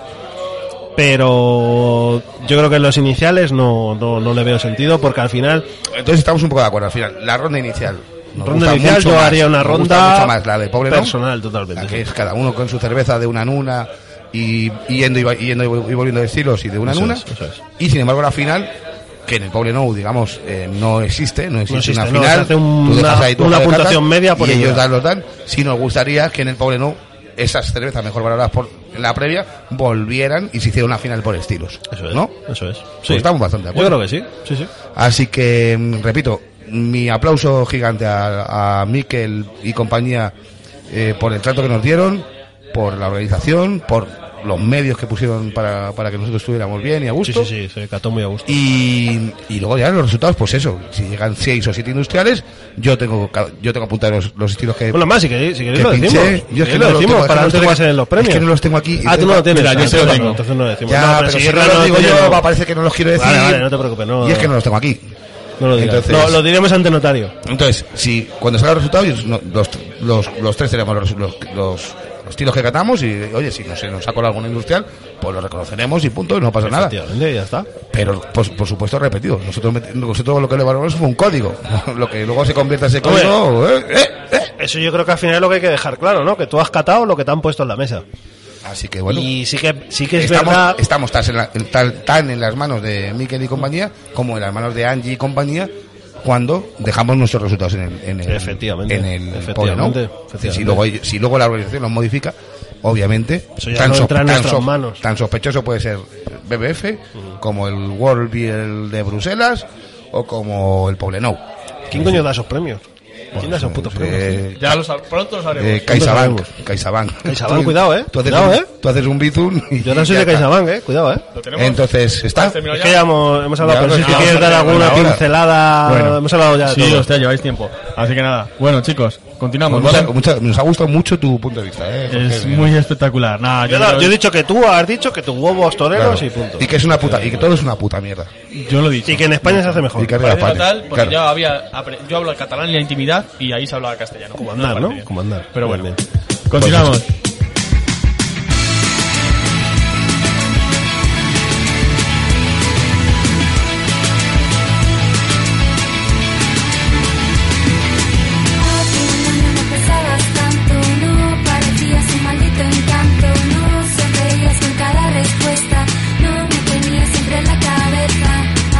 pero yo creo que en los iniciales no, no, no le veo sentido porque al final Entonces estamos un poco de acuerdo al final. La ronda inicial. nos ronda gusta inicial mucho yo más, haría una nos gusta ronda mucho más, la de pobre no. personal totalmente La que es cada uno con su cerveza de una en una y y yendo y, va- y yendo y vol- y volviendo de estilos y de una en Eso una. es, eso es. Y sin embargo la final, que en el Pobre No, digamos, eh, no existe, no existe, No existe, una no, final. se hace un- tú dejas ahí tu una hoja de puntuación cartas media por y ellos ella. dan los dan. Si nos gustaría que en el Pobre No esas cervezas mejor valoradas por en la previa volvieran y se hiciera una final por estilos. eso es ¿No? eso es Pues estamos bastante de yo acuerdo. creo que sí sí sí Así que, mm, repito, mi aplauso gigante a, a Miquel y compañía eh, por el trato que nos dieron, por la organización, por los medios que pusieron para, para que nosotros estuviéramos bien y a sí gusto. sí sí se cató muy a gusto Y, y luego ya los resultados, pues eso, si llegan seis o siete industriales, yo tengo ca- yo tengo apuntados los, los estilos que... Bueno, más, si queréis, si queréis que lo pinché. decimos. Yo es Si que queréis no lo los decimos tengo, es que para no no los tengo- tener en los es que premios. no los tengo aquí. Ah, tú no lo tienes. Mira, yo Ah, sí lo entonces tengo. no, Entonces no lo decimos. Ya, No, pero, si yo Guerra no los digo tiene- yo, va a parecer que no los quiero decir. Vale, vale, no te preocupes. No, Y es que no los tengo aquí. no lo digas. Entonces- No, lo diremos ante notario. Entonces, si cuando salga el resultado, yo- no- los, los, los tres tenemos los, los, los los tiros que catamos y, oye, si no se nos ha colado alguna industrial, pues lo reconoceremos y punto, y no pasa nada. Efectivamente, ya está. Pero, pues, por supuesto, repetido, nosotros, met- nosotros lo que le valoramos fue un código. lo que luego se convierta ese Hombre. código... eh, eh. Eso yo creo que al final es lo que hay que dejar claro, ¿no? Que tú has catado lo que te han puesto en la mesa. Así que bueno. Y sí que, sí que es estamos, verdad. estamos tan, en la- en tal- tan en las manos de Miquel y compañía como en las manos de Angie y compañía cuando dejamos nuestros resultados en el, en el, Efectivamente, en el efectivamente, pobre, ¿no? efectivamente. Si, luego, si luego la organización los modifica, obviamente, Eso ya no entra en nuestras manos. tan sospechoso puede ser BBF como el World Beer de Bruselas o como el Poblenou. ¿Quién coño da esos premios? ¿Quién da esos putos premios? Eh, Ya lo sab- pronto lo sabremos. eh, CaixaBank, CaixaBank. CaixaBank, Tú- cuidado, eh, Tú haces, cuidado, un, eh. tú haces un bizum y Yo ahora soy ya de está. CaixaBank, eh. Cuidado, eh. Lo tenemos. Entonces, ¿está? ¿Has terminado Es ya? que ya hemos, hemos hablado, Ya, pero si ya, es que ya, quieres ya, dar ya, alguna ahora. pincelada, Bueno. hemos hablado ya de Sí, todo. hostia, lleváis tiempo. Así que nada. Bueno, chicos, continuamos, Pues nos, ¿vale? ha, mucha- nos ha gustado mucho tu punto de vista, ¿eh? Jorge? Es muy espectacular. Nada, Yo, yo, he dado- creo- yo he dicho que tú has dicho que tus huevos Claro. toreros y punto. Y que es una puta, y que todo es una puta mierda. yo lo he dicho. Y que en España se hace mejor. Y que arriba Parece la fatal parte, porque claro. yo había apre- yo hablo el catalán en la intimidad y ahí se hablaba castellano. Como andar, ¿no? me parece Como bien. andar. Pero bueno, Bien, continuamos. Pues, Hace una no pesabas tanto, no parecías un maldito encanto, no sonreías con cada respuesta, no me tenías siempre en la cabeza.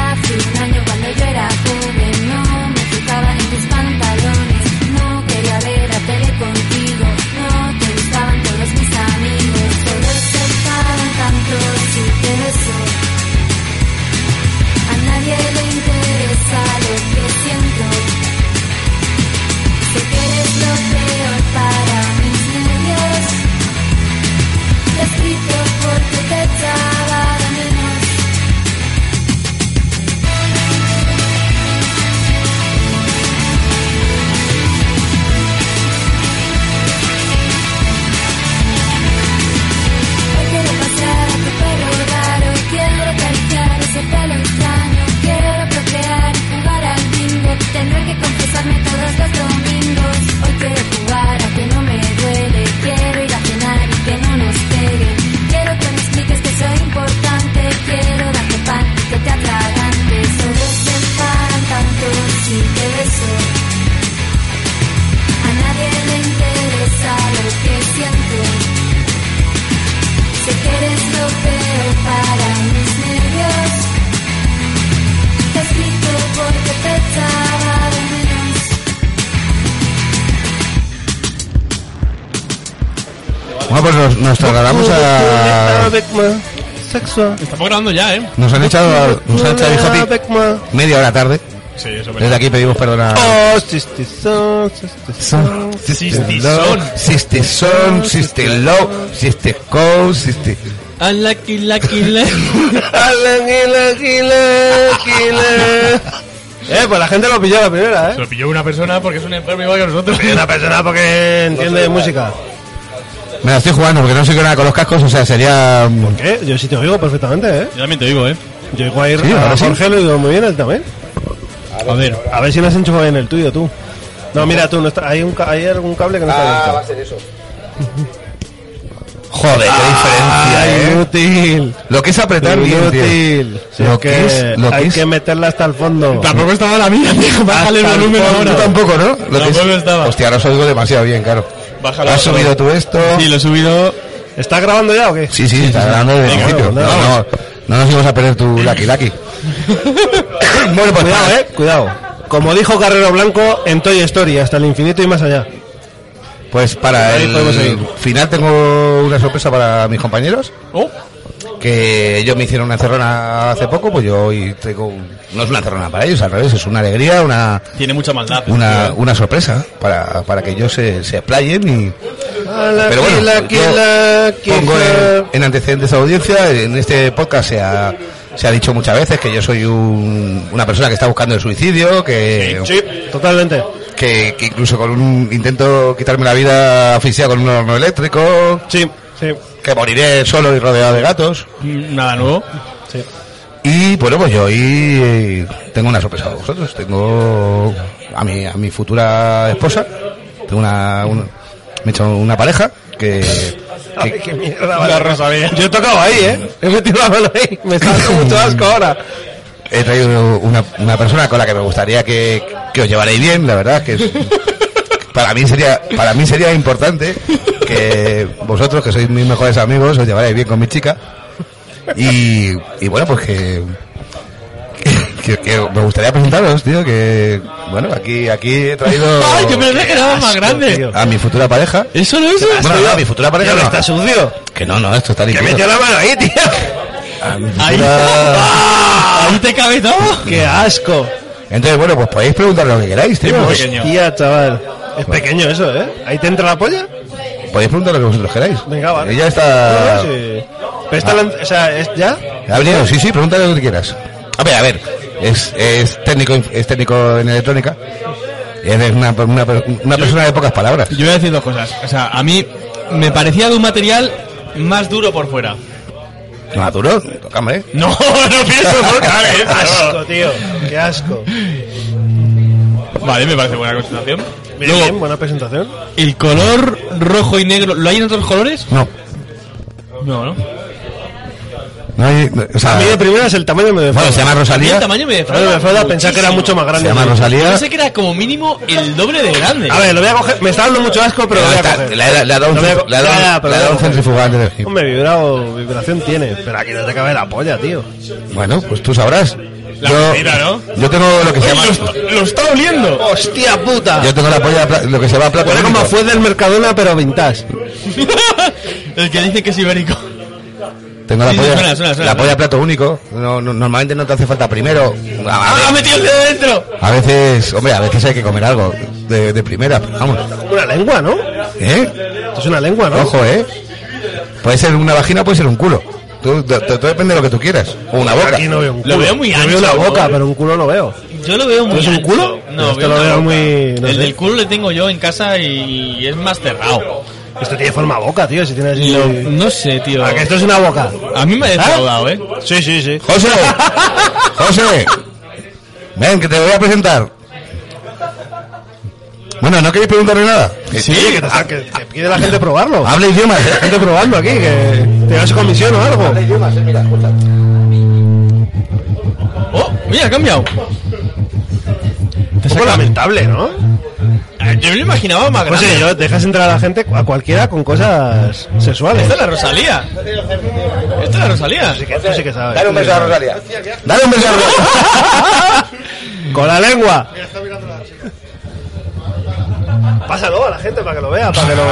Hace un año cuando yo era joven, no me fijaban en tus pantalones, no quería ver la tele contigo, no te gustaban todos mis amigos, todos se gustaban tanto si te beso. A nadie le interesa lo que siento. Sé que eres lo peor para mis nervios. Te he escrito porque te echaba de menos. Hoy quiero pasar a tu pelo raro, quiero acariciar ese pelo extraño, quiero procrear y jugar al bingo, tendré que confesarme todos los domingos. Hoy quiero jugar a que no me duele, quiero ir a cenar y que no nos peguen, quiero que me expliques que soy importante, quiero darte pan y que te atragantes, solo se paran tanto sin te beso. A nadie le interesa lo que siento. Sé que eres lo peor para mis nervios. Te escrito porque te echaba de menos. Bueno, pues nos, nos trasladamos a. Sexo. Estamos grabando ya, ¿eh? Nos han echado, nos han echado hijo pi- Beckman. media hora tarde. Sí, eso es Desde verdad. aquí pedimos perdón a. Oh, sistizón, sistizón. Sistizón. Siste Son, Siste Low, Siste Cow, Siste. Unlucky, lucky, lucky. Eh, pues la gente lo pilló a la primera, Se eh. lo pilló una persona porque es un enfermo igual que nosotros. Una persona porque entiende de música. Me la estoy jugando porque no sé qué nada con los cascos, o sea, sería. ¿Qué? Yo sí te oigo perfectamente, eh. Yo también te digo, ¿eh? Yo oigo a ir Sí, ahora a sí. Jorge, lo oigo muy bien él también. A ver, A ver si lo has enchufado bien el tuyo, tú. No, mira, tú, no está- hay, un, ca- hay algún cable que no Ah, está abierto. Joder, qué diferencia, Ay, eh. inútil. Lo que es apretar bien, tío. Inútil. Si Lo es que que es- lo que hay es- que meterla hasta el fondo. tampoco estaba la mía, tío. Bájale el Hasta el volumen fondo. Tú ahora. tampoco, ¿no? Lo que es- Tampoco estaba. Hostia, ahora os oigo demasiado bien, claro. Bájalo. ¿Has subido tú esto? Sí, lo he subido. ¿Estás grabando ya o qué? Sí, sí, está grabando desde el Venga, principio. No, vamos, no, no nos íbamos a perder tu Lucky Lucky. bueno, Cuidado, pues nada. eh, cuidado. Como dijo Carrero Blanco en Toy Story, hasta el infinito y más allá. Pues para Ahí podemos el seguir. final tengo una sorpresa para mis compañeros. Oh, Que ellos me hicieron una cerrona hace poco, pues yo hoy tengo. un- No es una cerrona para ellos, al revés, es una alegría, una. tiene mucha maldad. Una, una sorpresa para, para que ellos se, se explayen y, Pero bueno, yo pongo en, en antecedentes a la audiencia, en este podcast se ha, se ha dicho muchas veces que yo soy un- una persona que está buscando el suicidio, que, Sí, totalmente. que, que incluso con un intento quitarme la vida asfixiado con un horno eléctrico, Sí, sí, que moriré solo y rodeado de gatos. Mm, Nada nuevo. sí. Y bueno, pues yo hoy tengo una sorpresa para vosotros. Tengo a mi, a mi futura esposa, tengo una, un- me he hecho una pareja que... Ay, qué mierda, La Rosalía. Yo he tocado ahí, ¿eh? He metido la mano ahí. Me está dando mucho asco ahora. He traído una, una persona con la que me gustaría que, que os llevaréis bien, la verdad, que es- para mí sería para mí sería importante que vosotros, que sois mis mejores amigos, os llevaréis bien con mi chica. Y, y bueno, pues que, que, que me gustaría presentaros, tío, que bueno, aquí aquí he traído Ay, yo pensé que era más asco, grande. tío. a mi futura pareja. Eso no es. Bueno, no, a mi futura pareja Ya no. está sucio. Que no, no, esto está limpio. metió la mano ahí, tío. A mi Ahí, futura- Ah, ahí te cabe todo. Qué asco. Entonces, bueno, pues podéis preguntar lo que queráis, tío. muy Pues, pequeño. Tía, chaval. Es pequeño eso, ¿eh? Ahí te entra la polla. Podéis preguntar lo que vosotros queráis. Venga, vale. Ella está. Sí. Pero Ah. está lan- O sea, ¿es ya? Ha venido, sí, sí, pregúntale lo que quieras. A ver, a ver. Es, es técnico es técnico en electrónica. Eres una, una, una persona de pocas palabras. Yo voy a decir dos cosas. O sea, a mí me parecía de un material más duro por fuera. Maduro, tócame. No, no pienso por Qué asco, tío. Qué asco. Vale, me parece buena constatación. Bien, bien, Luego, buena presentación. Ah. el color rojo y negro, ¿lo hay en otros colores? No. No, ¿no? No hay. O sea, A mí de primera es el tamaño me defrauda. bueno, se llama A mí el Rosalía. tamaño me Tamaño me defrauda. defrauda, pensaba que era muchísimo. mucho más Se grande. llama Rosalía. Pensé que era como mínimo el doble de grande. A ver, lo voy a coger. Me está dando mucho asco, pero lo voy a Está- coger. Le ha le ha dado un Lo voy a centri- co- le ha Ya, ya, dado- pero le ha dado lo voy a un coger. centrifugante. Hombre, vibrado, vibración tiene. Pero aquí no te cabe la polla, tío. Bueno, pues tú sabrás. La yo, mentira, ¿no? yo tengo lo que se Oye, llama. lo, está- lo está oliendo. ¡Hostia puta! Yo tengo la polla, pla- lo que se llama plata. Huele como única. fue del Mercadona, pero vintage. el que dice que es ibérico. Tengo la Sí, sí, polla, suena, suena, suena, la suena. polla plato único. No, no- normalmente no te hace falta primero. A, ¡Ah, a ha ve- metido el dedo dentro! a veces, hombre, a veces hay que comer algo de, de primera, pero vamos. Una lengua, ¿no? ¿Eh? Esto es una lengua, ¿no? Ojo, ¿eh? Puede ser una vagina, puede ser un culo. Tú- de- de- todo depende de lo que tú quieras. O una boca. Aquí no veo un culo. Lo veo muy Yo ancho, veo una boca, ¿no? pero un culo no veo. Yo lo veo muy. ¿Tienes un ancho. culo? No, Yo te lo una veo boca. muy- no el sé. del culo le tengo yo en casa y es más cerrado. Esto tiene forma boca, tío. Si tiene así. Lo- no sé, tío. Ah, que esto es una boca. A mí me ha defraudado, ¿eh? ¿Ah? Sí, sí, sí. ¡José! ¡José! Ven, que te voy a presentar. Bueno, ¿no queréis preguntarle nada? Oye, que, te está- que- que pide la gente probarlo. Habla idiomas, Hay gente probando aquí, que te das comisión o algo. idiomas, mira, ¡Oh! Mira, ha cambiado. Un poco lamentable, ¿no? Ah, Yo me lo imaginaba más Pues grande. sí, yo dejas entrar a la gente, a cualquiera, con cosas sexuales. Esta es la Rosalía. Esta es la Rosalía. Sí que- tú sí que sabes. Dale un beso a Rosalía. Dale un beso a Rosalía. Con la lengua. Pásalo a la gente para que lo vea, para que lo...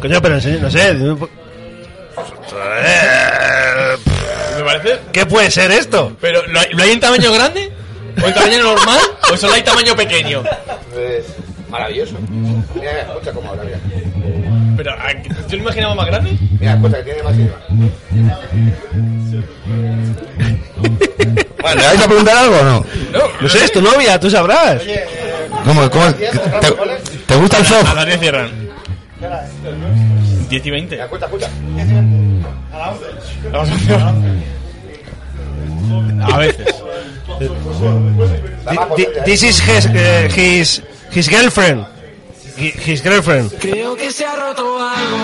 Coño, pero enseña, no sé... Me parece. ¿Qué puede ser esto? Pero, ¿lo hay, lo hay en tamaño grande? ¿O en tamaño normal? ¿O solo hay tamaño pequeño? Maravilloso. Mira, escucha cómo habla, mira. Pero, ah, ¿yo lo imaginaba más grande? Mira, escucha que tiene más idioma. Bueno, ¿le vais a preguntar algo o no? No sé, es tu novia, tú sabrás. ¿Cómo, cómo, te, te gusta el A soft? las 10 cierran. 10 y 20. Escucha, escucha. A veces. Thi- thi- This is his, eh, his, his girlfriend. Hi- His girlfriend. Creo que se ha roto algo.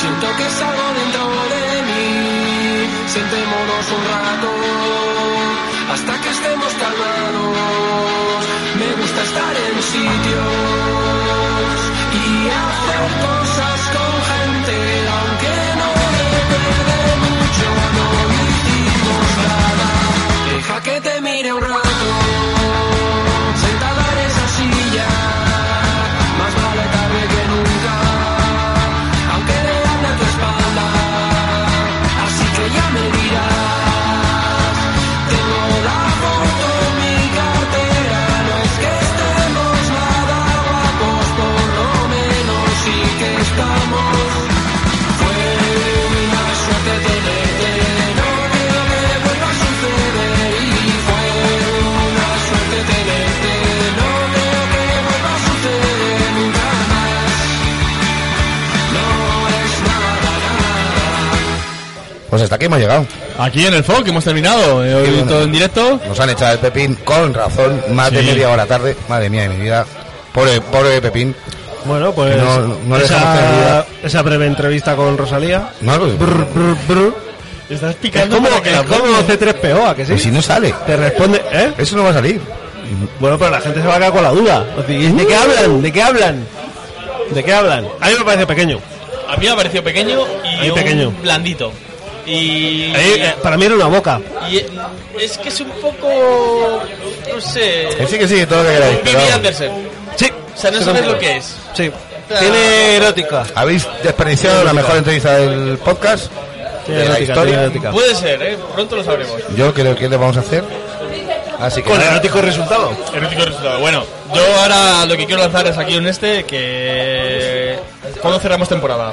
Siento que es algo dentro de mí. Sentémonos un rato hasta que estemos calmados. Me gusta estar en sitios y hacer cosas con gente, aunque no depende mucho. No hicimos nada. Deja que te mire un rato. Sentada en esa silla. Más vale tarde que nunca, aunque le ande a tu espalda. Así que ya me dirás. Tengo la foto en mi cartera. No es que estemos nada guapos, por lo menos sí que estamos. Fue una suerte tenerte. No creo que vuelva a suceder. Y fue una suerte tenerte. No creo que vuelva a suceder nunca más. No es nada, nada. Pues hasta aquí hemos llegado. Aquí en el FOC hemos terminado. eh, hoy todo en directo. Nos han echado el Pepín con razón, más de Sí. media hora tarde. Madre mía de mi vida. Pobre, pobre Pepín. Bueno, pues Que no- no le dejamos esa, tener vida. esa breve entrevista con Rosalía. No, pues, Brr, brr, brr. Estás picando es como, para que la es como C3PO, ¿a que sí? pues si no sale. Te responde, ¿eh? Eso no va a salir. Bueno, pero la gente se va a quedar con la duda. O sea, ¿De Uh. qué hablan? ¿De qué hablan? ¿De qué hablan? A mí me parece pequeño. A mí me ha parecido pequeño A y mí un pequeño. blandito. Y, Ahí, eh, para mí era una boca. y- es que es un poco. No sé. Que sí, que sí, todo lo que queráis. pero Vivi vamos. Anderson. Sí. O sea, no sabes lo que es. Sí. Tiene erótica. Habéis desperdiciado la mejor entrevista del podcast, Tiene de la erótica, tiene historia. erótica. Puede ser, ¿eh? Pronto lo sabremos. Yo creo que le vamos a hacer. Así que Con nada. erótico resultado. Erótico resultado. Bueno, yo ahora lo que quiero lanzar es aquí en este que. ¿Cuándo cerramos temporada?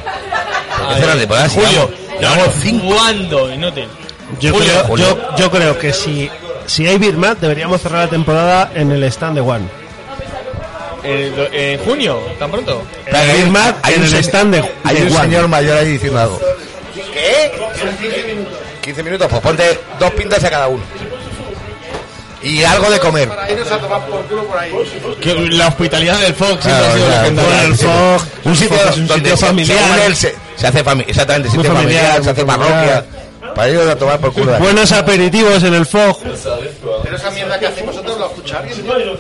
que cerrar temporada, si Julio. llevamos- llevamos cinco. ¿Cuándo? Inútil. Yo, Julio, creo, Julio. Yo, yo creo que si, si hay Birmat, deberíamos cerrar la temporada en el stand de One. eh, lo- eh, junio, tan pronto. Espera, que Hay- hay un se- stand de- hay de un Juan. señor mayor ahí diciendo algo. ¿Qué? 15 minutos, pues ponte dos pintas a cada uno. Y algo de comer. Que la hospitalidad del Fox siempre Claro, ha sido claro, legendaria. claro, el sí. Fox, un sitio, Fox es un donde sitio se- familiar. según él, se, se hace familia, exactamente, Muy sitio familiar, familiar, se hace muy parroquia. familiar. Para ir a tomar por culo. de aquí. Buenos aperitivos en el FOG. Pero esa mierda que hacéis vosotros lo escucha alguien.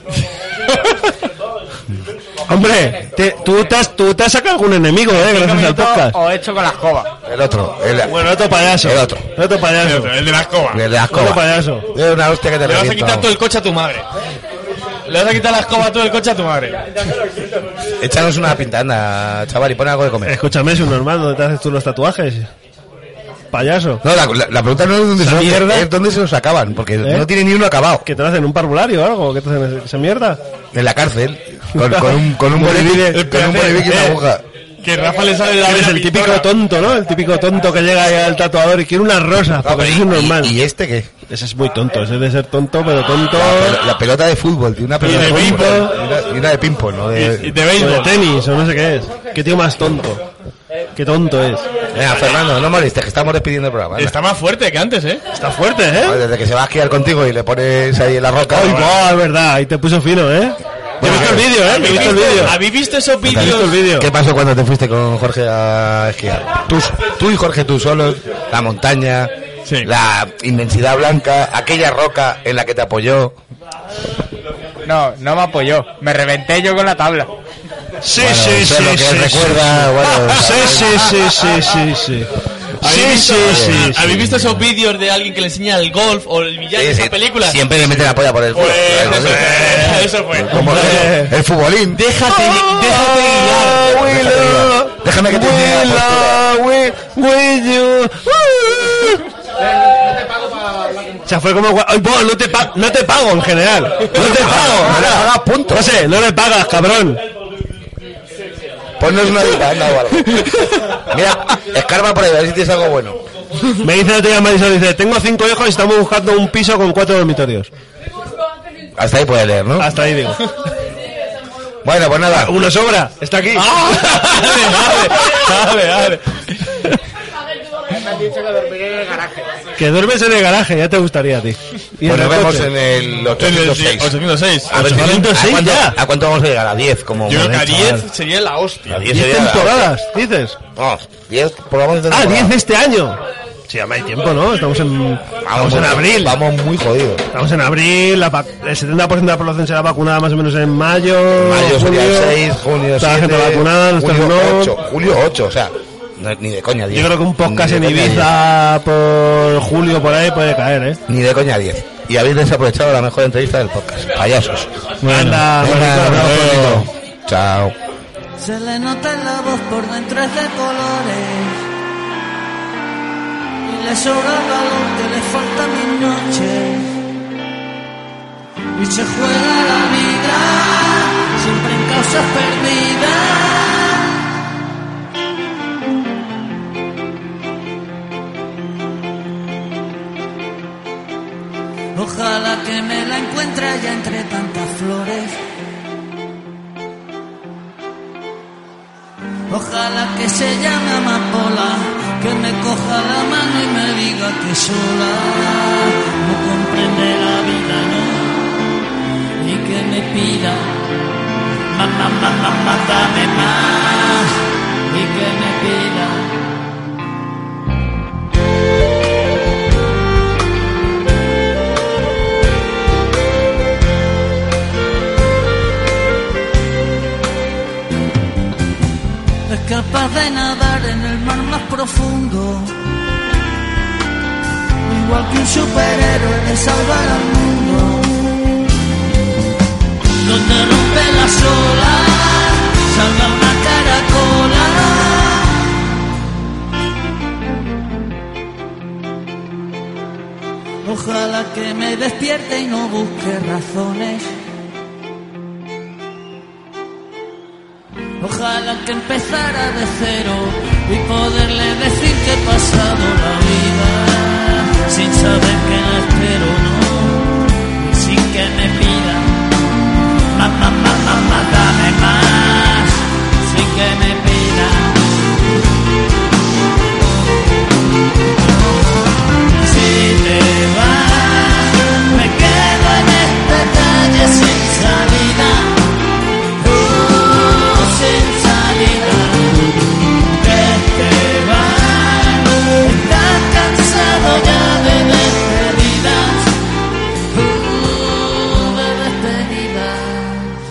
Hombre, te- tú, te has, tú te has sacado algún enemigo, eh, gracias al podcast. O hecho con la escoba. El otro, el, Bueno, otro payaso. El otro. Otro payaso. El de la escoba. el de la Otro escoba. payaso. Es una hostia que te Le vas a revienta, quitar vamos. todo el coche a tu madre. Le vas a quitar la escoba todo el coche a tu madre. Échanos una pintana, chaval, y pon algo de comer. Escúchame, es un normal, ¿dónde te haces tú los tatuajes? Payaso. No, la, la- la pregunta no es dónde se, Esa los- mierda. es dónde se los acaban, porque ¿Eh? no tiene ni uno acabado. ¿Que te lo hacen un parvulario o algo? ¿Qué te hacen esa mierda? En la cárcel, con, con un, con un bolivic con un bolivic y una Eh, aguja. Que Rafa le sale la Eres vena el típico pintora. tonto, ¿no? El típico tonto que llega ahí al tatuador y quiere unas rosas, Ah, porque pero es un ¿y- normal. ¿Y, y este qué? Ese es muy tonto, ese de ser tonto, pero tonto. La, pel- la pelota de fútbol, tío, una pelota de de, fútbol. ping-pong. Y una, y una de ping-pong, ¿no? De- Y de o de béisbol. tenis, o no sé qué es. Qué tío más tonto. Qué tonto es. Venga, Fernando, no molestes, que estamos despidiendo el programa. anda. Está más fuerte que antes, ¿eh? Está fuerte, Joder, ¿eh? Desde que se va a esquiar contigo y le pones ahí en la roca. Ay, guau, es verdad, ahí te puso fino, ¿eh. Te he Bueno, visto el vídeo, ¿eh? Te he visto el vídeo. ¿Habéis visto esos Te he visto el vídeos? vídeo. ¿Qué pasó cuando te fuiste con Jorge a esquiar? Tú, tú y Jorge, tú solos, la montaña, Sí. la inmensidad blanca, aquella roca en la que te apoyó. No, no me apoyó. Me reventé yo con la tabla. Sí, Bueno, sí, eso es sí, lo que sí, recuerda, bueno, sí, sí, sí, sí, sí, sí. ¿Habéis Sí, visto- sí, sí, sí. ¿Habéis visto esos vídeos de alguien que le enseña el golf o el billar Sí, en sí, esa película? Siempre le mete la polla por el culo. Pues, Claro, eso, sí. fue, eso fue. Como Hombre. el, el futbolín. Déjate, déjate guiar. Ah, Willow. Déjame que te enseñe la Ah, postura. O sea, fue como... gua- Ay, vos, no te, pa- no te pago en general. No te pago. No le pagas, punto. No sé, no le pagas, cabrón. Ponnos una dita, anda o algo. Mira, escarba por ahí, a ver si tienes algo bueno. Me dice el otro día Marisol, dice, tengo cinco hijos y estamos buscando un piso con cuatro dormitorios. Hasta ahí puedes leer, ¿no? Hasta ahí digo. Bueno, pues nada. Pues Uno sobra, Ah, está ¡Ah! aquí. Dale, dale, dale. Que duermes en el garaje, ya te gustaría a ti. Y en Pues nos el vemos coche. en el En el 806. 806. A ver si- 806 ¿a cuánto- ya. ¿A cuánto vamos a llegar? ¿A 10? Como Yo creo que a momento, chaval. 10 sería la hostia. A 10 Diez sería la- temporadas, dices. No, 10 programas de Ah, temporada. 10 de este año. Sí, hombre, hay tiempo, ¿no? Estamos en, estamos en muy- abril. Vamos muy jodidos. Estamos en abril, la vac- el 70% de la población será vacunada más o menos en mayo. Mayo sería el junio. 6, junio Está 7, la gente vacunada, nosotros julio no. 8, julio 8, o sea, no- ni de coña 10. Yo creo que un podcast Ni en de coña Ibiza por julio por ahí puede caer, ¿eh? 10. Ni de coña 10. Y habéis desaprovechado la mejor entrevista del podcast. Payasos. Anda, Venga, Manolo, un abrazo, Manolo. Nico. Chao. Se le nota en la voz por dentro es de colores. Y le sobra valor que le falta mis noches. Y se juega la vida, siempre en causas perdidas. Ojalá que me la encuentre ya entre tantas flores. Ojalá que se llame amapola, que me coja la mano y me diga que sola no comprende la vida, no, y que me pida, mamá, mamá, mátame más, y que me pida. es capaz de nadar en el mar más profundo. Igual que un superhéroe de salvar al mundo. Donde rompe las olas, salga una caracola. Ojalá que me despierte y no busque razones. Ojalá que empezara de cero y poderle decir que he pasado la vida sin saber que la espero, no, y sin que me pida más, más, más, más, más, dame más, sin que me pida. Si te vas, me quedo en esta calle sin salida. Uh, sin salida que te vas estás cansado ya de despedidas uh, de despedidas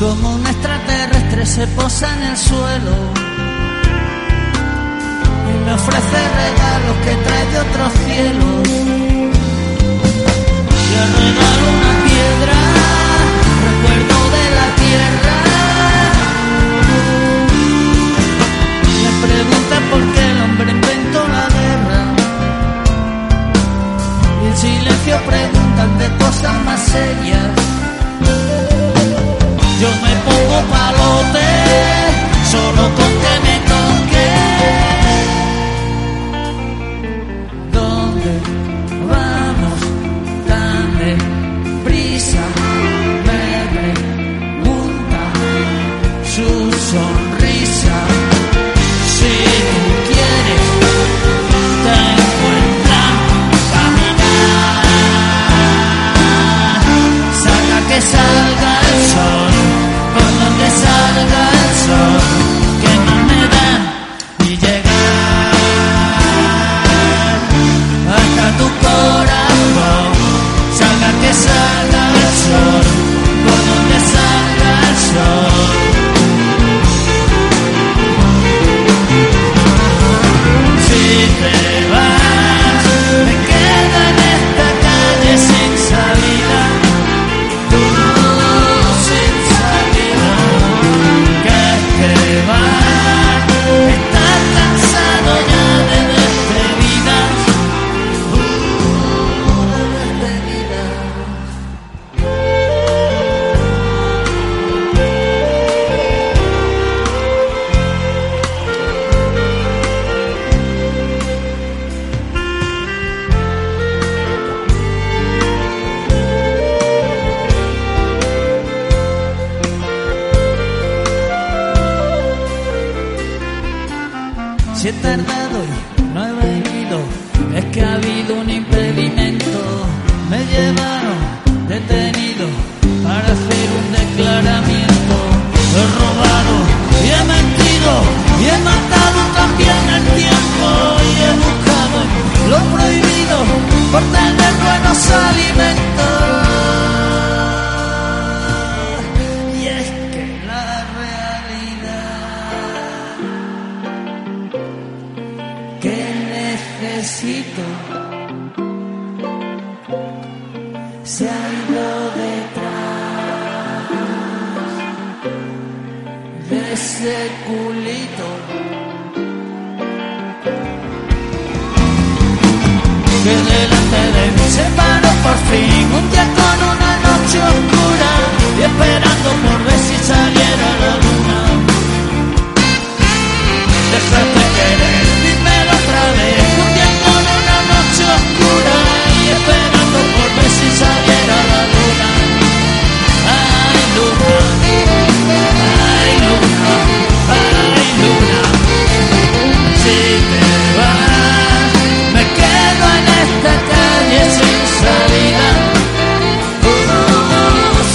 como un extraterrestre se posa en el suelo y me ofrece regalos que trae de otros cielos. Y al regar una piedra, recuerdo de la tierra. Me pregunta por qué el hombre inventó la guerra. Y el silencio pregunta de cosas más serias. Yo me pongo palote solo con que me toque. ¿Dónde vamos? Dame prisa. Me pregunta su sonrisa. Si tú quieres, te encuentran caminar. Saca que salga el sol, por donde salga el sol, que no me dan y llegar hasta tu corazón. Salga que salga el sol, por donde salga el sol. Si te vas, me quedo en esta calle sin salida. Sin salida, que te vas. Estás cansado ya de despedidas. Si he tardado y no he venido, es que ha habido un impedimento. Me llevaron detenido para hacer un declaramiento. He robado y he mentido y he matado también el tiempo y he buscado lo prohibido por tener buenos alimentos. Y es que la realidad que necesito se ha ido detrás de ese culito que delante de mí se paró por fin un día con una noche oscura y esperando por ver si saliera la luna. Déjate querer, dímelo otra vez. Un día con una noche oscura y esperando por ver si saliera la luna. Ay, luna, ay, luna, ay, luna. Si te vas, me quedo en esta calle sin salida. Oh,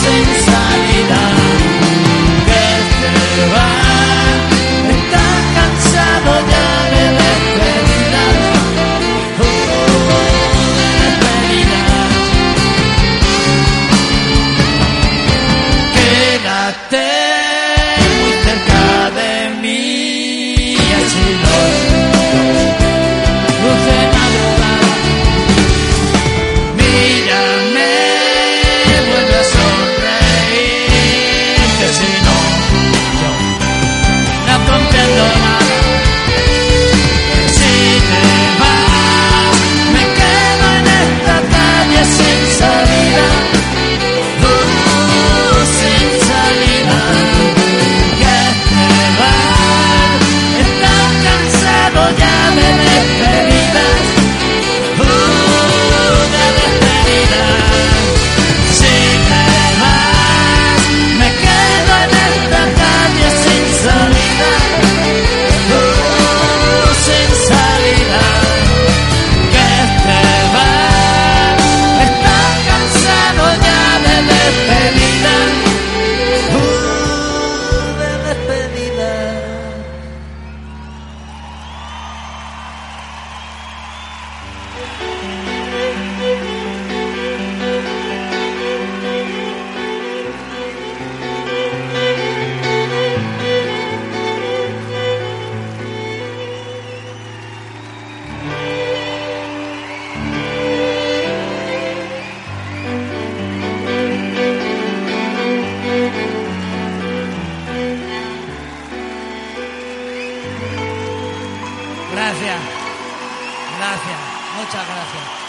sin salida. Que te vas. Estás cansado ya de despedidas, oh, despedidas. Quédate muy cerca de mí, así no luz de madrugada. Mírame, vuelve a sonreír, que si no, yo no comprendo nada. Si te vas, me quedo en esta calle sin salida. Uh, sin salida. Que te vas, estás cansado ya de despedidas. Uh, de despedidas. Si te vas, me quedo en esta calle sin salida. Uh, sin salida. Que te vas, estás cansado ya de despedidas. Uh, de despedidas. Gracias. Gracias. Muchas gracias.